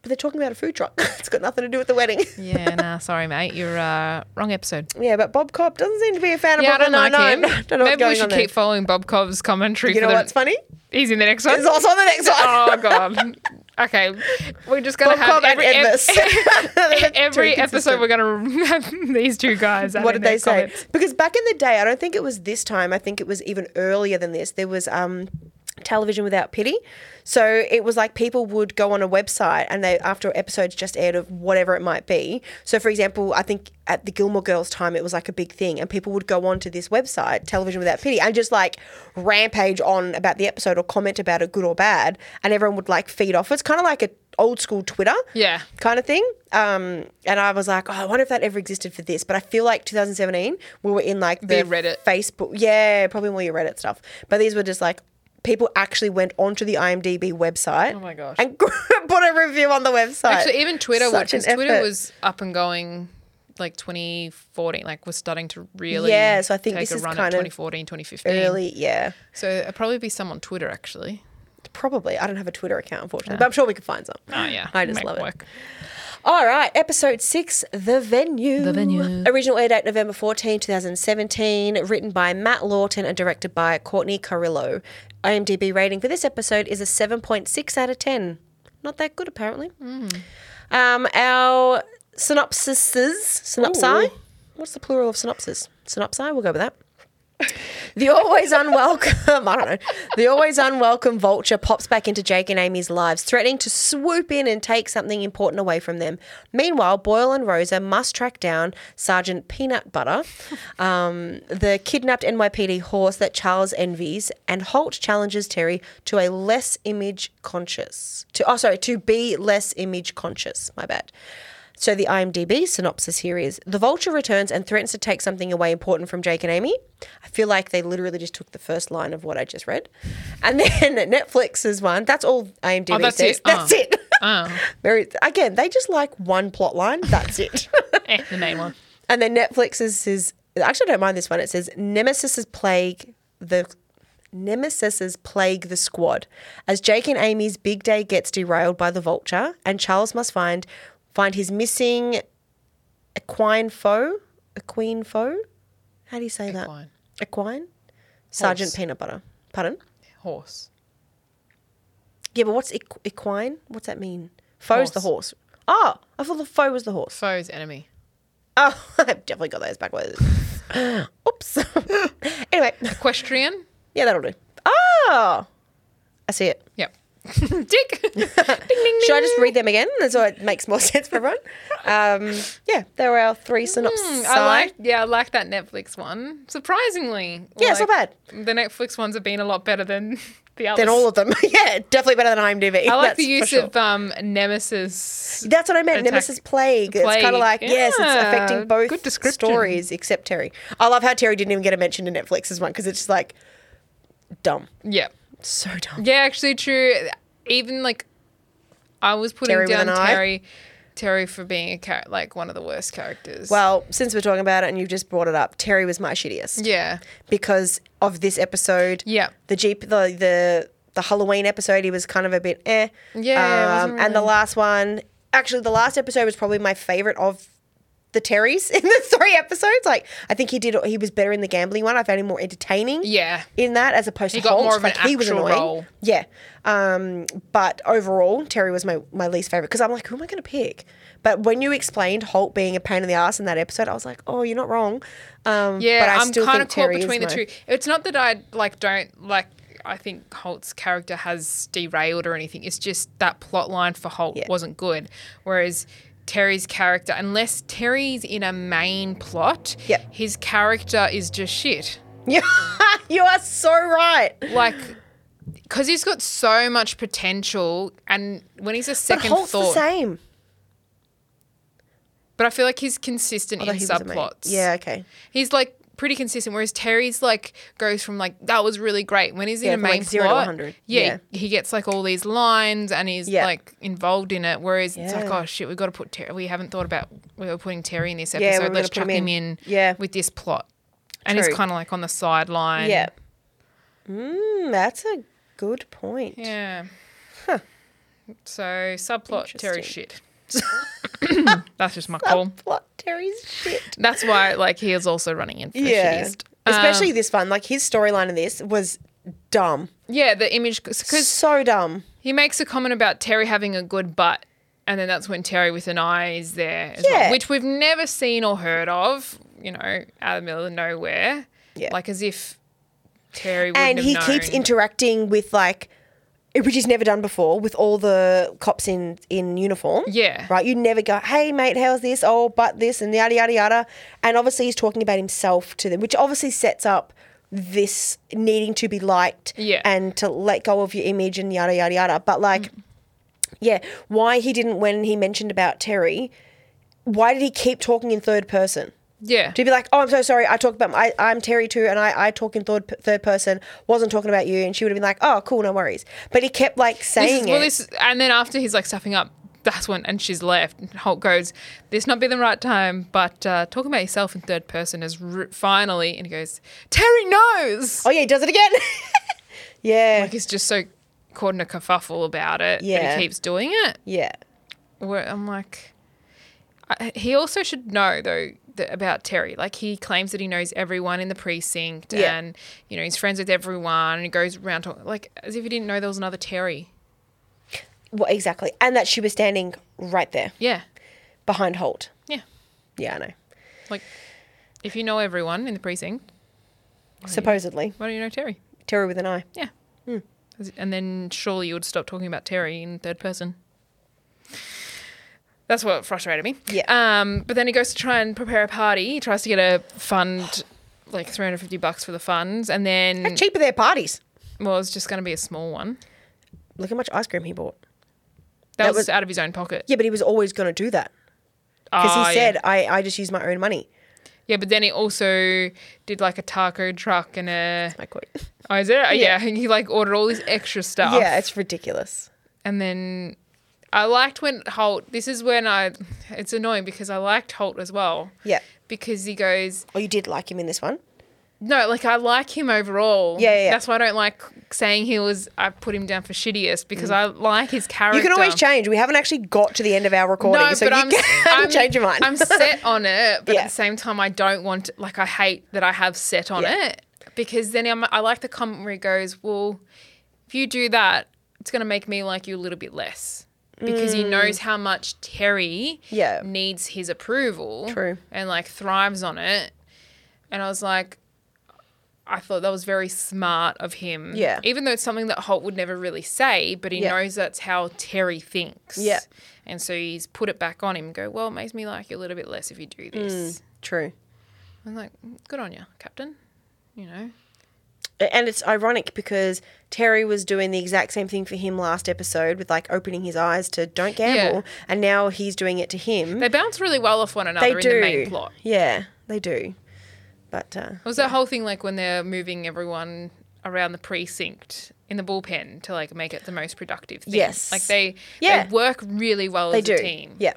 Speaker 2: but they're talking about a food truck. it's got nothing to do with the wedding.
Speaker 1: Yeah, nah, sorry, mate. You're uh, wrong episode.
Speaker 2: yeah, but Bob Cobb doesn't seem to be a fan
Speaker 1: Yeah, I
Speaker 2: of Bob
Speaker 1: don't like him.
Speaker 2: I don't know what's
Speaker 1: Maybe
Speaker 2: going
Speaker 1: we should
Speaker 2: on
Speaker 1: keep
Speaker 2: there.
Speaker 1: following Bob Cobb's commentary.
Speaker 2: You
Speaker 1: for
Speaker 2: know
Speaker 1: the-
Speaker 2: what's funny?
Speaker 1: He's in the next one.
Speaker 2: It's also on the next one.
Speaker 1: oh god. Okay, we're just gonna
Speaker 2: Bob
Speaker 1: have
Speaker 2: Cobb and
Speaker 1: every, ep-
Speaker 2: Edvis. They're too
Speaker 1: every episode.
Speaker 2: consistent.
Speaker 1: We're gonna have these two guys.
Speaker 2: What did they say?
Speaker 1: comments.
Speaker 2: Because back in the day, I don't think it was this time. I think it was even earlier than this. There was um, television without pity, so it was like people would go on a website and they after episodes just aired of whatever it might be. So, for example, I think at the Gilmore Girls time, it was like a big thing, and people would go on to this website, television without pity, and just like rampage on about the episode or comment about it, good or bad, and everyone would like feed off. It's kind of like a old school Twitter
Speaker 1: Yeah.
Speaker 2: kind of thing. Um, and I was like, oh, I wonder if that ever existed for this. But I feel like 2017, we were in like
Speaker 1: The Reddit.
Speaker 2: Facebook, yeah, probably more your Reddit stuff. But these were just like people actually went onto the IMDb website. Oh
Speaker 1: my gosh.
Speaker 2: And put a review on the website.
Speaker 1: Actually, even Twitter,
Speaker 2: Such
Speaker 1: because
Speaker 2: an
Speaker 1: Twitter
Speaker 2: effort.
Speaker 1: was up and going like 2014, like was starting to really
Speaker 2: Yeah, so I think
Speaker 1: take
Speaker 2: this
Speaker 1: a
Speaker 2: is
Speaker 1: run
Speaker 2: kind
Speaker 1: at
Speaker 2: of
Speaker 1: 2014, 2015.
Speaker 2: early, yeah,
Speaker 1: So it'd probably be some on Twitter, actually.
Speaker 2: probably. I don't have a Twitter account, unfortunately, but I'm sure we could find some.
Speaker 1: Oh, yeah.
Speaker 2: I just
Speaker 1: Make
Speaker 2: love it.
Speaker 1: work.
Speaker 2: All right, episode six, The Venue. The
Speaker 1: Venue.
Speaker 2: Original air date November 14, 2017. Written by Matt Lawton and directed by Courtney Carrillo. IMDb rating for this episode is a 7.6 out of 10. Not that good, apparently. Um, our synopsises, synopsi. What's the plural of synopsis? Synopsi, we'll go with that. The always unwelcome, I don't know. The always unwelcome vulture pops back into Jake and Amy's lives, threatening to swoop in and take something important away from them. Meanwhile, Boyle and Rosa must track down Sergeant Peanut Butter, um, the kidnapped NYPD horse that Charles envies, and Holt challenges Terry to a less image conscious. To oh, sorry, to be less image conscious. My bad. So the IMDb synopsis here is the vulture returns and threatens to take something away important from Jake and Amy. I feel like they literally just took the first line of what I just read, and then Netflix's one. That's all IMDb
Speaker 1: Oh, that's
Speaker 2: says.
Speaker 1: it.
Speaker 2: That's
Speaker 1: Oh.
Speaker 2: it.
Speaker 1: Oh,
Speaker 2: Very again, they just like one plot line. That's it.
Speaker 1: eh, the main one.
Speaker 2: and then Netflix's is actually I don't mind this one. It says Nemesis's plague. The Nemesises plague the squad as Jake and Amy's big day gets derailed by the vulture, and Charles must find find his missing equine foe. Equine foe? How do you say
Speaker 1: Equine.
Speaker 2: that? Equine? Sergeant
Speaker 1: Horse.
Speaker 2: Peanut Butter. Pardon?
Speaker 1: Horse.
Speaker 2: Yeah, but what's equ- equine? What's that mean? Foe's the
Speaker 1: Horse.
Speaker 2: horse. Oh, I thought the foe was the horse.
Speaker 1: Foe's enemy.
Speaker 2: Oh, I've definitely got those backwards. Oops. anyway,
Speaker 1: Equestrian?
Speaker 2: yeah, that'll do. Oh, I see it.
Speaker 1: Yep. Dick. ding, ding,
Speaker 2: Should I just read them again so it makes more sense for everyone? Um, yeah, they were our three synopses.
Speaker 1: Hmm, I like, yeah, I like that Netflix one. Surprisingly,
Speaker 2: Yeah, it's not
Speaker 1: like, The Netflix ones have been a lot better than the others.
Speaker 2: Than all of them. yeah, definitely better than IMDb.
Speaker 1: I like
Speaker 2: that's
Speaker 1: the
Speaker 2: for
Speaker 1: use
Speaker 2: sure.
Speaker 1: of um, Nemesis.
Speaker 2: That's what I meant.
Speaker 1: attack-
Speaker 2: Nemesis Plague. It's kind
Speaker 1: Plague,
Speaker 2: of like, yes, it's
Speaker 1: yeah,
Speaker 2: affecting both
Speaker 1: good description.
Speaker 2: stories except Terry. I love how Terry didn't even get a mention in Netflix's one because it's just like dumb.
Speaker 1: Yeah.
Speaker 2: So dumb.
Speaker 1: Yeah, actually, true. Even like, I was putting
Speaker 2: Terry with
Speaker 1: down
Speaker 2: an eye.
Speaker 1: Terry, Terry for being a char- like one of the worst characters.
Speaker 2: Well, since we're talking about it and you've just brought it up, Terry was my shittiest.
Speaker 1: yeah,
Speaker 2: because of this episode.
Speaker 1: Yeah.
Speaker 2: The Jeep, the the the Halloween episode, he was kind of a bit eh. Um,
Speaker 1: Yeah, it wasn't
Speaker 2: And the
Speaker 1: really-
Speaker 2: last one, actually, the last episode was probably my favorite of the Terrys in the three episodes. Like, I think he did. He was better in the gambling one. I found him more entertaining.
Speaker 1: Yeah.
Speaker 2: In that, as opposed
Speaker 1: He
Speaker 2: to
Speaker 1: got
Speaker 2: Holt.
Speaker 1: more of an
Speaker 2: like, he was
Speaker 1: actual
Speaker 2: annoying.
Speaker 1: role.
Speaker 2: Yeah. Um, but overall, Terry was my, my least favorite because I'm like, who am I going to pick? But when you explained Holt being a pain in the ass in that episode, I was like, oh, you're not wrong. Um,
Speaker 1: yeah.
Speaker 2: but I
Speaker 1: I'm
Speaker 2: still
Speaker 1: kind of
Speaker 2: think
Speaker 1: caught
Speaker 2: Terry is
Speaker 1: between the
Speaker 2: my-
Speaker 1: two. It's not that I like don't like. I think Holt's character has derailed or anything. It's just that plot line for Holt
Speaker 2: Yeah.
Speaker 1: wasn't good, whereas. Terry's character, unless Terry's in a main plot,
Speaker 2: Yep.
Speaker 1: his character is just shit.
Speaker 2: Yeah, you are so right.
Speaker 1: like because he's got so much potential and when he's a second
Speaker 2: but Holt's
Speaker 1: thought
Speaker 2: the same.
Speaker 1: but i feel like he's consistent
Speaker 2: Although
Speaker 1: in
Speaker 2: he was a mate.
Speaker 1: subplots
Speaker 2: Yeah, okay.
Speaker 1: he's like pretty consistent whereas terry's like goes from like that was really great when he's
Speaker 2: Yeah,
Speaker 1: in a
Speaker 2: from,
Speaker 1: main
Speaker 2: like, zero to
Speaker 1: plot
Speaker 2: 100.
Speaker 1: yeah,
Speaker 2: Yeah.
Speaker 1: he gets like all these lines and he's
Speaker 2: Yeah.
Speaker 1: like involved in it whereas it's like
Speaker 2: Yeah.
Speaker 1: oh shit we've got to put terry we haven't thought about we were putting terry in this
Speaker 2: we
Speaker 1: episode
Speaker 2: were gonna
Speaker 1: let's
Speaker 2: put
Speaker 1: chuck
Speaker 2: him
Speaker 1: him in,
Speaker 2: in. Yeah.
Speaker 1: with this plot and he's
Speaker 2: True.
Speaker 1: kind of like on the sideline
Speaker 2: Yeah. Mm, that's a good point.
Speaker 1: Yeah. So subplot Terry
Speaker 2: Interesting.
Speaker 1: shit. That's just my call.
Speaker 2: Plot Terry's shit.
Speaker 1: That's why like he is also running in for yeah. shittiest. Um,
Speaker 2: Especially this one. Like his storyline in this was dumb.
Speaker 1: Yeah, the image because
Speaker 2: So dumb.
Speaker 1: he makes a comment about Terry having a good butt, and then that's when Terry with an eye is there, as well,
Speaker 2: Yeah.
Speaker 1: which we've never seen or heard of. You know, out of the middle of nowhere.
Speaker 2: Yeah.
Speaker 1: like as if Terry. Wouldn't
Speaker 2: and
Speaker 1: have
Speaker 2: he keeps
Speaker 1: known.
Speaker 2: interacting with like which he's never done before with all the cops in in uniform.
Speaker 1: Yeah.
Speaker 2: Right? You never go, "Hey mate, how's this? Oh, but this and yada yada yada." And obviously he's talking about himself to them, which obviously sets up this needing to be liked
Speaker 1: Yeah.
Speaker 2: and to let go of your image and yada yada yada. But like
Speaker 1: Mm-hmm.
Speaker 2: yeah, why he didn't when he mentioned about Terry, why did he keep talking in third person?
Speaker 1: Yeah,
Speaker 2: To be like, oh, I'm so sorry. I talk about my, I, I'm Terry too, and I, I talk in third, third person. Wasn't talking about you, and she would have been like, oh, cool, no worries. But he kept like
Speaker 1: This is-
Speaker 2: saying
Speaker 1: well,
Speaker 2: it.
Speaker 1: this and then after he's like stuffing up, that's when and she's left. And Holt goes, "This not be the right time, but uh, talking about yourself in third person is r- finally." And he goes, "Terry knows."
Speaker 2: oh yeah, he does it again. yeah,
Speaker 1: Like he's just so caught in a kerfuffle about it, but
Speaker 2: Yeah.
Speaker 1: he keeps doing it.
Speaker 2: yeah,
Speaker 1: Where I'm like, I, he also should know though that, about Terry. Like he claims that he knows everyone in the precinct,
Speaker 2: Yeah.
Speaker 1: and you know he's friends with everyone, and he goes around talking like as if he didn't know there was another Terry.
Speaker 2: well, exactly. And that she was standing right there
Speaker 1: Yeah,
Speaker 2: behind Holt.
Speaker 1: yeah.
Speaker 2: Yeah, I know.
Speaker 1: Like, if you know everyone in the precinct,
Speaker 2: Supposedly
Speaker 1: why don't you know Terry?
Speaker 2: Terry with an eye.
Speaker 1: Yeah.
Speaker 2: Hmm.
Speaker 1: And then surely you would stop talking about Terry in third person. That's what frustrated me.
Speaker 2: Yeah.
Speaker 1: Um, but then he goes to try and prepare a party. He tries to get a fund, like 350 bucks for the funds. And then,
Speaker 2: Cheaper their parties.
Speaker 1: well, it's just going to be a small one.
Speaker 2: Look how much ice cream he bought.
Speaker 1: That,
Speaker 2: That
Speaker 1: was,
Speaker 2: was-
Speaker 1: out of his own pocket.
Speaker 2: Yeah, but he was always going to do that because
Speaker 1: Ah,
Speaker 2: he
Speaker 1: yeah.
Speaker 2: said, I, I just use my own money.
Speaker 1: Yeah, but then he also did like a taco truck and a.
Speaker 2: My quote.
Speaker 1: Oh, is it? Yeah. He like ordered all this extra stuff.
Speaker 2: Yeah, it's ridiculous.
Speaker 1: And then I liked when Holt, this is when I, it's annoying because I liked Holt as well.
Speaker 2: Yeah.
Speaker 1: Because he goes,
Speaker 2: Oh, you did like him in this one.
Speaker 1: No, like I like him overall.
Speaker 2: Yeah, yeah, yeah.
Speaker 1: That's why I don't like saying he was. I put him down for shittiest because I like his character.
Speaker 2: Mm. You can always change. We haven't actually got to the end of our recording,
Speaker 1: No,
Speaker 2: so
Speaker 1: but
Speaker 2: you
Speaker 1: I'm,
Speaker 2: can
Speaker 1: I'm
Speaker 2: change your mind.
Speaker 1: I'm set on it, but
Speaker 2: Yeah.
Speaker 1: at the same time, I don't want. Like I hate that I have set on
Speaker 2: Yeah.
Speaker 1: it because then I'm, I like the comment where he goes, "Well, if you do that, it's going to make me like you a little bit less." Because he knows how much Terry
Speaker 2: Mm. Yeah.
Speaker 1: needs his approval,
Speaker 2: True.
Speaker 1: and like thrives on it. And I was like, I thought that was very smart of him.
Speaker 2: Yeah.
Speaker 1: Even though it's something that Holt would never really say, but he
Speaker 2: Yeah.
Speaker 1: knows that's how Terry thinks.
Speaker 2: Yeah.
Speaker 1: And so he's put it back on him and go, Well, it makes me like you a little bit less if you do
Speaker 2: Mm.
Speaker 1: this.
Speaker 2: True.
Speaker 1: I'm like, Good on you, Captain. You know?
Speaker 2: And it's ironic because Terry was doing the exact same thing for him last episode with like opening his eyes to don't gamble, and now he's doing it to him.
Speaker 1: They bounce really well off one another
Speaker 2: They
Speaker 1: in
Speaker 2: do.
Speaker 1: the main plot.
Speaker 2: Yeah, they do. But uh,
Speaker 1: It was that whole thing like when they're moving everyone around the precinct in the bullpen to like make it the most productive thing.
Speaker 2: Yes.
Speaker 1: Like they,
Speaker 2: Yeah.
Speaker 1: they work really well
Speaker 2: they
Speaker 1: as
Speaker 2: do.
Speaker 1: a team.
Speaker 2: Yeah,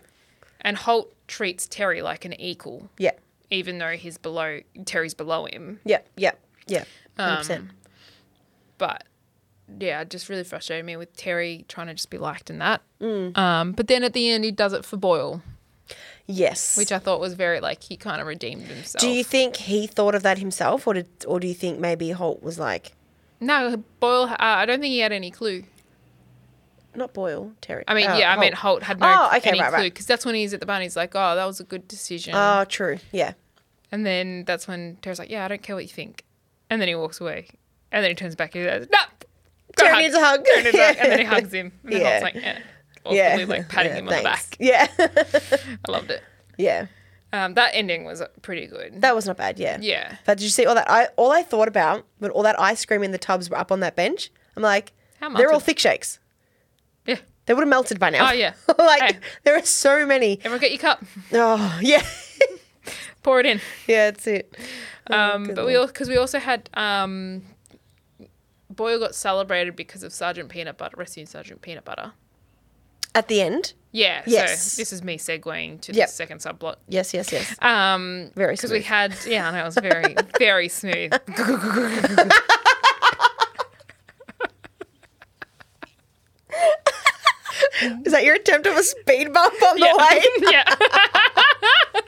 Speaker 1: And Holt treats Terry like an equal.
Speaker 2: yeah,
Speaker 1: even though he's below Terry's below him.
Speaker 2: yeah, yeah, yeah.
Speaker 1: Um,
Speaker 2: 100%.
Speaker 1: But yeah, it just really frustrated me with Terry trying to just be liked in that.
Speaker 2: Mm.
Speaker 1: Um, but then at the end, he does it for Boyle,
Speaker 2: yes.
Speaker 1: which I thought was very like he kind of redeemed himself.
Speaker 2: do you think he thought of that himself, or did, or do you think maybe Holt was like,
Speaker 1: no, Boyle. Uh, I don't think he had any clue.
Speaker 2: not Boyle, Terry?
Speaker 1: I mean,
Speaker 2: uh,
Speaker 1: yeah, I meant Holt had no
Speaker 2: Oh, okay,
Speaker 1: any
Speaker 2: right, right.
Speaker 1: clue because that's when he's at the bar. and He's like, "Oh, that was a good decision,"
Speaker 2: Oh, true. Yeah.
Speaker 1: and then that's when Terry's like, "Yeah, I don't care what you think,and then he walks away, and then he turns back and he says, "No." go
Speaker 2: Terry needs a hug.
Speaker 1: Terry needs a hug. And then he hugs him. And then
Speaker 2: Yeah.
Speaker 1: Holt's like, yeah.
Speaker 2: Yeah.
Speaker 1: Awkwardly, like patting
Speaker 2: Yeah,
Speaker 1: him on
Speaker 2: thanks.
Speaker 1: the back.
Speaker 2: Yeah.
Speaker 1: I loved it.
Speaker 2: yeah.
Speaker 1: Um, that ending was pretty good.
Speaker 2: That was not bad, yeah.
Speaker 1: Yeah.
Speaker 2: But did you see all that? I all I thought about when all that ice cream in the tubs were up on that bench. I'm like,
Speaker 1: How
Speaker 2: they're all
Speaker 1: melted.
Speaker 2: thick shakes.
Speaker 1: yeah.
Speaker 2: They would have melted by now.
Speaker 1: Oh, yeah.
Speaker 2: like
Speaker 1: Hey.
Speaker 2: there are so many.
Speaker 1: Everyone get your cup.
Speaker 2: Oh yeah,
Speaker 1: Pour it in.
Speaker 2: yeah. That's it.
Speaker 1: Um, but we all because we also had um, Boyle got celebrated because of Sergeant Peanut Butter rescuing Sergeant Peanut Butter.
Speaker 2: At the end,
Speaker 1: Yeah.
Speaker 2: Yes.
Speaker 1: So this is me segueing to
Speaker 2: Yep.
Speaker 1: the second subplot.
Speaker 2: yes, yes, yes.
Speaker 1: Um,
Speaker 2: Very
Speaker 1: because we
Speaker 2: smooth.
Speaker 1: had yeah, no, it was very very smooth.
Speaker 2: Is that your attempt of a speed bump on the way?
Speaker 1: yeah.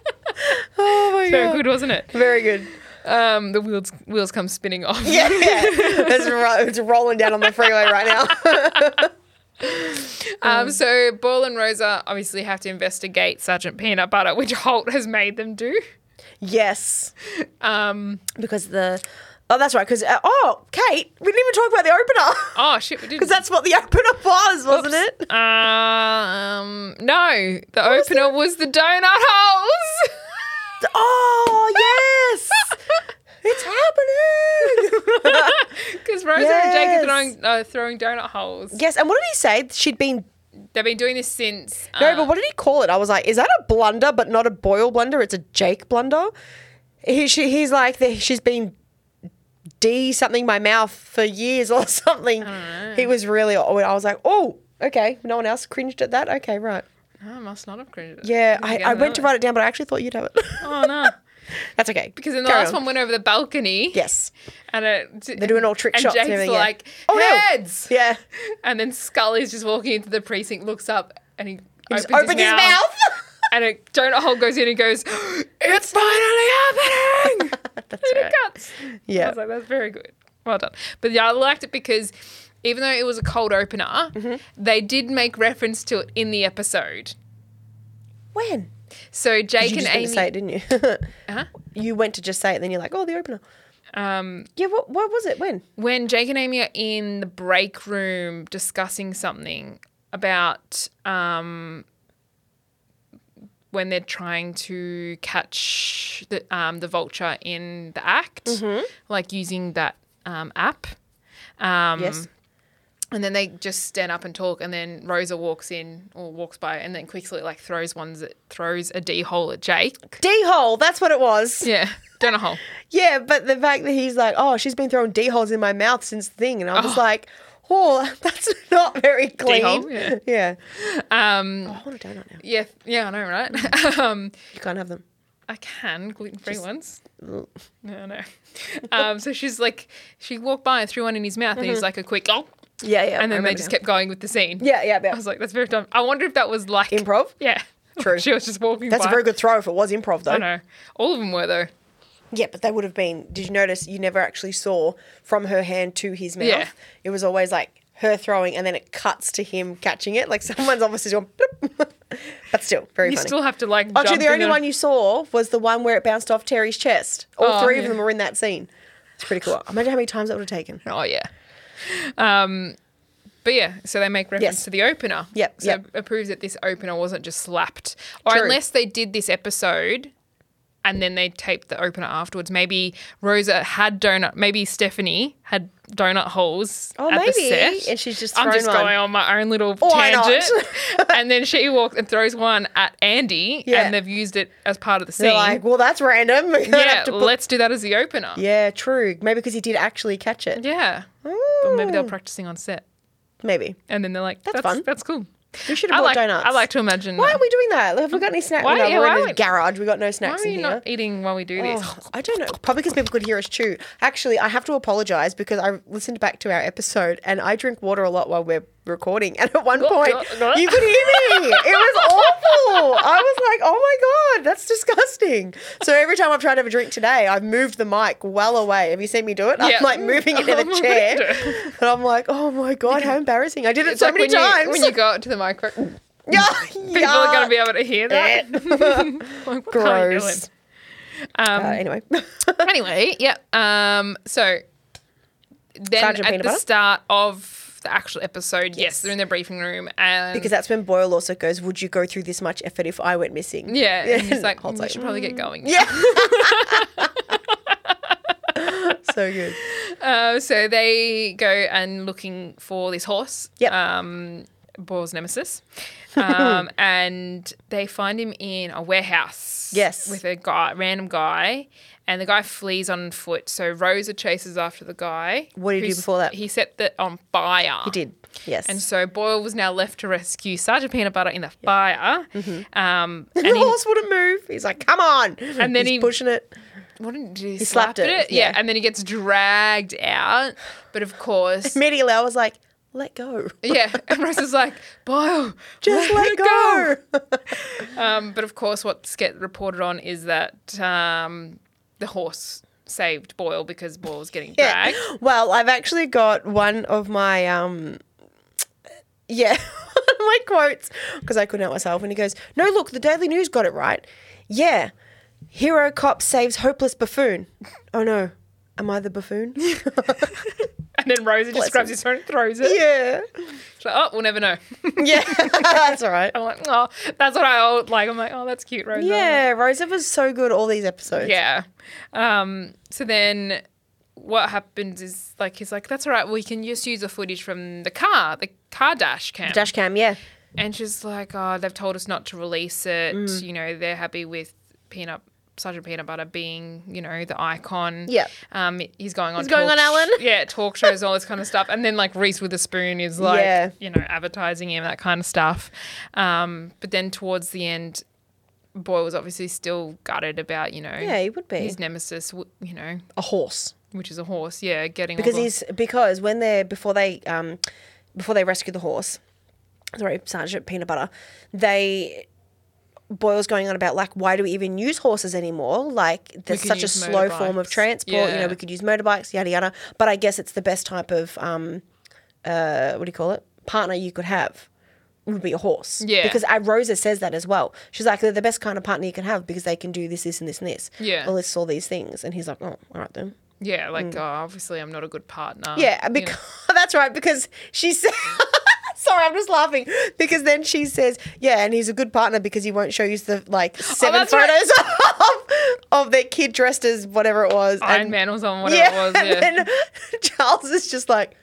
Speaker 2: Oh my
Speaker 1: Very
Speaker 2: god,
Speaker 1: good, wasn't it?
Speaker 2: very good.
Speaker 1: Um, the wheels wheels come spinning off.
Speaker 2: Yeah, yeah. it's, ro- it's rolling down on the freeway right now. Mm.
Speaker 1: Um, so Boyle and Rosa obviously have to investigate Sergeant Peanut Butter, which Holt has made them do.
Speaker 2: yes,
Speaker 1: Um,
Speaker 2: because the oh, that's right. Because uh, oh, Kate, we didn't even talk about the opener
Speaker 1: oh shit, we didn't.
Speaker 2: because that's what the opener was, wasn't it?
Speaker 1: Um, no, the opener was the donut holes.
Speaker 2: Oh yes, it's happening.
Speaker 1: Because Rosa
Speaker 2: Yes.
Speaker 1: and Jake are throwing, uh, throwing donut holes.
Speaker 2: yes, and what did he say? She'd been
Speaker 1: They've been doing this since.
Speaker 2: no,
Speaker 1: uh,
Speaker 2: but what did he call it? I was like, is that a blunder? But not a Boyle blunder. It's a Jake blunder. He, she, he's like, the, she's been d something my mouth for years or something. He was really. I was like, oh, okay. No one else cringed at that. Okay, right.
Speaker 1: Oh, I must not have credited. it.
Speaker 2: Yeah,
Speaker 1: Didn't
Speaker 2: I,
Speaker 1: get
Speaker 2: I
Speaker 1: that
Speaker 2: went to
Speaker 1: right.
Speaker 2: write it down, but I actually thought you'd have it.
Speaker 1: Oh no.
Speaker 2: That's okay.
Speaker 1: Because then the
Speaker 2: Carry
Speaker 1: last
Speaker 2: on.
Speaker 1: one went over the balcony.
Speaker 2: Yes.
Speaker 1: And it, they're
Speaker 2: doing all trick shots and
Speaker 1: And Jake's
Speaker 2: everything, yeah.
Speaker 1: like,
Speaker 2: Oh, no.
Speaker 1: heads.
Speaker 2: Yeah.
Speaker 1: And then Scully's just walking into the precinct, looks up, and he, opens,
Speaker 2: Just opened his mouth.
Speaker 1: and a donut hole goes in and goes, "It's finally happening!" and
Speaker 2: right.
Speaker 1: it cuts.
Speaker 2: Yeah.
Speaker 1: I was like, "That's very good, well done." But yeah, I liked it because even though it was a cold opener,
Speaker 2: Mm-hmm.
Speaker 1: they did make reference to it in the episode.
Speaker 2: when?
Speaker 1: So Jake
Speaker 2: You
Speaker 1: and Amy, Uh-huh.
Speaker 2: just went to say it, didn't you?
Speaker 1: Huh?
Speaker 2: You went to just say it, then you're like, oh, the opener.
Speaker 1: um,
Speaker 2: Yeah, what, what was it? When?
Speaker 1: when Jake and Amy are in the break room discussing something about um, when they're trying to catch the um, the vulture in the act, like using that um, app. Um,
Speaker 2: Yes.
Speaker 1: And then they just stand up and talk, and then Rosa walks in or walks by, and then quickly like throws ones that throws a d hole at Jake.
Speaker 2: D hole, that's what it was. Yeah.
Speaker 1: Yeah, don't a hole.
Speaker 2: but the fact that he's like, oh, she's been throwing D holes in my mouth since the thing. And I was like, oh, that's not very clean.
Speaker 1: D-hole, yeah.
Speaker 2: yeah.
Speaker 1: Um,
Speaker 2: Oh, I want a donut now.
Speaker 1: yeah, yeah, I know, right? um,
Speaker 2: You can't have them.
Speaker 1: I can gluten free ones. No, no. Um, so she's like, she walked by and threw one in his mouth, and he's like a quick oh,
Speaker 2: Yeah, yeah.
Speaker 1: and
Speaker 2: Mm-hmm. I
Speaker 1: then they
Speaker 2: remember
Speaker 1: just
Speaker 2: now.
Speaker 1: kept going with the scene.
Speaker 2: Yeah, yeah, yeah.
Speaker 1: I was like, that's very dumb. I wonder if that was like
Speaker 2: Improv?
Speaker 1: Yeah,
Speaker 2: True.
Speaker 1: she was just walking.
Speaker 2: That's a
Speaker 1: by.
Speaker 2: very good throw if it was improv, though.
Speaker 1: I know. All of them were though.
Speaker 2: Yeah, but they would have been. Did you notice you never actually saw from her hand to his mouth?
Speaker 1: Yeah.
Speaker 2: It was always like her throwing and then it cuts to him catching it. Like someone's obviously doing. bloop. but still, very
Speaker 1: You
Speaker 2: funny.
Speaker 1: still have to like.
Speaker 2: Actually,
Speaker 1: jump
Speaker 2: the
Speaker 1: in
Speaker 2: only
Speaker 1: and-
Speaker 2: one you saw was the one where it bounced off Terry's chest. All
Speaker 1: Oh,
Speaker 2: three of
Speaker 1: yeah.
Speaker 2: them were in that scene. It's pretty cool. Imagine how many times that would have taken.
Speaker 1: Oh yeah. Um, but yeah, so they make reference
Speaker 2: Yes.
Speaker 1: to the opener.
Speaker 2: Yep,
Speaker 1: So
Speaker 2: yep.
Speaker 1: it proves that this opener wasn't just slapped, or
Speaker 2: True.
Speaker 1: unless they did this episode. And then they taped the opener afterwards. Maybe Rosa had donut. Maybe Stephanie had donut holes
Speaker 2: Oh,
Speaker 1: at the
Speaker 2: maybe.
Speaker 1: set.
Speaker 2: And she's just
Speaker 1: I'm
Speaker 2: thrown
Speaker 1: just
Speaker 2: one.
Speaker 1: going on my own little
Speaker 2: Why not?
Speaker 1: tangent. and then she walks and throws one at Andy,
Speaker 2: Yeah.
Speaker 1: and they've used it as part of the scene.
Speaker 2: They're like, well, that's random. We're gonna
Speaker 1: yeah,
Speaker 2: have to put-
Speaker 1: let's do that as the opener.
Speaker 2: yeah, true. Maybe because he did actually catch it.
Speaker 1: Yeah. Or maybe they were practicing on set.
Speaker 2: Maybe.
Speaker 1: And then they're like,
Speaker 2: That's
Speaker 1: that's,
Speaker 2: fun.
Speaker 1: That's cool.
Speaker 2: We should
Speaker 1: I
Speaker 2: have bought
Speaker 1: like,
Speaker 2: donuts.
Speaker 1: I like to imagine.
Speaker 2: Why
Speaker 1: that.
Speaker 2: aren't we doing that? Have we got any snacks?
Speaker 1: Why-
Speaker 2: no,
Speaker 1: yeah,
Speaker 2: we're
Speaker 1: why
Speaker 2: in a
Speaker 1: aren't-
Speaker 2: garage. We got no
Speaker 1: Why
Speaker 2: snacks
Speaker 1: are
Speaker 2: in
Speaker 1: we
Speaker 2: here.
Speaker 1: not eating while we do this?
Speaker 2: Oh, I don't know. Probably because people could hear us chew. Actually, I have to apologize because I listened back to our episode and I drink water a lot while we're recording. And at one point, you could hear me. It was awful. I was like, oh my God, that's disgusting. So every time I've tried to have a drink today, I've moved the mic well away. Have you seen me do it?
Speaker 1: Yeah.
Speaker 2: I'm like moving it in
Speaker 1: Oh my
Speaker 2: the chair.
Speaker 1: God.
Speaker 2: And I'm like, oh my God, how embarrassing. I did it
Speaker 1: It's
Speaker 2: so
Speaker 1: like
Speaker 2: many
Speaker 1: when
Speaker 2: times.
Speaker 1: You, when you go up to the microphone,
Speaker 2: yeah,
Speaker 1: people are going to be able to hear that. Like, what are you doing?
Speaker 2: Eh.
Speaker 1: Um,
Speaker 2: Gross. Uh, anyway.
Speaker 1: anyway, yeah. Um, so then
Speaker 2: Sergeant
Speaker 1: at
Speaker 2: Peanut
Speaker 1: the
Speaker 2: Butter?
Speaker 1: start of the actual episode, yes. they're in the briefing room and
Speaker 2: Because that's when Boyle also goes, Would you go through this much effort if I went missing?
Speaker 1: yeah, and he's like, "Mm,
Speaker 2: Holt's
Speaker 1: we should probably get going.
Speaker 2: Yeah. so good.
Speaker 1: Uh, so they go and looking for this horse.
Speaker 2: Yep.
Speaker 1: Um, Boar's nemesis. Um, and they find him in a warehouse.
Speaker 2: Yes.
Speaker 1: With a guy, random guy. And the guy flees on foot. So Rosa chases after the guy.
Speaker 2: What did he do
Speaker 1: who's-
Speaker 2: before that?
Speaker 1: He set that on fire.
Speaker 2: He did. Yes.
Speaker 1: And so Boyle was now left to rescue Sergeant Peanut Butter in the fire. Um, and
Speaker 2: Mm-hmm. the
Speaker 1: he-
Speaker 2: horse wouldn't move. He's like, Come on.
Speaker 1: And then
Speaker 2: He's
Speaker 1: he-
Speaker 2: pushing it.
Speaker 1: what did he, do?
Speaker 2: slapped
Speaker 1: Slapped it?
Speaker 2: it,
Speaker 1: Yeah.
Speaker 2: yeah.
Speaker 1: And then he gets dragged out. But of course,
Speaker 2: Immediately I was like, Let go.
Speaker 1: Yeah, and Rosa's like, Boyle,
Speaker 2: Just let, go.
Speaker 1: Um, but of course, what's get reported on is that um, the horse saved Boyle because Boyle was getting
Speaker 2: Yeah.
Speaker 1: dragged.
Speaker 2: Well, I've actually got one of my um yeah, one of my quotes because I couldn't help myself when he goes, "No, look, the Daily News got it right." Yeah. Hero cop saves hopeless buffoon. Oh no. Am I the buffoon?
Speaker 1: And then Rosa just grabs
Speaker 2: him.
Speaker 1: his phone and throws it.
Speaker 2: yeah.
Speaker 1: She's like, oh, we'll never know.
Speaker 2: Yeah. That's all right.
Speaker 1: I'm like, oh, that's what I all- like. I'm like, oh, that's cute, Rosa.
Speaker 2: Yeah, Rosa was so good all these episodes.
Speaker 1: Yeah. Um, so then what happens is like he's like, that's all right, we can just use the footage from the car, the car dash cam.
Speaker 2: Dash cam, yeah.
Speaker 1: And she's like, oh, they've told us not to release it.
Speaker 2: Mm.
Speaker 1: You know, they're happy with peanut. Sergeant Peanut Butter being, you know, the icon.
Speaker 2: Yeah.
Speaker 1: Um, he's going on.
Speaker 2: He's going
Speaker 1: talk
Speaker 2: on
Speaker 1: sh-
Speaker 2: Ellen.
Speaker 1: yeah, talk shows, all this kind of stuff, and then like Reese Witherspoon is like,
Speaker 2: Yeah.
Speaker 1: you know, advertising him, that kind of stuff. Um, but then towards the end, Boyle was obviously still gutted about, you know,
Speaker 2: Yeah, he would be.
Speaker 1: his nemesis, w- you know,
Speaker 2: A horse.
Speaker 1: which is a horse. Yeah, getting all
Speaker 2: because
Speaker 1: the-
Speaker 2: he's because when they're before they um before they rescue the horse sorry sergeant peanut butter they boyle's going on about like why do we even use horses anymore like there's
Speaker 1: could
Speaker 2: such a
Speaker 1: use
Speaker 2: slow form of
Speaker 1: motorbikes.
Speaker 2: transport you know
Speaker 1: Yeah.
Speaker 2: we could use motorbikes yada yada but i guess it's the best type of um uh what do you call it partner you could have would be a horse
Speaker 1: Yeah.
Speaker 2: because uh, rosa says that as well she's like they're the best kind of partner you can have because they can do this this and this and this
Speaker 1: Yeah.
Speaker 2: well it's all these things and he's like oh all right then
Speaker 1: yeah, like oh, obviously I'm not a good partner.
Speaker 2: Mm. yeah,
Speaker 1: you know.
Speaker 2: because that's right. Because she said, "Sorry, I'm just laughing." Because then she says, "Yeah, and he's a good partner because he won't show you the like seven
Speaker 1: Oh, that's right.
Speaker 2: photos of of their kid dressed as whatever it was."
Speaker 1: Iron
Speaker 2: and,
Speaker 1: Man was on whatever
Speaker 2: yeah,
Speaker 1: it was. Yeah.
Speaker 2: and then Charles is just like,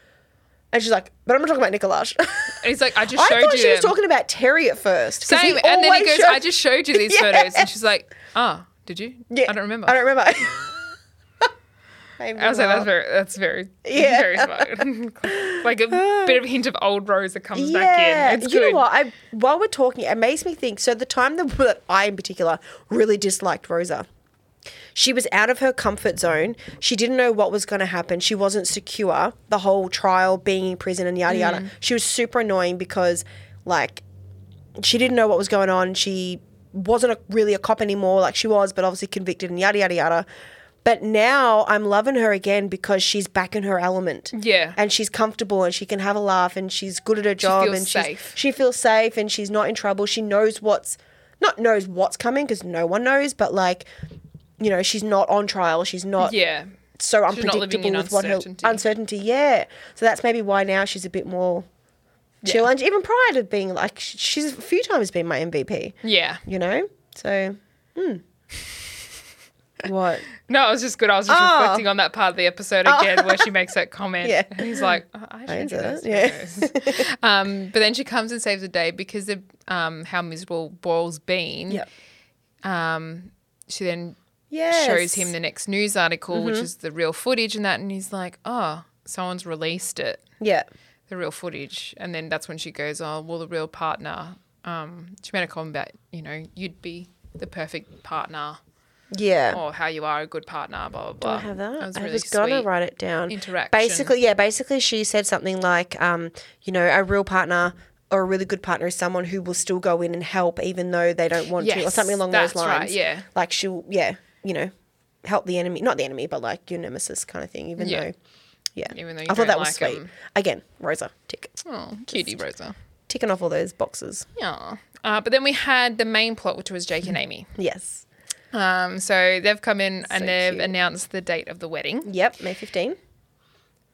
Speaker 2: and she's like, "But I'm not talking about Nicolaj."
Speaker 1: And he's like, I just
Speaker 2: I
Speaker 1: showed
Speaker 2: thought
Speaker 1: you.
Speaker 2: she was
Speaker 1: them.
Speaker 2: talking about Terry at first. 'cause
Speaker 1: Same. And then he
Speaker 2: always
Speaker 1: goes,
Speaker 2: showed-
Speaker 1: I just showed you these photos. And she's like, Oh, did you?
Speaker 2: Yeah,
Speaker 1: I don't remember.
Speaker 2: I don't remember. Made me
Speaker 1: I was like,
Speaker 2: laugh.
Speaker 1: that's very, that's very,
Speaker 2: Yeah.
Speaker 1: very smart. Like a bit of hint of old Rosa comes back in. It's
Speaker 2: you
Speaker 1: good.
Speaker 2: know what? I while we're talking, it makes me think. So the time that, that I, in particular, really disliked Rosa. She was out of her comfort zone. She didn't know what was going to happen. She wasn't secure. The whole trial, being in prison, and yada
Speaker 1: Mm.
Speaker 2: yada. She was super annoying because, like, she didn't know what was going on. She wasn't a, really a cop anymore, like she was, but obviously convicted and yada yada yada. But now I'm loving her again because she's back in her element.
Speaker 1: Yeah.
Speaker 2: and she's comfortable and she can have a laugh and she's good at her job
Speaker 1: feels
Speaker 2: and she's,
Speaker 1: safe.
Speaker 2: she feels safe and she's not in trouble. She knows what's not knows what's coming because no one knows, but like you know she's not on trial. She's not
Speaker 1: Yeah.
Speaker 2: so
Speaker 1: She's not
Speaker 2: unpredictable
Speaker 1: living in
Speaker 2: with what her
Speaker 1: uncertainty.
Speaker 2: uncertainty. Yeah, so that's maybe why now she's a bit more chill. And even prior to being like, sh- she's a few times been my MVP.
Speaker 1: Yeah.
Speaker 2: You know, so hmm. what?
Speaker 1: No, it was just good. I was just
Speaker 2: Oh.
Speaker 1: reflecting on that part of the episode again where she makes that comment.
Speaker 2: Yeah.
Speaker 1: And he's like, oh, I should do
Speaker 2: did
Speaker 1: this.
Speaker 2: it,
Speaker 1: Yeah. um, but then she comes and saves the day because of um, how miserable Boyle's been.
Speaker 2: Yep.
Speaker 1: Um, she then
Speaker 2: Yes. Mm-hmm.
Speaker 1: shows him the next news article, which is the real footage and that. And he's like, oh, someone's released it,
Speaker 2: Yeah.
Speaker 1: the real footage. And then that's when she goes, oh, well, the real partner. Um, she made a comment about, you know, you'd be the perfect partner
Speaker 2: Yeah.
Speaker 1: or how you are a good partner, blah, blah, blah.
Speaker 2: I have that.
Speaker 1: That was
Speaker 2: I
Speaker 1: really
Speaker 2: was gonna
Speaker 1: sweet.
Speaker 2: write it down.
Speaker 1: interaction.
Speaker 2: Basically, yeah. Basically, she said something like, um, you know, a real partner or a really good partner is someone who will still go in and help even though they don't want to, or
Speaker 1: Yes,
Speaker 2: something along
Speaker 1: that's
Speaker 2: those
Speaker 1: right,
Speaker 2: lines.
Speaker 1: yeah.
Speaker 2: Like she'll, yeah, you know, help the enemy, not the enemy, but like your nemesis kind of thing. Even
Speaker 1: Yeah.
Speaker 2: though, yeah,
Speaker 1: Even though you
Speaker 2: I
Speaker 1: don't
Speaker 2: thought that was
Speaker 1: like
Speaker 2: sweet.
Speaker 1: 'em.
Speaker 2: Again, Rosa, tick,
Speaker 1: Oh, cutie Rosa.
Speaker 2: ticking off all those boxes.
Speaker 1: Yeah. Uh, but then we had the main plot, which was Jake and Amy.
Speaker 2: Yes.
Speaker 1: Um, so they've come in
Speaker 2: So
Speaker 1: and they've
Speaker 2: cute.
Speaker 1: announced the date of the wedding.
Speaker 2: Yep. May fifteen.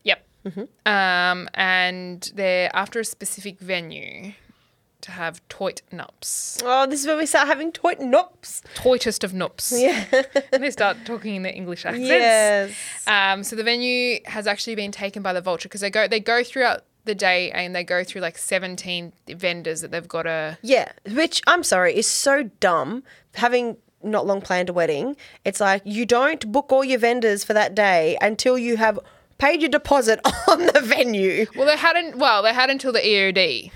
Speaker 1: Yep.
Speaker 2: Mm-hmm.
Speaker 1: Um, and they're after a specific venue to have toit nups.
Speaker 2: Oh, this is when we start having toit nops.
Speaker 1: Toitest of nups. Yeah. and they start talking in their English accents.
Speaker 2: Yes.
Speaker 1: Um, so the venue has actually been taken by the vulture because they go they go throughout the day and they go through like 17 vendors that they've got to
Speaker 2: Yeah, which I'm sorry is so dumb. Having not long planned a wedding, it's like you don't book all your vendors for that day until you have paid your deposit on the venue.
Speaker 1: Well, they hadn't. Well, they had until the E EOD.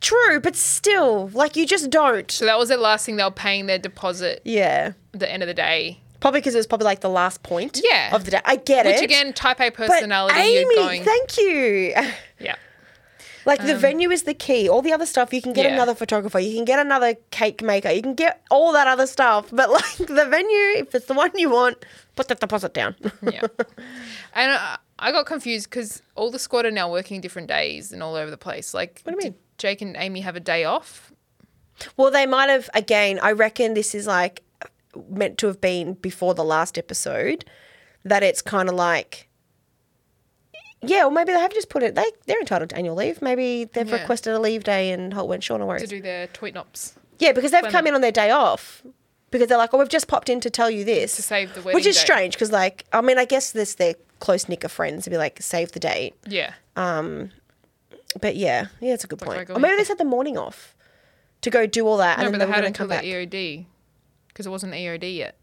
Speaker 2: True, but still, like you just don't.
Speaker 1: So that was the last thing they were paying their deposit
Speaker 2: Yeah.
Speaker 1: at the end of the day.
Speaker 2: Probably because it was probably like the last point
Speaker 1: Yeah.
Speaker 2: of the day. I get it.
Speaker 1: Which again, type A
Speaker 2: but
Speaker 1: personality.
Speaker 2: Amy,
Speaker 1: you're going.
Speaker 2: thank you.
Speaker 1: yeah.
Speaker 2: Like the venue is the key. All the other stuff you can get
Speaker 1: Um, Yeah.
Speaker 2: another photographer, you can get another cake maker, you can get all that other stuff. But like the venue, if it's the one you want, put that deposit down.
Speaker 1: Yeah. and I, I got confused because all the squad are now working different days and all over the place. Like, what
Speaker 2: do you mean?
Speaker 1: Jake and Amy have a day off.
Speaker 2: Well, they might have, again, I reckon this is like meant to have been before the last episode that it's kind of like, yeah, or maybe they have just put it, they, they're entitled to annual leave. Maybe they've
Speaker 1: Yeah.
Speaker 2: requested a leave day and Holt went, sure, no
Speaker 1: To
Speaker 2: worries.
Speaker 1: do their tweet nops.
Speaker 2: Yeah, because they've come
Speaker 1: Clement.
Speaker 2: in on their day off because they're like, oh, we've just popped in to tell you this. To
Speaker 1: save the
Speaker 2: Which
Speaker 1: wedding
Speaker 2: is
Speaker 1: date.
Speaker 2: strange because, like, I mean, I guess this, they're close knicker friends to be like, save the date.
Speaker 1: Yeah.
Speaker 2: But yeah, yeah, it's a good
Speaker 1: why
Speaker 2: point.
Speaker 1: go
Speaker 2: Or maybe
Speaker 1: in-
Speaker 2: they said the morning off to go do all that
Speaker 1: no,
Speaker 2: and
Speaker 1: but
Speaker 2: then
Speaker 1: they
Speaker 2: they were
Speaker 1: had
Speaker 2: going to
Speaker 1: until
Speaker 2: come
Speaker 1: the
Speaker 2: back.
Speaker 1: EOD because it wasn't EOD yet.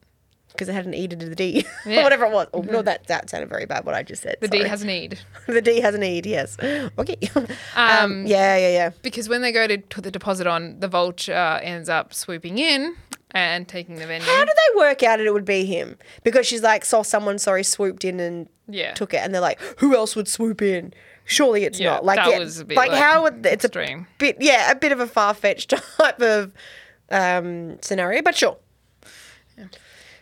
Speaker 2: because it had an E to the D
Speaker 1: Yeah. Mm-hmm.
Speaker 2: or whatever it was. Oh, No, that that sounded very bad. What I just said.
Speaker 1: The D
Speaker 2: sorry.
Speaker 1: has an need.
Speaker 2: the D has an E. Yes. Okay. Um, yeah. Yeah. Yeah.
Speaker 1: Because when they go to put the deposit on, the vulture ends up swooping in and taking the venue.
Speaker 2: How did they work out it would be him? Because she's like saw someone sorry swooped in and
Speaker 1: Yeah.
Speaker 2: took it, and they're like, who else would swoop in? Surely it's
Speaker 1: Yeah,
Speaker 2: not like
Speaker 1: that
Speaker 2: yeah,
Speaker 1: was a bit,
Speaker 2: like,
Speaker 1: like,
Speaker 2: how would it's
Speaker 1: extreme.
Speaker 2: a bit yeah a bit of a far fetched type of um, scenario, but sure.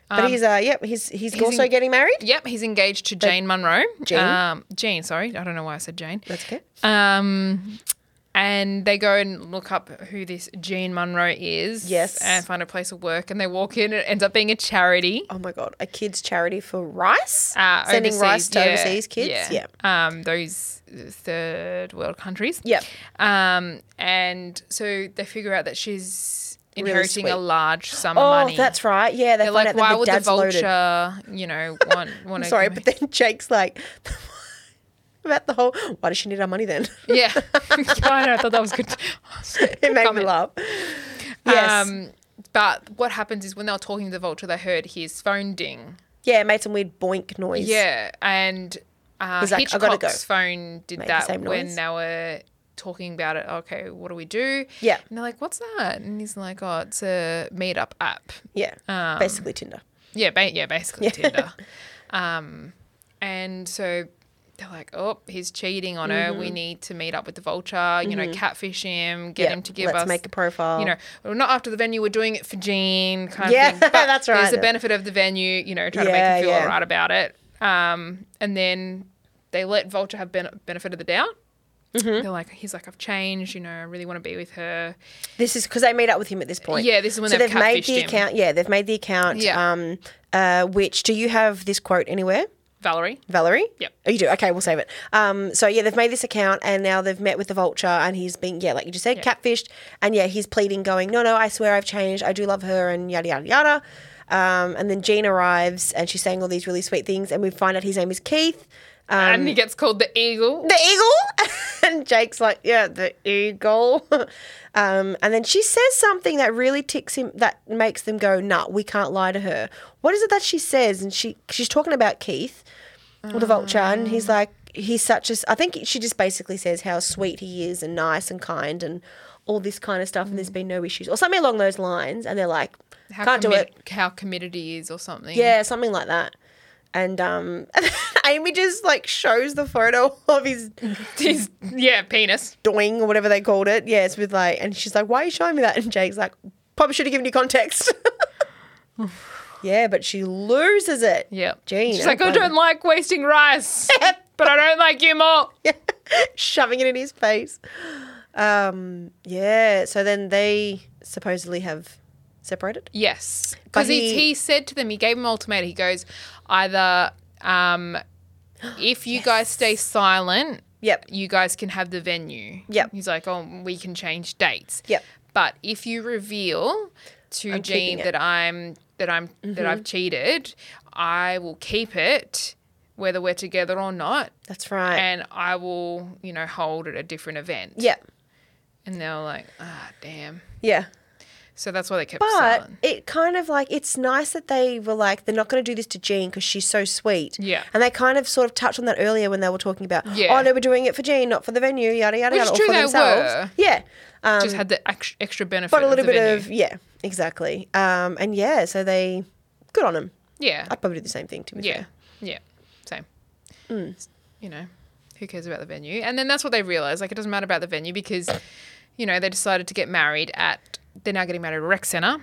Speaker 2: But he's uh yep he's he's, also
Speaker 1: Um, in-
Speaker 2: getting married.
Speaker 1: Yep, he's engaged to Jane Munro.
Speaker 2: Jane?
Speaker 1: Um, Jane, sorry. I don't know why I said Jane.
Speaker 2: That's okay.
Speaker 1: Um, and they go and look up who this Jane Munro is.
Speaker 2: Yes.
Speaker 1: And find a place of work. And they walk in, and it ends up being a charity.
Speaker 2: oh my god, a kids charity for rice,
Speaker 1: Uh,
Speaker 2: sending
Speaker 1: overseas,
Speaker 2: rice to
Speaker 1: yeah,
Speaker 2: overseas kids. Yeah,
Speaker 1: Um, those third world countries.
Speaker 2: yeah,
Speaker 1: Um, and so they figure out that she's
Speaker 2: Really
Speaker 1: inheriting
Speaker 2: sweet.
Speaker 1: a large sum
Speaker 2: Oh,
Speaker 1: of money.
Speaker 2: that's right. Yeah, they
Speaker 1: They're
Speaker 2: find
Speaker 1: like,
Speaker 2: out
Speaker 1: why
Speaker 2: that the
Speaker 1: would the
Speaker 2: dad's loaded.
Speaker 1: vulture, you know, want want to?
Speaker 2: Sorry, but then Jake's like. About the whole, why does she need our money then?
Speaker 1: yeah, I know. I thought that was good.
Speaker 2: it made me
Speaker 1: Comment.
Speaker 2: laugh. Yes,
Speaker 1: Um, but what happens is when they were talking to the vulture, they heard his phone ding.
Speaker 2: yeah, it made some weird boink noise.
Speaker 1: Yeah, and Uh,
Speaker 2: He's like, "I gotta go."
Speaker 1: Hitchcock's phone did
Speaker 2: Made the
Speaker 1: that
Speaker 2: same
Speaker 1: when
Speaker 2: noise.
Speaker 1: they were talking about it. Okay, what do we do?
Speaker 2: Yeah.
Speaker 1: And they're like, what's that? And he's like, oh, it's a meetup app.
Speaker 2: Yeah.
Speaker 1: um,
Speaker 2: Basically Tinder.
Speaker 1: Yeah, ba- yeah, basically Tinder. Um, and so they're like, oh, he's cheating on her. We need to meet up with the vulture. You know, catfish him, get
Speaker 2: Mm-hmm. Yeah,
Speaker 1: him to give
Speaker 2: let's
Speaker 1: us
Speaker 2: make a profile.
Speaker 1: You know, well, not after the venue. We're doing it for Gene, kind
Speaker 2: Yeah,
Speaker 1: of thing. But
Speaker 2: that's
Speaker 1: There's
Speaker 2: right.
Speaker 1: the benefit of the venue. You know, trying to
Speaker 2: Yeah,
Speaker 1: make him feel
Speaker 2: yeah.
Speaker 1: all right about it. Um, and then they let vulture have ben- benefit of the doubt.
Speaker 2: Mm-hmm.
Speaker 1: They're like, he's like, I've changed. You know, I really want to be with her.
Speaker 2: This is because they meet up with him at this point.
Speaker 1: Yeah, this is when
Speaker 2: so
Speaker 1: they've
Speaker 2: made
Speaker 1: catfished
Speaker 2: the
Speaker 1: him.
Speaker 2: account. Yeah, they've made the account.
Speaker 1: Yeah.
Speaker 2: Um, uh, which do you have this quote anywhere?
Speaker 1: Valerie.
Speaker 2: Valerie?
Speaker 1: Yep.
Speaker 2: Oh, you do? Okay, we'll save it. Um, so, yeah, they've made this account and now they've met with the vulture and he's been, yeah, like you just said, catfished. And yeah, he's pleading, going, no, no, I swear I've changed. I do love her and yada, yada, yada. Um, and then Jean arrives and she's saying all these really sweet things. And we find out his name is Keith,
Speaker 1: and he gets called the eagle.
Speaker 2: the eagle. and Jake's like, yeah, the eagle. um, and then she says something that really ticks him, that makes them go, nah, we can't lie to her. What is it that she says? And she she's talking about Keith or the vulture, and he's
Speaker 1: Mm.
Speaker 2: like, he's such a. s- I think she just basically says how sweet he is and nice and kind and all this kind of stuff, and there's been no issues or something along those lines. And they're like,
Speaker 1: Mm. how
Speaker 2: can't do
Speaker 1: commit-
Speaker 2: it.
Speaker 1: How committed he is, or something.
Speaker 2: Yeah, something like that. And um, Amy just like shows the photo of his
Speaker 1: His- yeah, penis.
Speaker 2: doing or whatever they called it. Yes, with like, and she's like, "Why are you showing me that?" And Jake's like, "Probably should have given you context." yeah, but she loses it.
Speaker 1: Yeah.
Speaker 2: Jean.
Speaker 1: She's like, I don't like wasting rice, but I don't like you more.
Speaker 2: shoving it in his face. Um, yeah. So then they supposedly have separated.
Speaker 1: Yes.
Speaker 2: But
Speaker 1: Because he,
Speaker 2: he-
Speaker 1: he said to them, he gave them an ultimatum. He goes, either um, if you guys stay silent,
Speaker 2: Yep.
Speaker 1: you guys can have the venue.
Speaker 2: Yep.
Speaker 1: He's like, oh, we can change dates.
Speaker 2: Yep.
Speaker 1: But if you reveal to
Speaker 2: I'm keeping
Speaker 1: Jean
Speaker 2: it. Mm-hmm.
Speaker 1: that I'm that I'm that I've cheated, I will keep it, whether we're together or not.
Speaker 2: That's right.
Speaker 1: and I will, you know, hold at a different event.
Speaker 2: yeah.
Speaker 1: And they were like, ah, damn.
Speaker 2: Yeah.
Speaker 1: So that's why they kept
Speaker 2: But
Speaker 1: silent.
Speaker 2: it kind of like it's nice that they were like they're not going to do this to Jean because she's so sweet.
Speaker 1: Yeah.
Speaker 2: and they kind of sort of touched on that earlier when they were talking about
Speaker 1: Yeah.
Speaker 2: oh no, we're doing it for Jean, not for the venue, yada yada
Speaker 1: Which is
Speaker 2: yada, or
Speaker 1: true
Speaker 2: for
Speaker 1: they
Speaker 2: themselves.
Speaker 1: were.
Speaker 2: Yeah, um,
Speaker 1: Just had the ex- extra benefit.
Speaker 2: but a little
Speaker 1: of the
Speaker 2: bit
Speaker 1: venue.
Speaker 2: of yeah, exactly. Um, and yeah, so they good on them.
Speaker 1: yeah,
Speaker 2: I'd probably do the same thing to be
Speaker 1: yeah,
Speaker 2: fair.
Speaker 1: yeah. Same.
Speaker 2: Mm.
Speaker 1: You know, who cares about the venue? And then that's what they realized. Like, it doesn't matter about the venue because, you know, they decided to get married at. They're now getting married at a rec center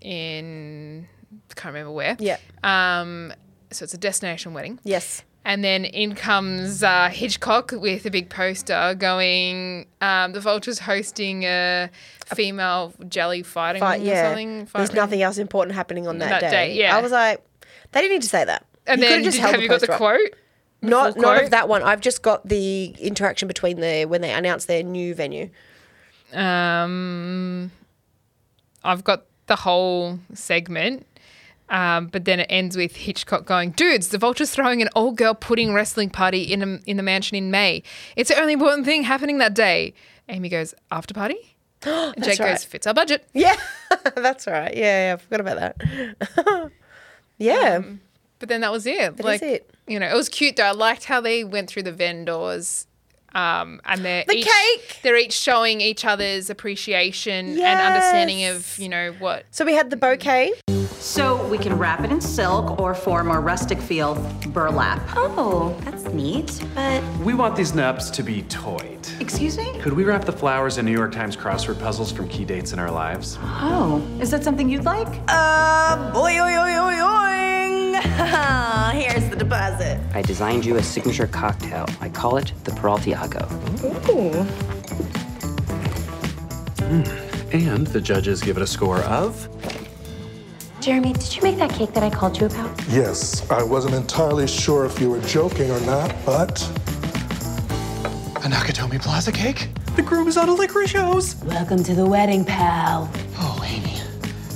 Speaker 1: in I can't remember where.
Speaker 2: Yeah.
Speaker 1: Um. So it's a destination wedding.
Speaker 2: Yes.
Speaker 1: And then in comes uh, Hitchcock with a big poster going, um, the vulture's hosting a female jelly fighting
Speaker 2: But
Speaker 1: ring or
Speaker 2: yeah,
Speaker 1: something. fight
Speaker 2: there's
Speaker 1: ring.
Speaker 2: nothing else important happening on that,
Speaker 1: That day, yeah.
Speaker 2: I was like, they didn't need to say that.
Speaker 1: And
Speaker 2: You could
Speaker 1: then
Speaker 2: just
Speaker 1: did-
Speaker 2: held
Speaker 1: have you got the
Speaker 2: poster up.
Speaker 1: quote?
Speaker 2: Not,
Speaker 1: Full
Speaker 2: not
Speaker 1: quote?
Speaker 2: of that one. I've just got the interaction between the when they announced their new venue.
Speaker 1: Um, I've got the whole segment. Um, but then it ends with Hitchcock going, "Dudes, the Vulture's throwing an all-girl pudding wrestling party in a, in the mansion in May. It's the only important thing happening that day." Amy goes, "After party?" And Jake
Speaker 2: right.
Speaker 1: goes, "Fits our budget."
Speaker 2: Yeah, that's right. Yeah, yeah, I forgot about that. yeah,
Speaker 1: But then that was it.
Speaker 2: is
Speaker 1: like,
Speaker 2: it.
Speaker 1: You know, it was cute though. I liked how they went through the vendors. Um, and they're
Speaker 2: The
Speaker 1: each,
Speaker 2: cake!
Speaker 1: They're each showing each other's appreciation and understanding
Speaker 2: Yes.
Speaker 1: of you know what
Speaker 2: so we had the bouquet.
Speaker 8: So we can wrap it in silk or for a more rustic feel, burlap.
Speaker 7: Oh, that's neat, but
Speaker 9: We want these nubs to be toyed.
Speaker 8: Excuse me?
Speaker 9: Could we wrap the flowers in New York Times crossword puzzles from key dates in our lives?
Speaker 8: Oh, is that something you'd like?
Speaker 7: uh, boy, oi, oi, oi, oing. Here's the deposit.
Speaker 10: I designed you a signature cocktail. I call it the Peraltiago.
Speaker 9: And the judges give it a score of.
Speaker 11: Jeremy, did you make that cake that I called you about?
Speaker 12: Yes, I wasn't entirely sure if you were joking or not, but
Speaker 9: A Nakatomi Plaza cake? The groom is on a licorice hose!
Speaker 11: Welcome to the wedding, pal.
Speaker 9: Oh, Amy,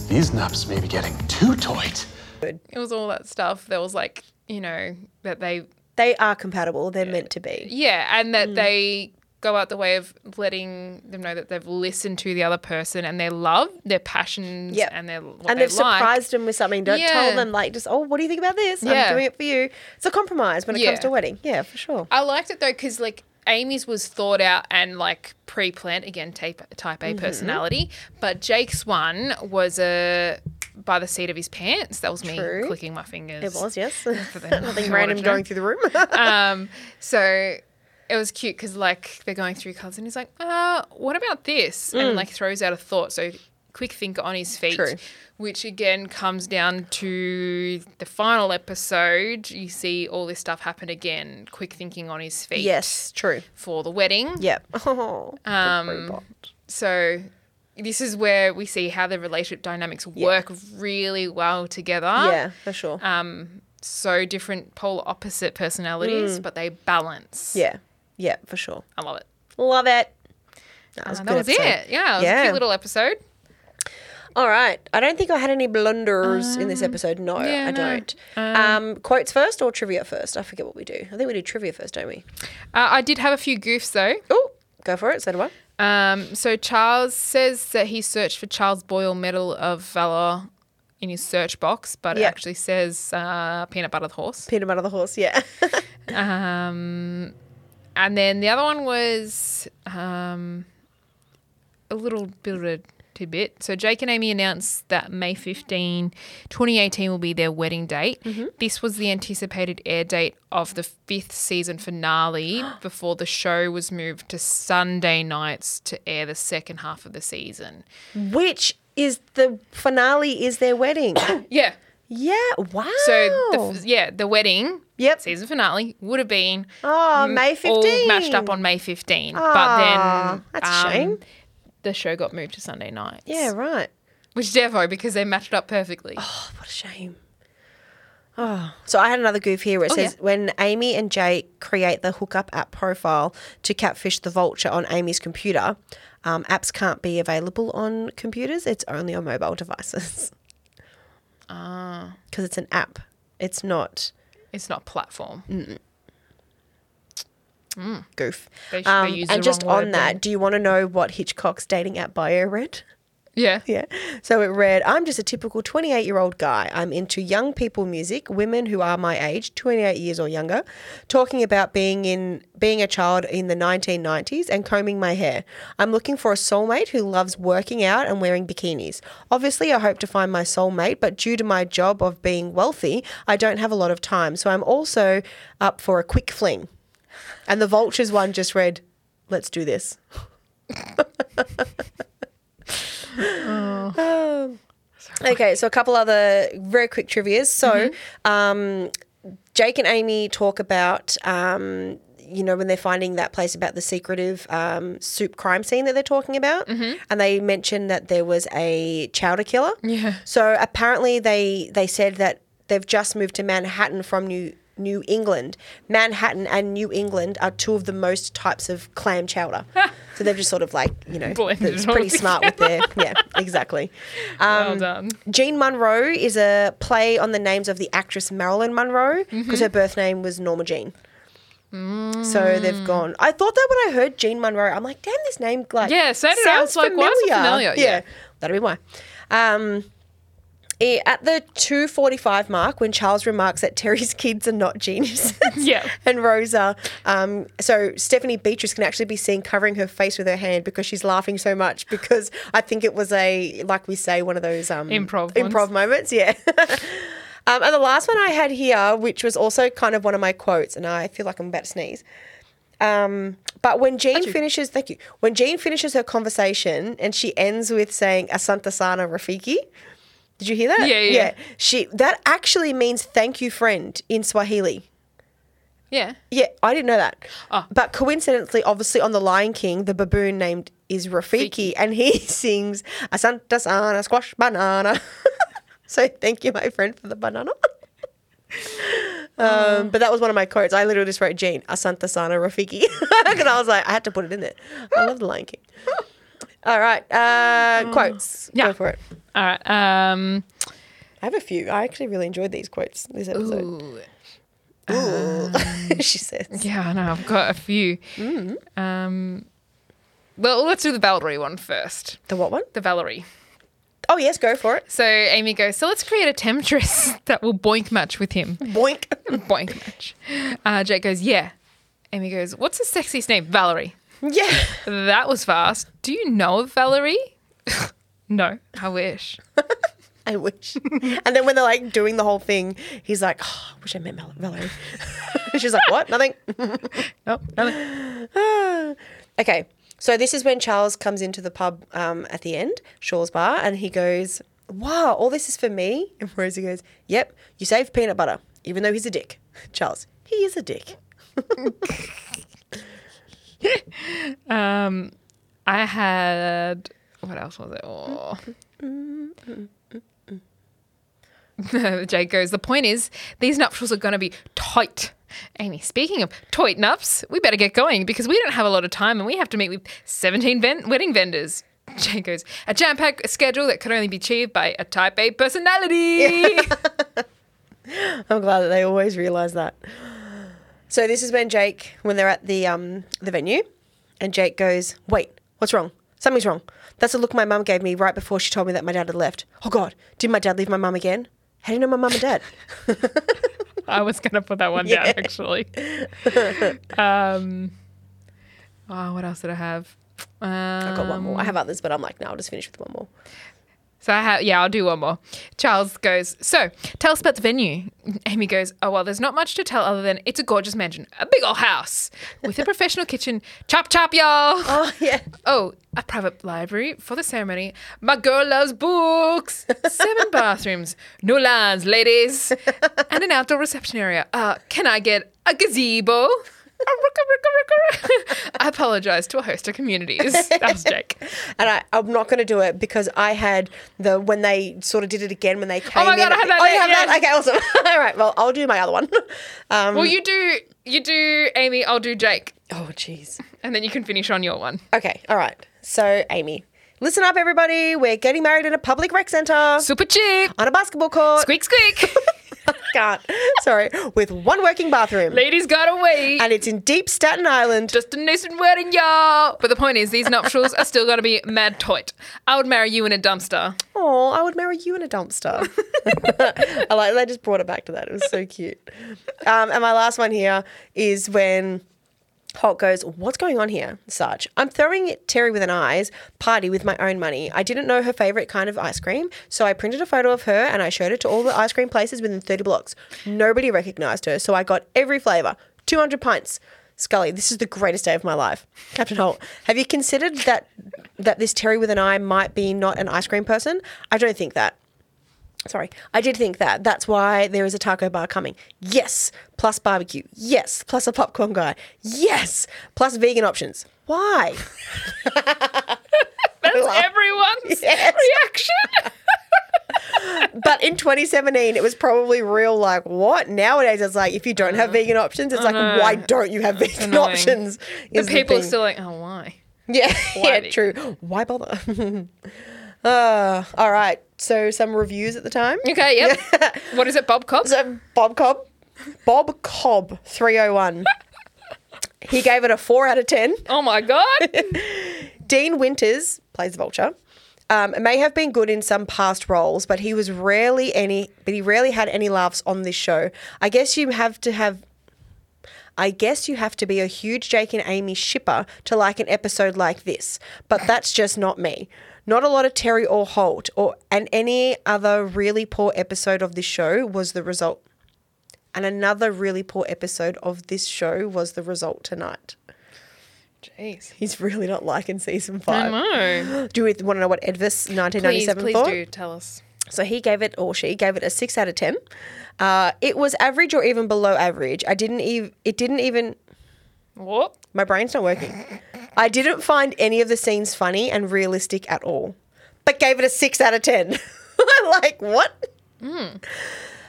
Speaker 9: these nubs may be getting too toyed.
Speaker 1: it was all that stuff that was like you know that they
Speaker 2: They are compatible. They're meant to be.
Speaker 1: yeah and that they go out the way of letting them know that they've listened to the other person and their love, their passions,
Speaker 2: Yep.
Speaker 1: and their what
Speaker 2: and
Speaker 1: they
Speaker 2: they've
Speaker 1: like.
Speaker 2: surprised them with something. Don't
Speaker 1: Yeah.
Speaker 2: tell them like just oh, what do you think about this?
Speaker 1: Yeah.
Speaker 2: I'm doing it for you. It's a compromise when it
Speaker 1: Yeah.
Speaker 2: comes to a wedding. Yeah, Uh, for sure.
Speaker 1: I liked it though because like Amy's was thought out and like pre-planned again type type A
Speaker 2: Mhm.
Speaker 1: personality, but Jake's one was a by the seat of his pants. That was me clicking my fingers.
Speaker 2: It was yes.
Speaker 1: them.
Speaker 2: Nothing
Speaker 1: I
Speaker 2: random
Speaker 1: wanted to
Speaker 2: going
Speaker 1: know.
Speaker 2: through the room.
Speaker 1: um, so it was cute because like they're going through colors and he's like, uh, what about this?
Speaker 2: Mm.
Speaker 1: And like throws out a thought. So quick thinker on his feet,
Speaker 2: True.
Speaker 1: which again comes down to the final episode. You see all this stuff happen again. Quick thinking on his feet.
Speaker 2: Yes, true.
Speaker 1: For the wedding.
Speaker 2: Yep. Oh, the
Speaker 1: Um,
Speaker 2: robot.
Speaker 1: so this is where we see how the relationship dynamics work really well together.
Speaker 2: Yeah, for sure.
Speaker 1: Um, so different polar opposite personalities,
Speaker 2: Mm.
Speaker 1: but they balance.
Speaker 2: Yeah, yeah, for sure.
Speaker 1: I love it.
Speaker 2: Love it. That
Speaker 1: Uh,
Speaker 2: was, a
Speaker 1: that
Speaker 2: good
Speaker 1: was
Speaker 2: episode.
Speaker 1: it. Yeah, it was a cute little episode.
Speaker 2: All right. I don't think I had any blunders in this episode. Um, No,
Speaker 1: yeah,
Speaker 2: I
Speaker 1: no.
Speaker 2: don't. Um, quotes first or trivia first? I forget what we do. I think we do trivia first, don't we?
Speaker 1: Uh, I did have a few goofs though.
Speaker 2: Oh, go for it. So do I.
Speaker 1: Um, so Charles says that he searched for Charles Boyle Medal of Valor in his search box, but it
Speaker 2: Yeah.
Speaker 1: actually says uh, peanut butter the horse.
Speaker 2: Peanut butter the horse. Yeah.
Speaker 1: um, and then the other one was um, a little bit of a tidbit. So Jake and Amy announced that May 15, 2018 will be their wedding date. This was the anticipated air date of the fifth season finale before the show was moved to Sunday nights to air the second half of the season.
Speaker 2: Which is the finale? Is their wedding?
Speaker 1: Yeah.
Speaker 2: yeah. Wow.
Speaker 1: So the, f- yeah, the wedding,
Speaker 2: yep,
Speaker 1: season finale would have been
Speaker 2: Oh,
Speaker 1: m-
Speaker 2: May
Speaker 1: all
Speaker 2: 15.
Speaker 1: mashed up on May 15.
Speaker 2: Ah,
Speaker 1: but then um,
Speaker 2: that's a shame.
Speaker 1: The show got moved to Sunday night.
Speaker 2: Yeah, right.
Speaker 1: Which Devo because they matched up perfectly. Oh,
Speaker 2: what a shame. Oh, so I had another goof here where it
Speaker 1: Oh,
Speaker 2: says when Amy and Jake create the hookup app profile to catfish the vulture on Amy's computer, um, apps can't be available on computers. It's only on mobile devices
Speaker 1: Ah,
Speaker 2: because it's an app. It's not
Speaker 1: it's not platform.
Speaker 2: mm,
Speaker 1: Mm.
Speaker 2: goof.
Speaker 1: They sh- they
Speaker 2: Um,
Speaker 1: used the
Speaker 2: and just
Speaker 1: wrong
Speaker 2: on
Speaker 1: word
Speaker 2: that,
Speaker 1: then.
Speaker 2: do you want to know what Hitchcock's dating app bio read?
Speaker 1: Yeah.
Speaker 2: Yeah. So it read, I'm just a typical 28 year old guy. I'm into young people music, women who are my age, 28 years or younger, talking about being in being a child in the 1990s and combing my hair. I'm looking for a soulmate who loves working out and wearing bikinis. Obviously, I hope to find my soulmate, but due to my job of being wealthy, I don't have a lot of time. So I'm also up for a quick fling. And the vultures one just read, "Let's do this." Um, okay, so a couple other very quick trivia's. So,
Speaker 1: Mm-hmm.
Speaker 2: um, Jake and Amy talk about. Um, you know, when they're finding that place about the secretive um, soup crime scene that they're talking about,
Speaker 1: Mhm.
Speaker 2: and they mentioned that there was a chowder killer.
Speaker 1: Yeah.
Speaker 2: So apparently they they said that they've just moved to Manhattan from New New England. Manhattan and New England are two of the most types of clam chowder. so they've just sort of like you know,
Speaker 1: Blended
Speaker 2: it's
Speaker 1: it all
Speaker 2: pretty smart with their yeah exactly. Um,
Speaker 1: Well done.
Speaker 2: Jean Monroe is a play on the names of the actress Marilyn Monroe because
Speaker 1: Mhm.
Speaker 2: her birth name was Norma Jean. So they've
Speaker 1: Mm.
Speaker 2: gone. I thought that when I heard Jean Monroe, I'm like, damn, this name like
Speaker 1: Yeah, so did I. I was
Speaker 2: sounds
Speaker 1: like, why is it familiar?
Speaker 2: Yeah.
Speaker 1: Yeah.
Speaker 2: that'll be why. Um, eh, at the 2:45 mark, when Charles remarks that Terry's kids are not geniuses,
Speaker 1: yeah,
Speaker 2: and Rosa, um, so Stephanie Beatrice can actually be seen covering her face with her hand because she's laughing so much because I think it was a like we say one of those um,
Speaker 1: Improv ones.
Speaker 2: improv moments, yeah. Um, and the last one I had here, which was also kind of one of my quotes, and I feel like I'm about to sneeze. Um, but when Jean finishes, thank you. When Jean finishes her conversation and she ends with saying "Asanta Sana Rafiki," did you hear that?
Speaker 1: Yeah, yeah, yeah.
Speaker 2: She that actually means "thank you, friend" in Swahili.
Speaker 1: Yeah.
Speaker 2: Yeah, I didn't know that. But coincidentally, obviously, on The Lion King, the baboon named is Rafiki, and he sings "Asanta Sana Squash Banana." so thank you, my friend, for the banana. Um, but that was one of my quotes. I literally just wrote Jean, Asanta Sana Rafiki. and I was like, I had to put it in there. I love The Lion King. All right. Uh, quotes. Go for it.
Speaker 1: All right. Um,
Speaker 2: I have a few. I actually really enjoyed these quotes this episode. Ooh, she says.
Speaker 1: Yeah, I know. I've got a few.
Speaker 2: Mm.
Speaker 1: Um, well, let's do the Valerie one first.
Speaker 2: The what one?
Speaker 1: The Valerie.
Speaker 2: Oh, yes, go for it.
Speaker 1: So Amy goes, So let's create a temptress that will boink match with him.
Speaker 2: Boink.
Speaker 1: boink match. Uh, Jake goes, Yeah. Amy goes, What's his sexiest name? Valerie.
Speaker 2: Yeah.
Speaker 1: That was fast. Do you know of Valerie? no. I wish.
Speaker 2: I wish. and then when they're like doing the whol- whole thing, he's like, oh, I wish I met Mel- Valerie. She's like, what? Nothing.
Speaker 1: nope,
Speaker 2: nothing. okay. So this is when Charles comes into the pub um, at the end, Shaw's Bar, and he goes, wow, all this is for me? And Rosie goes, yep, you saved peanut butter, even though he's a dick. Charles, he is a dick.
Speaker 1: Um, I had, what else was it? Oh. Jake goes, The point is, these nuptials are going to be tight. Amy, speaking of tight nups, we better get going because we don't have a lot of time and we have to meet with 17 ven- wedding vendors. Jake goes, A jam packed schedule that could only be achieved by a type A personality.
Speaker 2: I'm glad that they always realise that. So this is when Jake, when they're at the um, the venue, and Jake goes, "Wait, what's wrong? Something's wrong. That's the look my mum gave me right before she told me that my dad had left. Oh God, did my dad leave my mum again? How do you know my mum and dad?
Speaker 1: I was going to put that one
Speaker 2: Yeah.
Speaker 1: down, actually. um, oh, what else did I have? Um, I
Speaker 2: got one more. I have others, but I'm like, no, I'll just finish with one more.
Speaker 1: So I have, yeah, I'll do one more. Charles goes, so tell us about the venue. Amy goes, oh well, there's not much to tell other than it's a gorgeous mansion, a big old house with a professional kitchen. Chop chop, y'all.
Speaker 2: Oh yeah.
Speaker 1: Oh, a private library for the ceremony. My girl loves books. Seven bathrooms, no lines, ladies, and an outdoor reception area. Uh, can I get a gazebo? I apologize to a host of communities. That was Jake.
Speaker 2: And I, I'm not going to do it because I had the when they sort of did it again when they came.
Speaker 1: my God,
Speaker 2: in-
Speaker 1: I had that
Speaker 2: Oh, you
Speaker 1: there,
Speaker 2: have
Speaker 1: yeah.
Speaker 2: that. Okay, awesome. All right, well, I'll do my other one. Um,
Speaker 1: Well, you do, you do, Amy. I'll do Jake,
Speaker 2: Oh jeez.
Speaker 1: and then you can finish on your one.
Speaker 2: Okay, all right. So, Amy, listen up, everybody. We're getting married in a public rec centre.
Speaker 1: Super chick.
Speaker 2: On a basketball court.
Speaker 1: Squeak, squeak.
Speaker 2: Can't. Sorry. With one working bathroom.
Speaker 1: Ladies gotta wait.
Speaker 2: And it's in deep Staten Island.
Speaker 1: Just a nascent wedding, y'all. But the point is, these nuptials are still gonna be mad tight. I would marry you in a dumpster.
Speaker 2: Oh, I would marry you in a dumpster. I like they just brought it back to that. It was so cute. Um, and my last one here is when Holt goes, What's going on here, Sarge? I'm throwing Terry with an eyes party with my own money. I didn't know her favourite kind of ice cream, so I printed a photo of her and I showed it to all the ice cream places within 30 blocks. Nobody recognised her, so I got every flavour 200 pints. Scully, this is the greatest day of my life. Captain Holt, have you considered that that this Terry with an eye might be not an ice cream person? I don't think that. Sorry, I did think that. That's why there is a taco bar coming. Yes, plus barbecue. Yes, plus a popcorn guy. Yes, plus vegan options. Why?
Speaker 1: That's everyone's reaction.
Speaker 2: But in 2017, it was probably real. Like what? Nowadays, it's like if you don't have vegan options, it's like
Speaker 1: know.
Speaker 2: why don't you have vegan
Speaker 1: Mm-hmm. annoying.
Speaker 2: options?
Speaker 1: The
Speaker 2: is
Speaker 1: people are
Speaker 2: thing.
Speaker 1: still like, oh, why?
Speaker 2: Yeah,
Speaker 1: Why
Speaker 2: yeah, true. Why bother? uh, all right. So some reviews at the time.
Speaker 1: Okay, yep. what is it, Bob Cobb?
Speaker 2: So Bob Cobb, Bob Cobb, three hundred one. he gave it a four out of ten.
Speaker 1: Oh my god.
Speaker 2: Dean Winters plays the Vulture. Um, may have been good in some past roles, but he was rarely any. But he rarely had any laughs on this show. I guess you have to have. I guess you have to be a huge Jake and Amy shipper to like an episode like this. But that's just not me. Not a lot of Terry or Holt, or and any other really poor episode of this show was the result. And another really poor episode of this show was the result tonight.
Speaker 1: Jeez.
Speaker 2: He's really not liking season
Speaker 1: I
Speaker 2: five.
Speaker 1: know.
Speaker 2: Do you want to know what Edvis
Speaker 1: Please,
Speaker 2: 1997
Speaker 1: please
Speaker 2: thought?
Speaker 1: do tell us.
Speaker 2: So he gave it, or she gave it a six out of ten. Uh, it was average or even below average. I didn't even. It didn't even.
Speaker 1: What?
Speaker 2: My brain's not working. I didn't find any of the scenes funny and realistic at all, but gave it a six out of ten. like what?
Speaker 1: Hmm.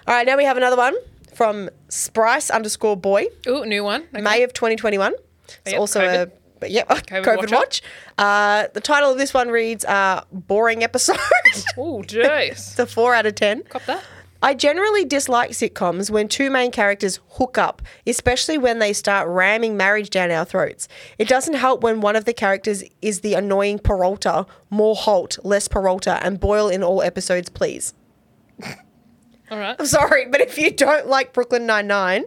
Speaker 2: All right, now we have another one from Sprice underscore boy.
Speaker 1: Ooh, new one. Okay.
Speaker 2: May of 2021. It's
Speaker 1: Yep,
Speaker 2: also
Speaker 1: COVID.
Speaker 2: a but yep, COVID,
Speaker 1: watcher.
Speaker 2: watch. Uh, the title of this one reads uh, "Boring Episode."
Speaker 1: Ooh, jeez.
Speaker 2: it's a four out of ten.
Speaker 1: Cop that.
Speaker 2: I generally dislike sitcoms when two main characters hook up, especially when they start ramming marriage down our throats. It doesn't help when one of the characters is the annoying Peralta, more Holt, less Peralta, and Boyle in all episodes, please.
Speaker 1: All right.
Speaker 2: I'm sorry, but if you don't like Brooklyn Nine Nine,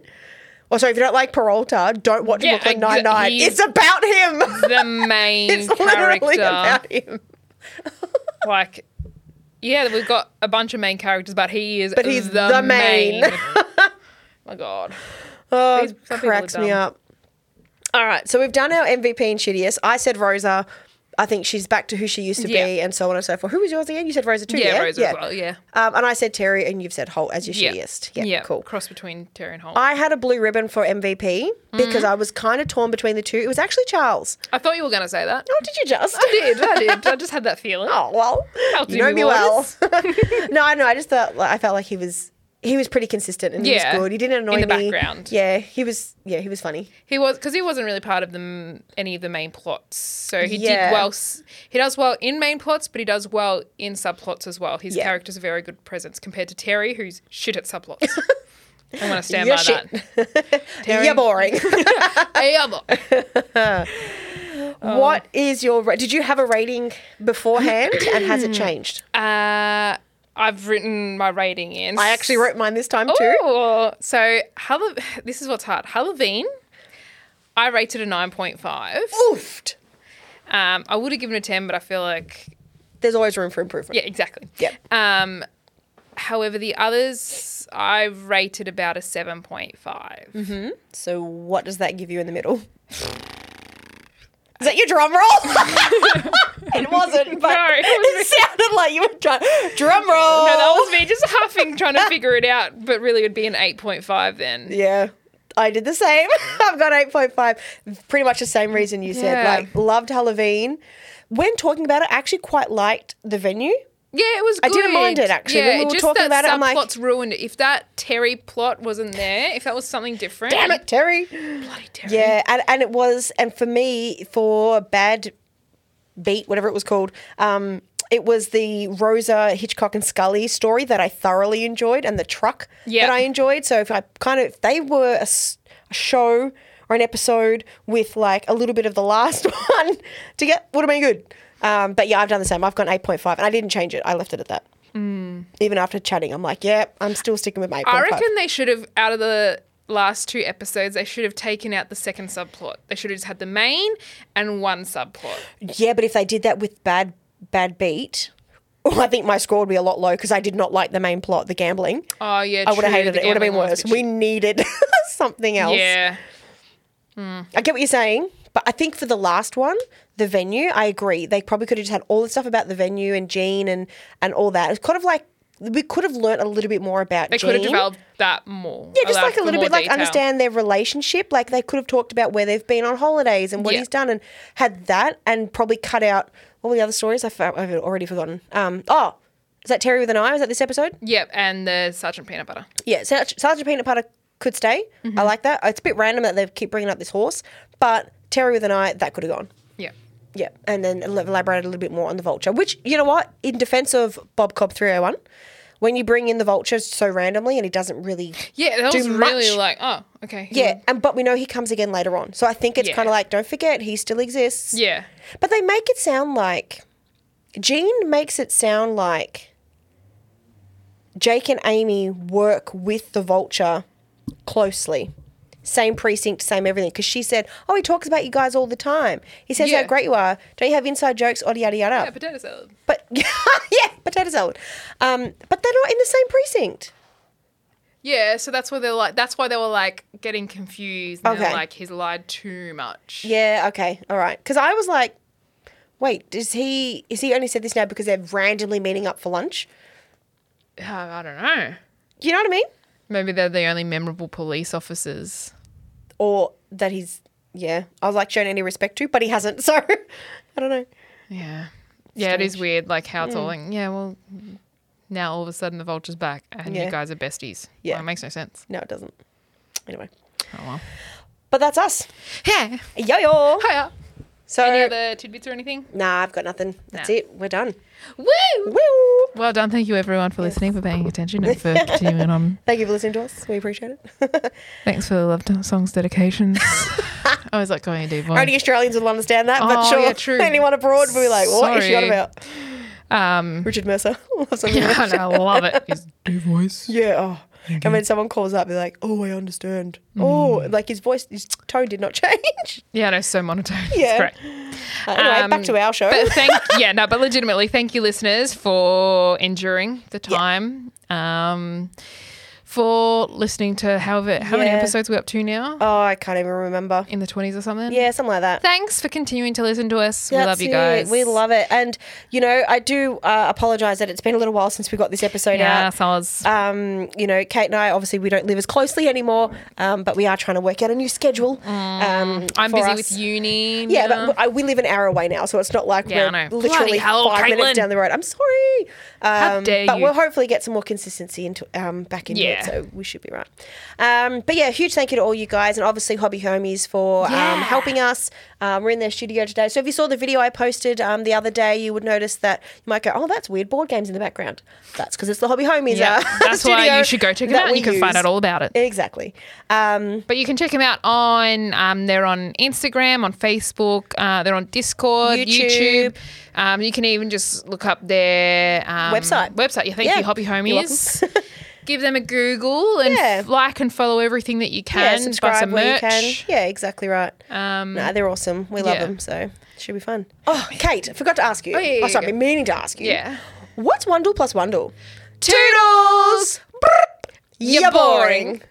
Speaker 2: or sorry, if you don't like Peralta, don't watch
Speaker 1: Yeah,
Speaker 2: Brooklyn
Speaker 1: exa-
Speaker 2: Nine Nine.
Speaker 1: he's
Speaker 2: It's about him.
Speaker 1: The main
Speaker 2: it's literally
Speaker 1: character.
Speaker 2: about him.
Speaker 1: like yeah we've got a bunch of main characters but he is
Speaker 2: But he's the main.
Speaker 1: my god
Speaker 2: Oh,
Speaker 1: These- some people are
Speaker 2: cracks me
Speaker 1: dumb.
Speaker 2: up. All right, so we've done our MVP and shittiest. I said Rosa. I think she's back to who she used to
Speaker 1: Yeah.
Speaker 2: be, and so on and so forth. Who was yours again? You said Rosa too.
Speaker 1: Yeah,
Speaker 2: Yeah,
Speaker 1: Rosa as well, yeah.
Speaker 2: Um, and I said Terry, and you've said Holt as your
Speaker 1: Yeah.
Speaker 2: shittiest. Yeah,
Speaker 1: yeah
Speaker 2: cool.
Speaker 1: cross between terry and holt I,
Speaker 2: I had a blue ribbon for MVP because
Speaker 1: Mm.
Speaker 2: I was kind of torn between the two. It was actually Charles.
Speaker 1: thought you were going to say that
Speaker 2: Oh, did you just?
Speaker 1: i did i did i just had that feeling
Speaker 2: Oh well,
Speaker 1: How
Speaker 2: you know
Speaker 1: do
Speaker 2: me
Speaker 1: we
Speaker 2: well.
Speaker 1: want
Speaker 2: no, I know. I just thought like, I felt like he was he was pretty consistent and
Speaker 1: Yeah.
Speaker 2: he was good. He didn't
Speaker 1: In
Speaker 2: annoy
Speaker 1: the
Speaker 2: me.
Speaker 1: background.
Speaker 2: Yeah, he was. Yeah, he was funny.
Speaker 1: he was because he wasn't really part of the m- any of the main plots so he
Speaker 2: Yeah.
Speaker 1: did well s- he does well in main plots but he does well in subplots as well his
Speaker 2: Yeah.
Speaker 1: character's a very good presence compared to terry who's shit at subplots i want to stand
Speaker 2: You're
Speaker 1: by
Speaker 2: shit.
Speaker 1: that Terry-
Speaker 2: You're boring.
Speaker 1: Hey, I'm a-
Speaker 2: what is your? Ra- Did you have a rating beforehand, and has it changed?
Speaker 1: Uh, I've written my rating in.
Speaker 2: I actually wrote mine this time too.
Speaker 1: Ooh, so Hall- this is what's hard. Halloween, I rated a nine point five.
Speaker 2: Oofed.
Speaker 1: Um, I would have given it a ten, but I feel like
Speaker 2: There's always room for improvement.
Speaker 1: yeah, exactly.
Speaker 2: Yep.
Speaker 1: Um, however, the others I've rated about a seven point five.
Speaker 2: hmm So what does that give you in the middle? Is that your drum roll? it wasn't, but
Speaker 1: No, it
Speaker 2: it,
Speaker 1: was
Speaker 2: sounded like you were trying. Drum roll.
Speaker 1: No, that was me just huffing, trying to figure it out. But really, it'd be an eight point five then.
Speaker 2: Yeah. I did the same. I've got 8.5. Pretty much the same reason you said.
Speaker 1: Yeah.
Speaker 2: Like, loved Halloween. When talking about it, I actually quite liked the venue.
Speaker 1: Yeah, it was.
Speaker 2: I
Speaker 1: Good.
Speaker 2: didn't mind it, actually.
Speaker 1: Yeah,
Speaker 2: When we were
Speaker 1: just
Speaker 2: talking
Speaker 1: that
Speaker 2: about it, I'm like-
Speaker 1: subplot's ruined. If that Terry plot wasn't there, if that was something different,
Speaker 2: Damn it, Terry.
Speaker 1: bloody Terry.
Speaker 2: Yeah, and, and it was, and for me, for Bad Beat, whatever it was called, um, it was the Rosa Hitchcock and Scully story that I thoroughly enjoyed, and the truck
Speaker 1: Yeah.
Speaker 2: that I enjoyed. So if I kind of, if they were a, s- a show or an episode with like a little bit of the last one to get, would have been good. Um, but yeah, I've done the same. I've gone eight point five, and I didn't change it. I left it at that. Even after chatting, I'm like, yeah, I'm still sticking with my. 8.5.
Speaker 1: Mm. I reckon they should have out of the last two episodes, they should have taken out the second subplot. They should have just had the main and one subplot.
Speaker 2: Yeah, but if they did that with bad bad beat, I think my score would be a lot low because I did not like the main plot, the gambling.
Speaker 1: Oh yeah,
Speaker 2: I would have
Speaker 1: true,
Speaker 2: hated
Speaker 1: the
Speaker 2: it. It would have been
Speaker 1: gambling was
Speaker 2: worse.
Speaker 1: a bit
Speaker 2: We needed something
Speaker 1: shit.
Speaker 2: else.
Speaker 1: Yeah,
Speaker 2: I get what you're saying, but I think for the last one, the venue, I agree. They probably could have just had all the stuff about the venue and Jean and and all that. It's kind of like we could have learnt a little bit more about
Speaker 1: they could have
Speaker 2: Jean.
Speaker 1: developed that more.
Speaker 2: Yeah, just
Speaker 1: allowed
Speaker 2: like a
Speaker 1: for
Speaker 2: little
Speaker 1: more
Speaker 2: bit, like
Speaker 1: detail.
Speaker 2: understand their relationship. Like they could have talked about where they've been on holidays and what
Speaker 1: Yeah.
Speaker 2: he's done, and had that, and probably cut out all the other stories. I f- I've already forgotten. Um, oh, is that Terry with an eye? Was that this episode?
Speaker 1: Yep, and the Sergeant Peanut Butter.
Speaker 2: Yeah, Sarge- Sergeant Peanut Butter could stay.
Speaker 1: Mm-hmm.
Speaker 2: I like that. It's a bit random that they keep bringing up this horse, but Terry with an eye that could have gone.
Speaker 1: Yeah.
Speaker 2: Yeah, and then el- elaborated a little bit more on the vulture, which you know what, in defense of Bob Cobb three hundred one. When you bring in the vulture so randomly and he doesn't really
Speaker 1: Yeah, that
Speaker 2: do
Speaker 1: was really
Speaker 2: much.
Speaker 1: like, oh, okay. he
Speaker 2: Yeah,
Speaker 1: went-
Speaker 2: and but we know he comes again later on. So I think it's
Speaker 1: Yeah.
Speaker 2: kind of like don't forget he still exists.
Speaker 1: Yeah.
Speaker 2: But they make it sound like Jean makes it sound like Jake and Amy work with the vulture closely. Same precinct, same everything. Because she said, "Oh, he talks about you guys all the time. He says
Speaker 1: Yeah.
Speaker 2: how great you are. Don't you have inside jokes? Odd yada yada."
Speaker 1: Yeah, potato salad.
Speaker 2: but yeah, potato salad. Um, but they're not in the same precinct.
Speaker 1: Yeah, so that's why they're like. That's why they were like getting confused. And
Speaker 2: Okay.
Speaker 1: They're like, he's lied too much.
Speaker 2: Yeah. Okay. All right. Because I was like, wait, does he? Is he only said this now because they're randomly meeting up for lunch?
Speaker 1: Uh, I don't know.
Speaker 2: You know what I mean?
Speaker 1: Maybe they're the only memorable police officers.
Speaker 2: Or that he's yeah. I was like shown any respect to, but he hasn't. So I don't know.
Speaker 1: Yeah. Hmm. Yeah, it is weird, like how it's all like, yeah, well, now all of a sudden the vulture's back and
Speaker 2: Yeah.
Speaker 1: you guys are besties.
Speaker 2: Yeah.
Speaker 1: Yeah. it makes no sense.
Speaker 2: No, it doesn't. Anyway,
Speaker 1: Oh, well.
Speaker 2: but that's us.
Speaker 1: Yeah.
Speaker 2: Yo yo.
Speaker 1: Hiya.
Speaker 2: So-
Speaker 1: any other tidbits or anything?
Speaker 2: Nah, I've got nothing. That's
Speaker 1: Nah.
Speaker 2: it. We're done.
Speaker 1: Woo!
Speaker 2: Woo!
Speaker 1: Well done. Thank you everyone for listening, for paying attention, and for continuing on.
Speaker 2: Thank you for listening to us. We appreciate it.
Speaker 1: Thanks for the love songs dedications. I always like going into voice.
Speaker 2: Only Australians will understand that, but
Speaker 1: Oh,
Speaker 2: sure.
Speaker 1: yeah, true.
Speaker 2: Anyone abroad will be like, what is she on
Speaker 1: Sorry.
Speaker 2: about?
Speaker 1: Um,
Speaker 2: Richard Mercer. Loves him
Speaker 1: yeah,
Speaker 2: very
Speaker 1: and I
Speaker 2: much.
Speaker 1: love it. His voice.
Speaker 2: Yeah. Oh.
Speaker 1: Mm-hmm.
Speaker 2: And when someone calls up, they're like, oh, I understand. Oh,
Speaker 1: Mm.
Speaker 2: like his voice, his tone did not change.
Speaker 1: Yeah, no, so monotone.
Speaker 2: Yeah.
Speaker 1: It's great.
Speaker 2: Uh, anyway, back to our show.
Speaker 1: Um, But thank yeah, no, but legitimately, thank you, listeners, for enduring the time. Um, for listening to however how many
Speaker 2: Yeah.
Speaker 1: episodes we're up to now
Speaker 2: Oh, I can't even remember.
Speaker 1: in the twenties or something.
Speaker 2: Yeah, something like that.
Speaker 1: Thanks for continuing to listen to us. we love
Speaker 2: That's
Speaker 1: you
Speaker 2: it.
Speaker 1: guys.
Speaker 2: We love it. And, you know, I do uh, apologise that it's been a little while since we got this episode
Speaker 1: Yeah,
Speaker 2: out.
Speaker 1: so I was-
Speaker 2: Um, you know, Kate and I, obviously, we don't live as closely anymore, um, but we are trying to work out a new schedule. Um,
Speaker 1: Mm. I'm
Speaker 2: for
Speaker 1: busy
Speaker 2: us.
Speaker 1: with uni.
Speaker 2: Yeah,
Speaker 1: now.
Speaker 2: but I, we live an hour away now, so it's not like
Speaker 1: Yeah, I
Speaker 2: we're
Speaker 1: know. Bloody
Speaker 2: literally
Speaker 1: hell,
Speaker 2: five
Speaker 1: Caitlin.
Speaker 2: minutes down the road. I'm sorry. Um,
Speaker 1: How dare
Speaker 2: but
Speaker 1: you.
Speaker 2: we'll hopefully get some more consistency into um, back into
Speaker 1: Yeah.
Speaker 2: it, so we should be right. Um, but yeah, huge thank you to all you guys, and obviously Hobby Homies for um,
Speaker 1: Yeah.
Speaker 2: helping us. Um, we're in their studio today, so if you saw the video I posted um, the other day, you would notice that you might go, "Oh, that's weird board games in the background." That's because it's the Hobby Homies.
Speaker 1: Yeah,
Speaker 2: uh,
Speaker 1: that's why
Speaker 2: studio
Speaker 1: you should go check it
Speaker 2: that
Speaker 1: out and
Speaker 2: we
Speaker 1: you can find
Speaker 2: use.
Speaker 1: out all about it.
Speaker 2: Exactly. Um,
Speaker 1: But you can check them out on um, they're on Instagram, on Facebook, uh, they're on Discord,
Speaker 2: YouTube.
Speaker 1: YouTube. Um, you can even just look up their um,
Speaker 2: Website.
Speaker 1: Website, yeah. Thank
Speaker 2: Yeah.
Speaker 1: you, Hobby
Speaker 2: You're
Speaker 1: Homies. Give them a Google and
Speaker 2: Yeah.
Speaker 1: f- like and follow everything that you can.
Speaker 2: yeah,
Speaker 1: Buy
Speaker 2: subscribe
Speaker 1: some
Speaker 2: where
Speaker 1: merch.
Speaker 2: you can. Yeah, exactly right.
Speaker 1: Um,
Speaker 2: Nah, they're awesome. We love
Speaker 1: yeah.
Speaker 2: them, so it should be fun. Oh, Kate, I forgot to ask you.
Speaker 1: Oh, yeah, yeah,
Speaker 2: oh sorry,
Speaker 1: yeah.
Speaker 2: I've been meaning to ask you.
Speaker 1: Yeah.
Speaker 2: What's Wondle plus Wondle?
Speaker 1: Toodles!
Speaker 2: You're boring.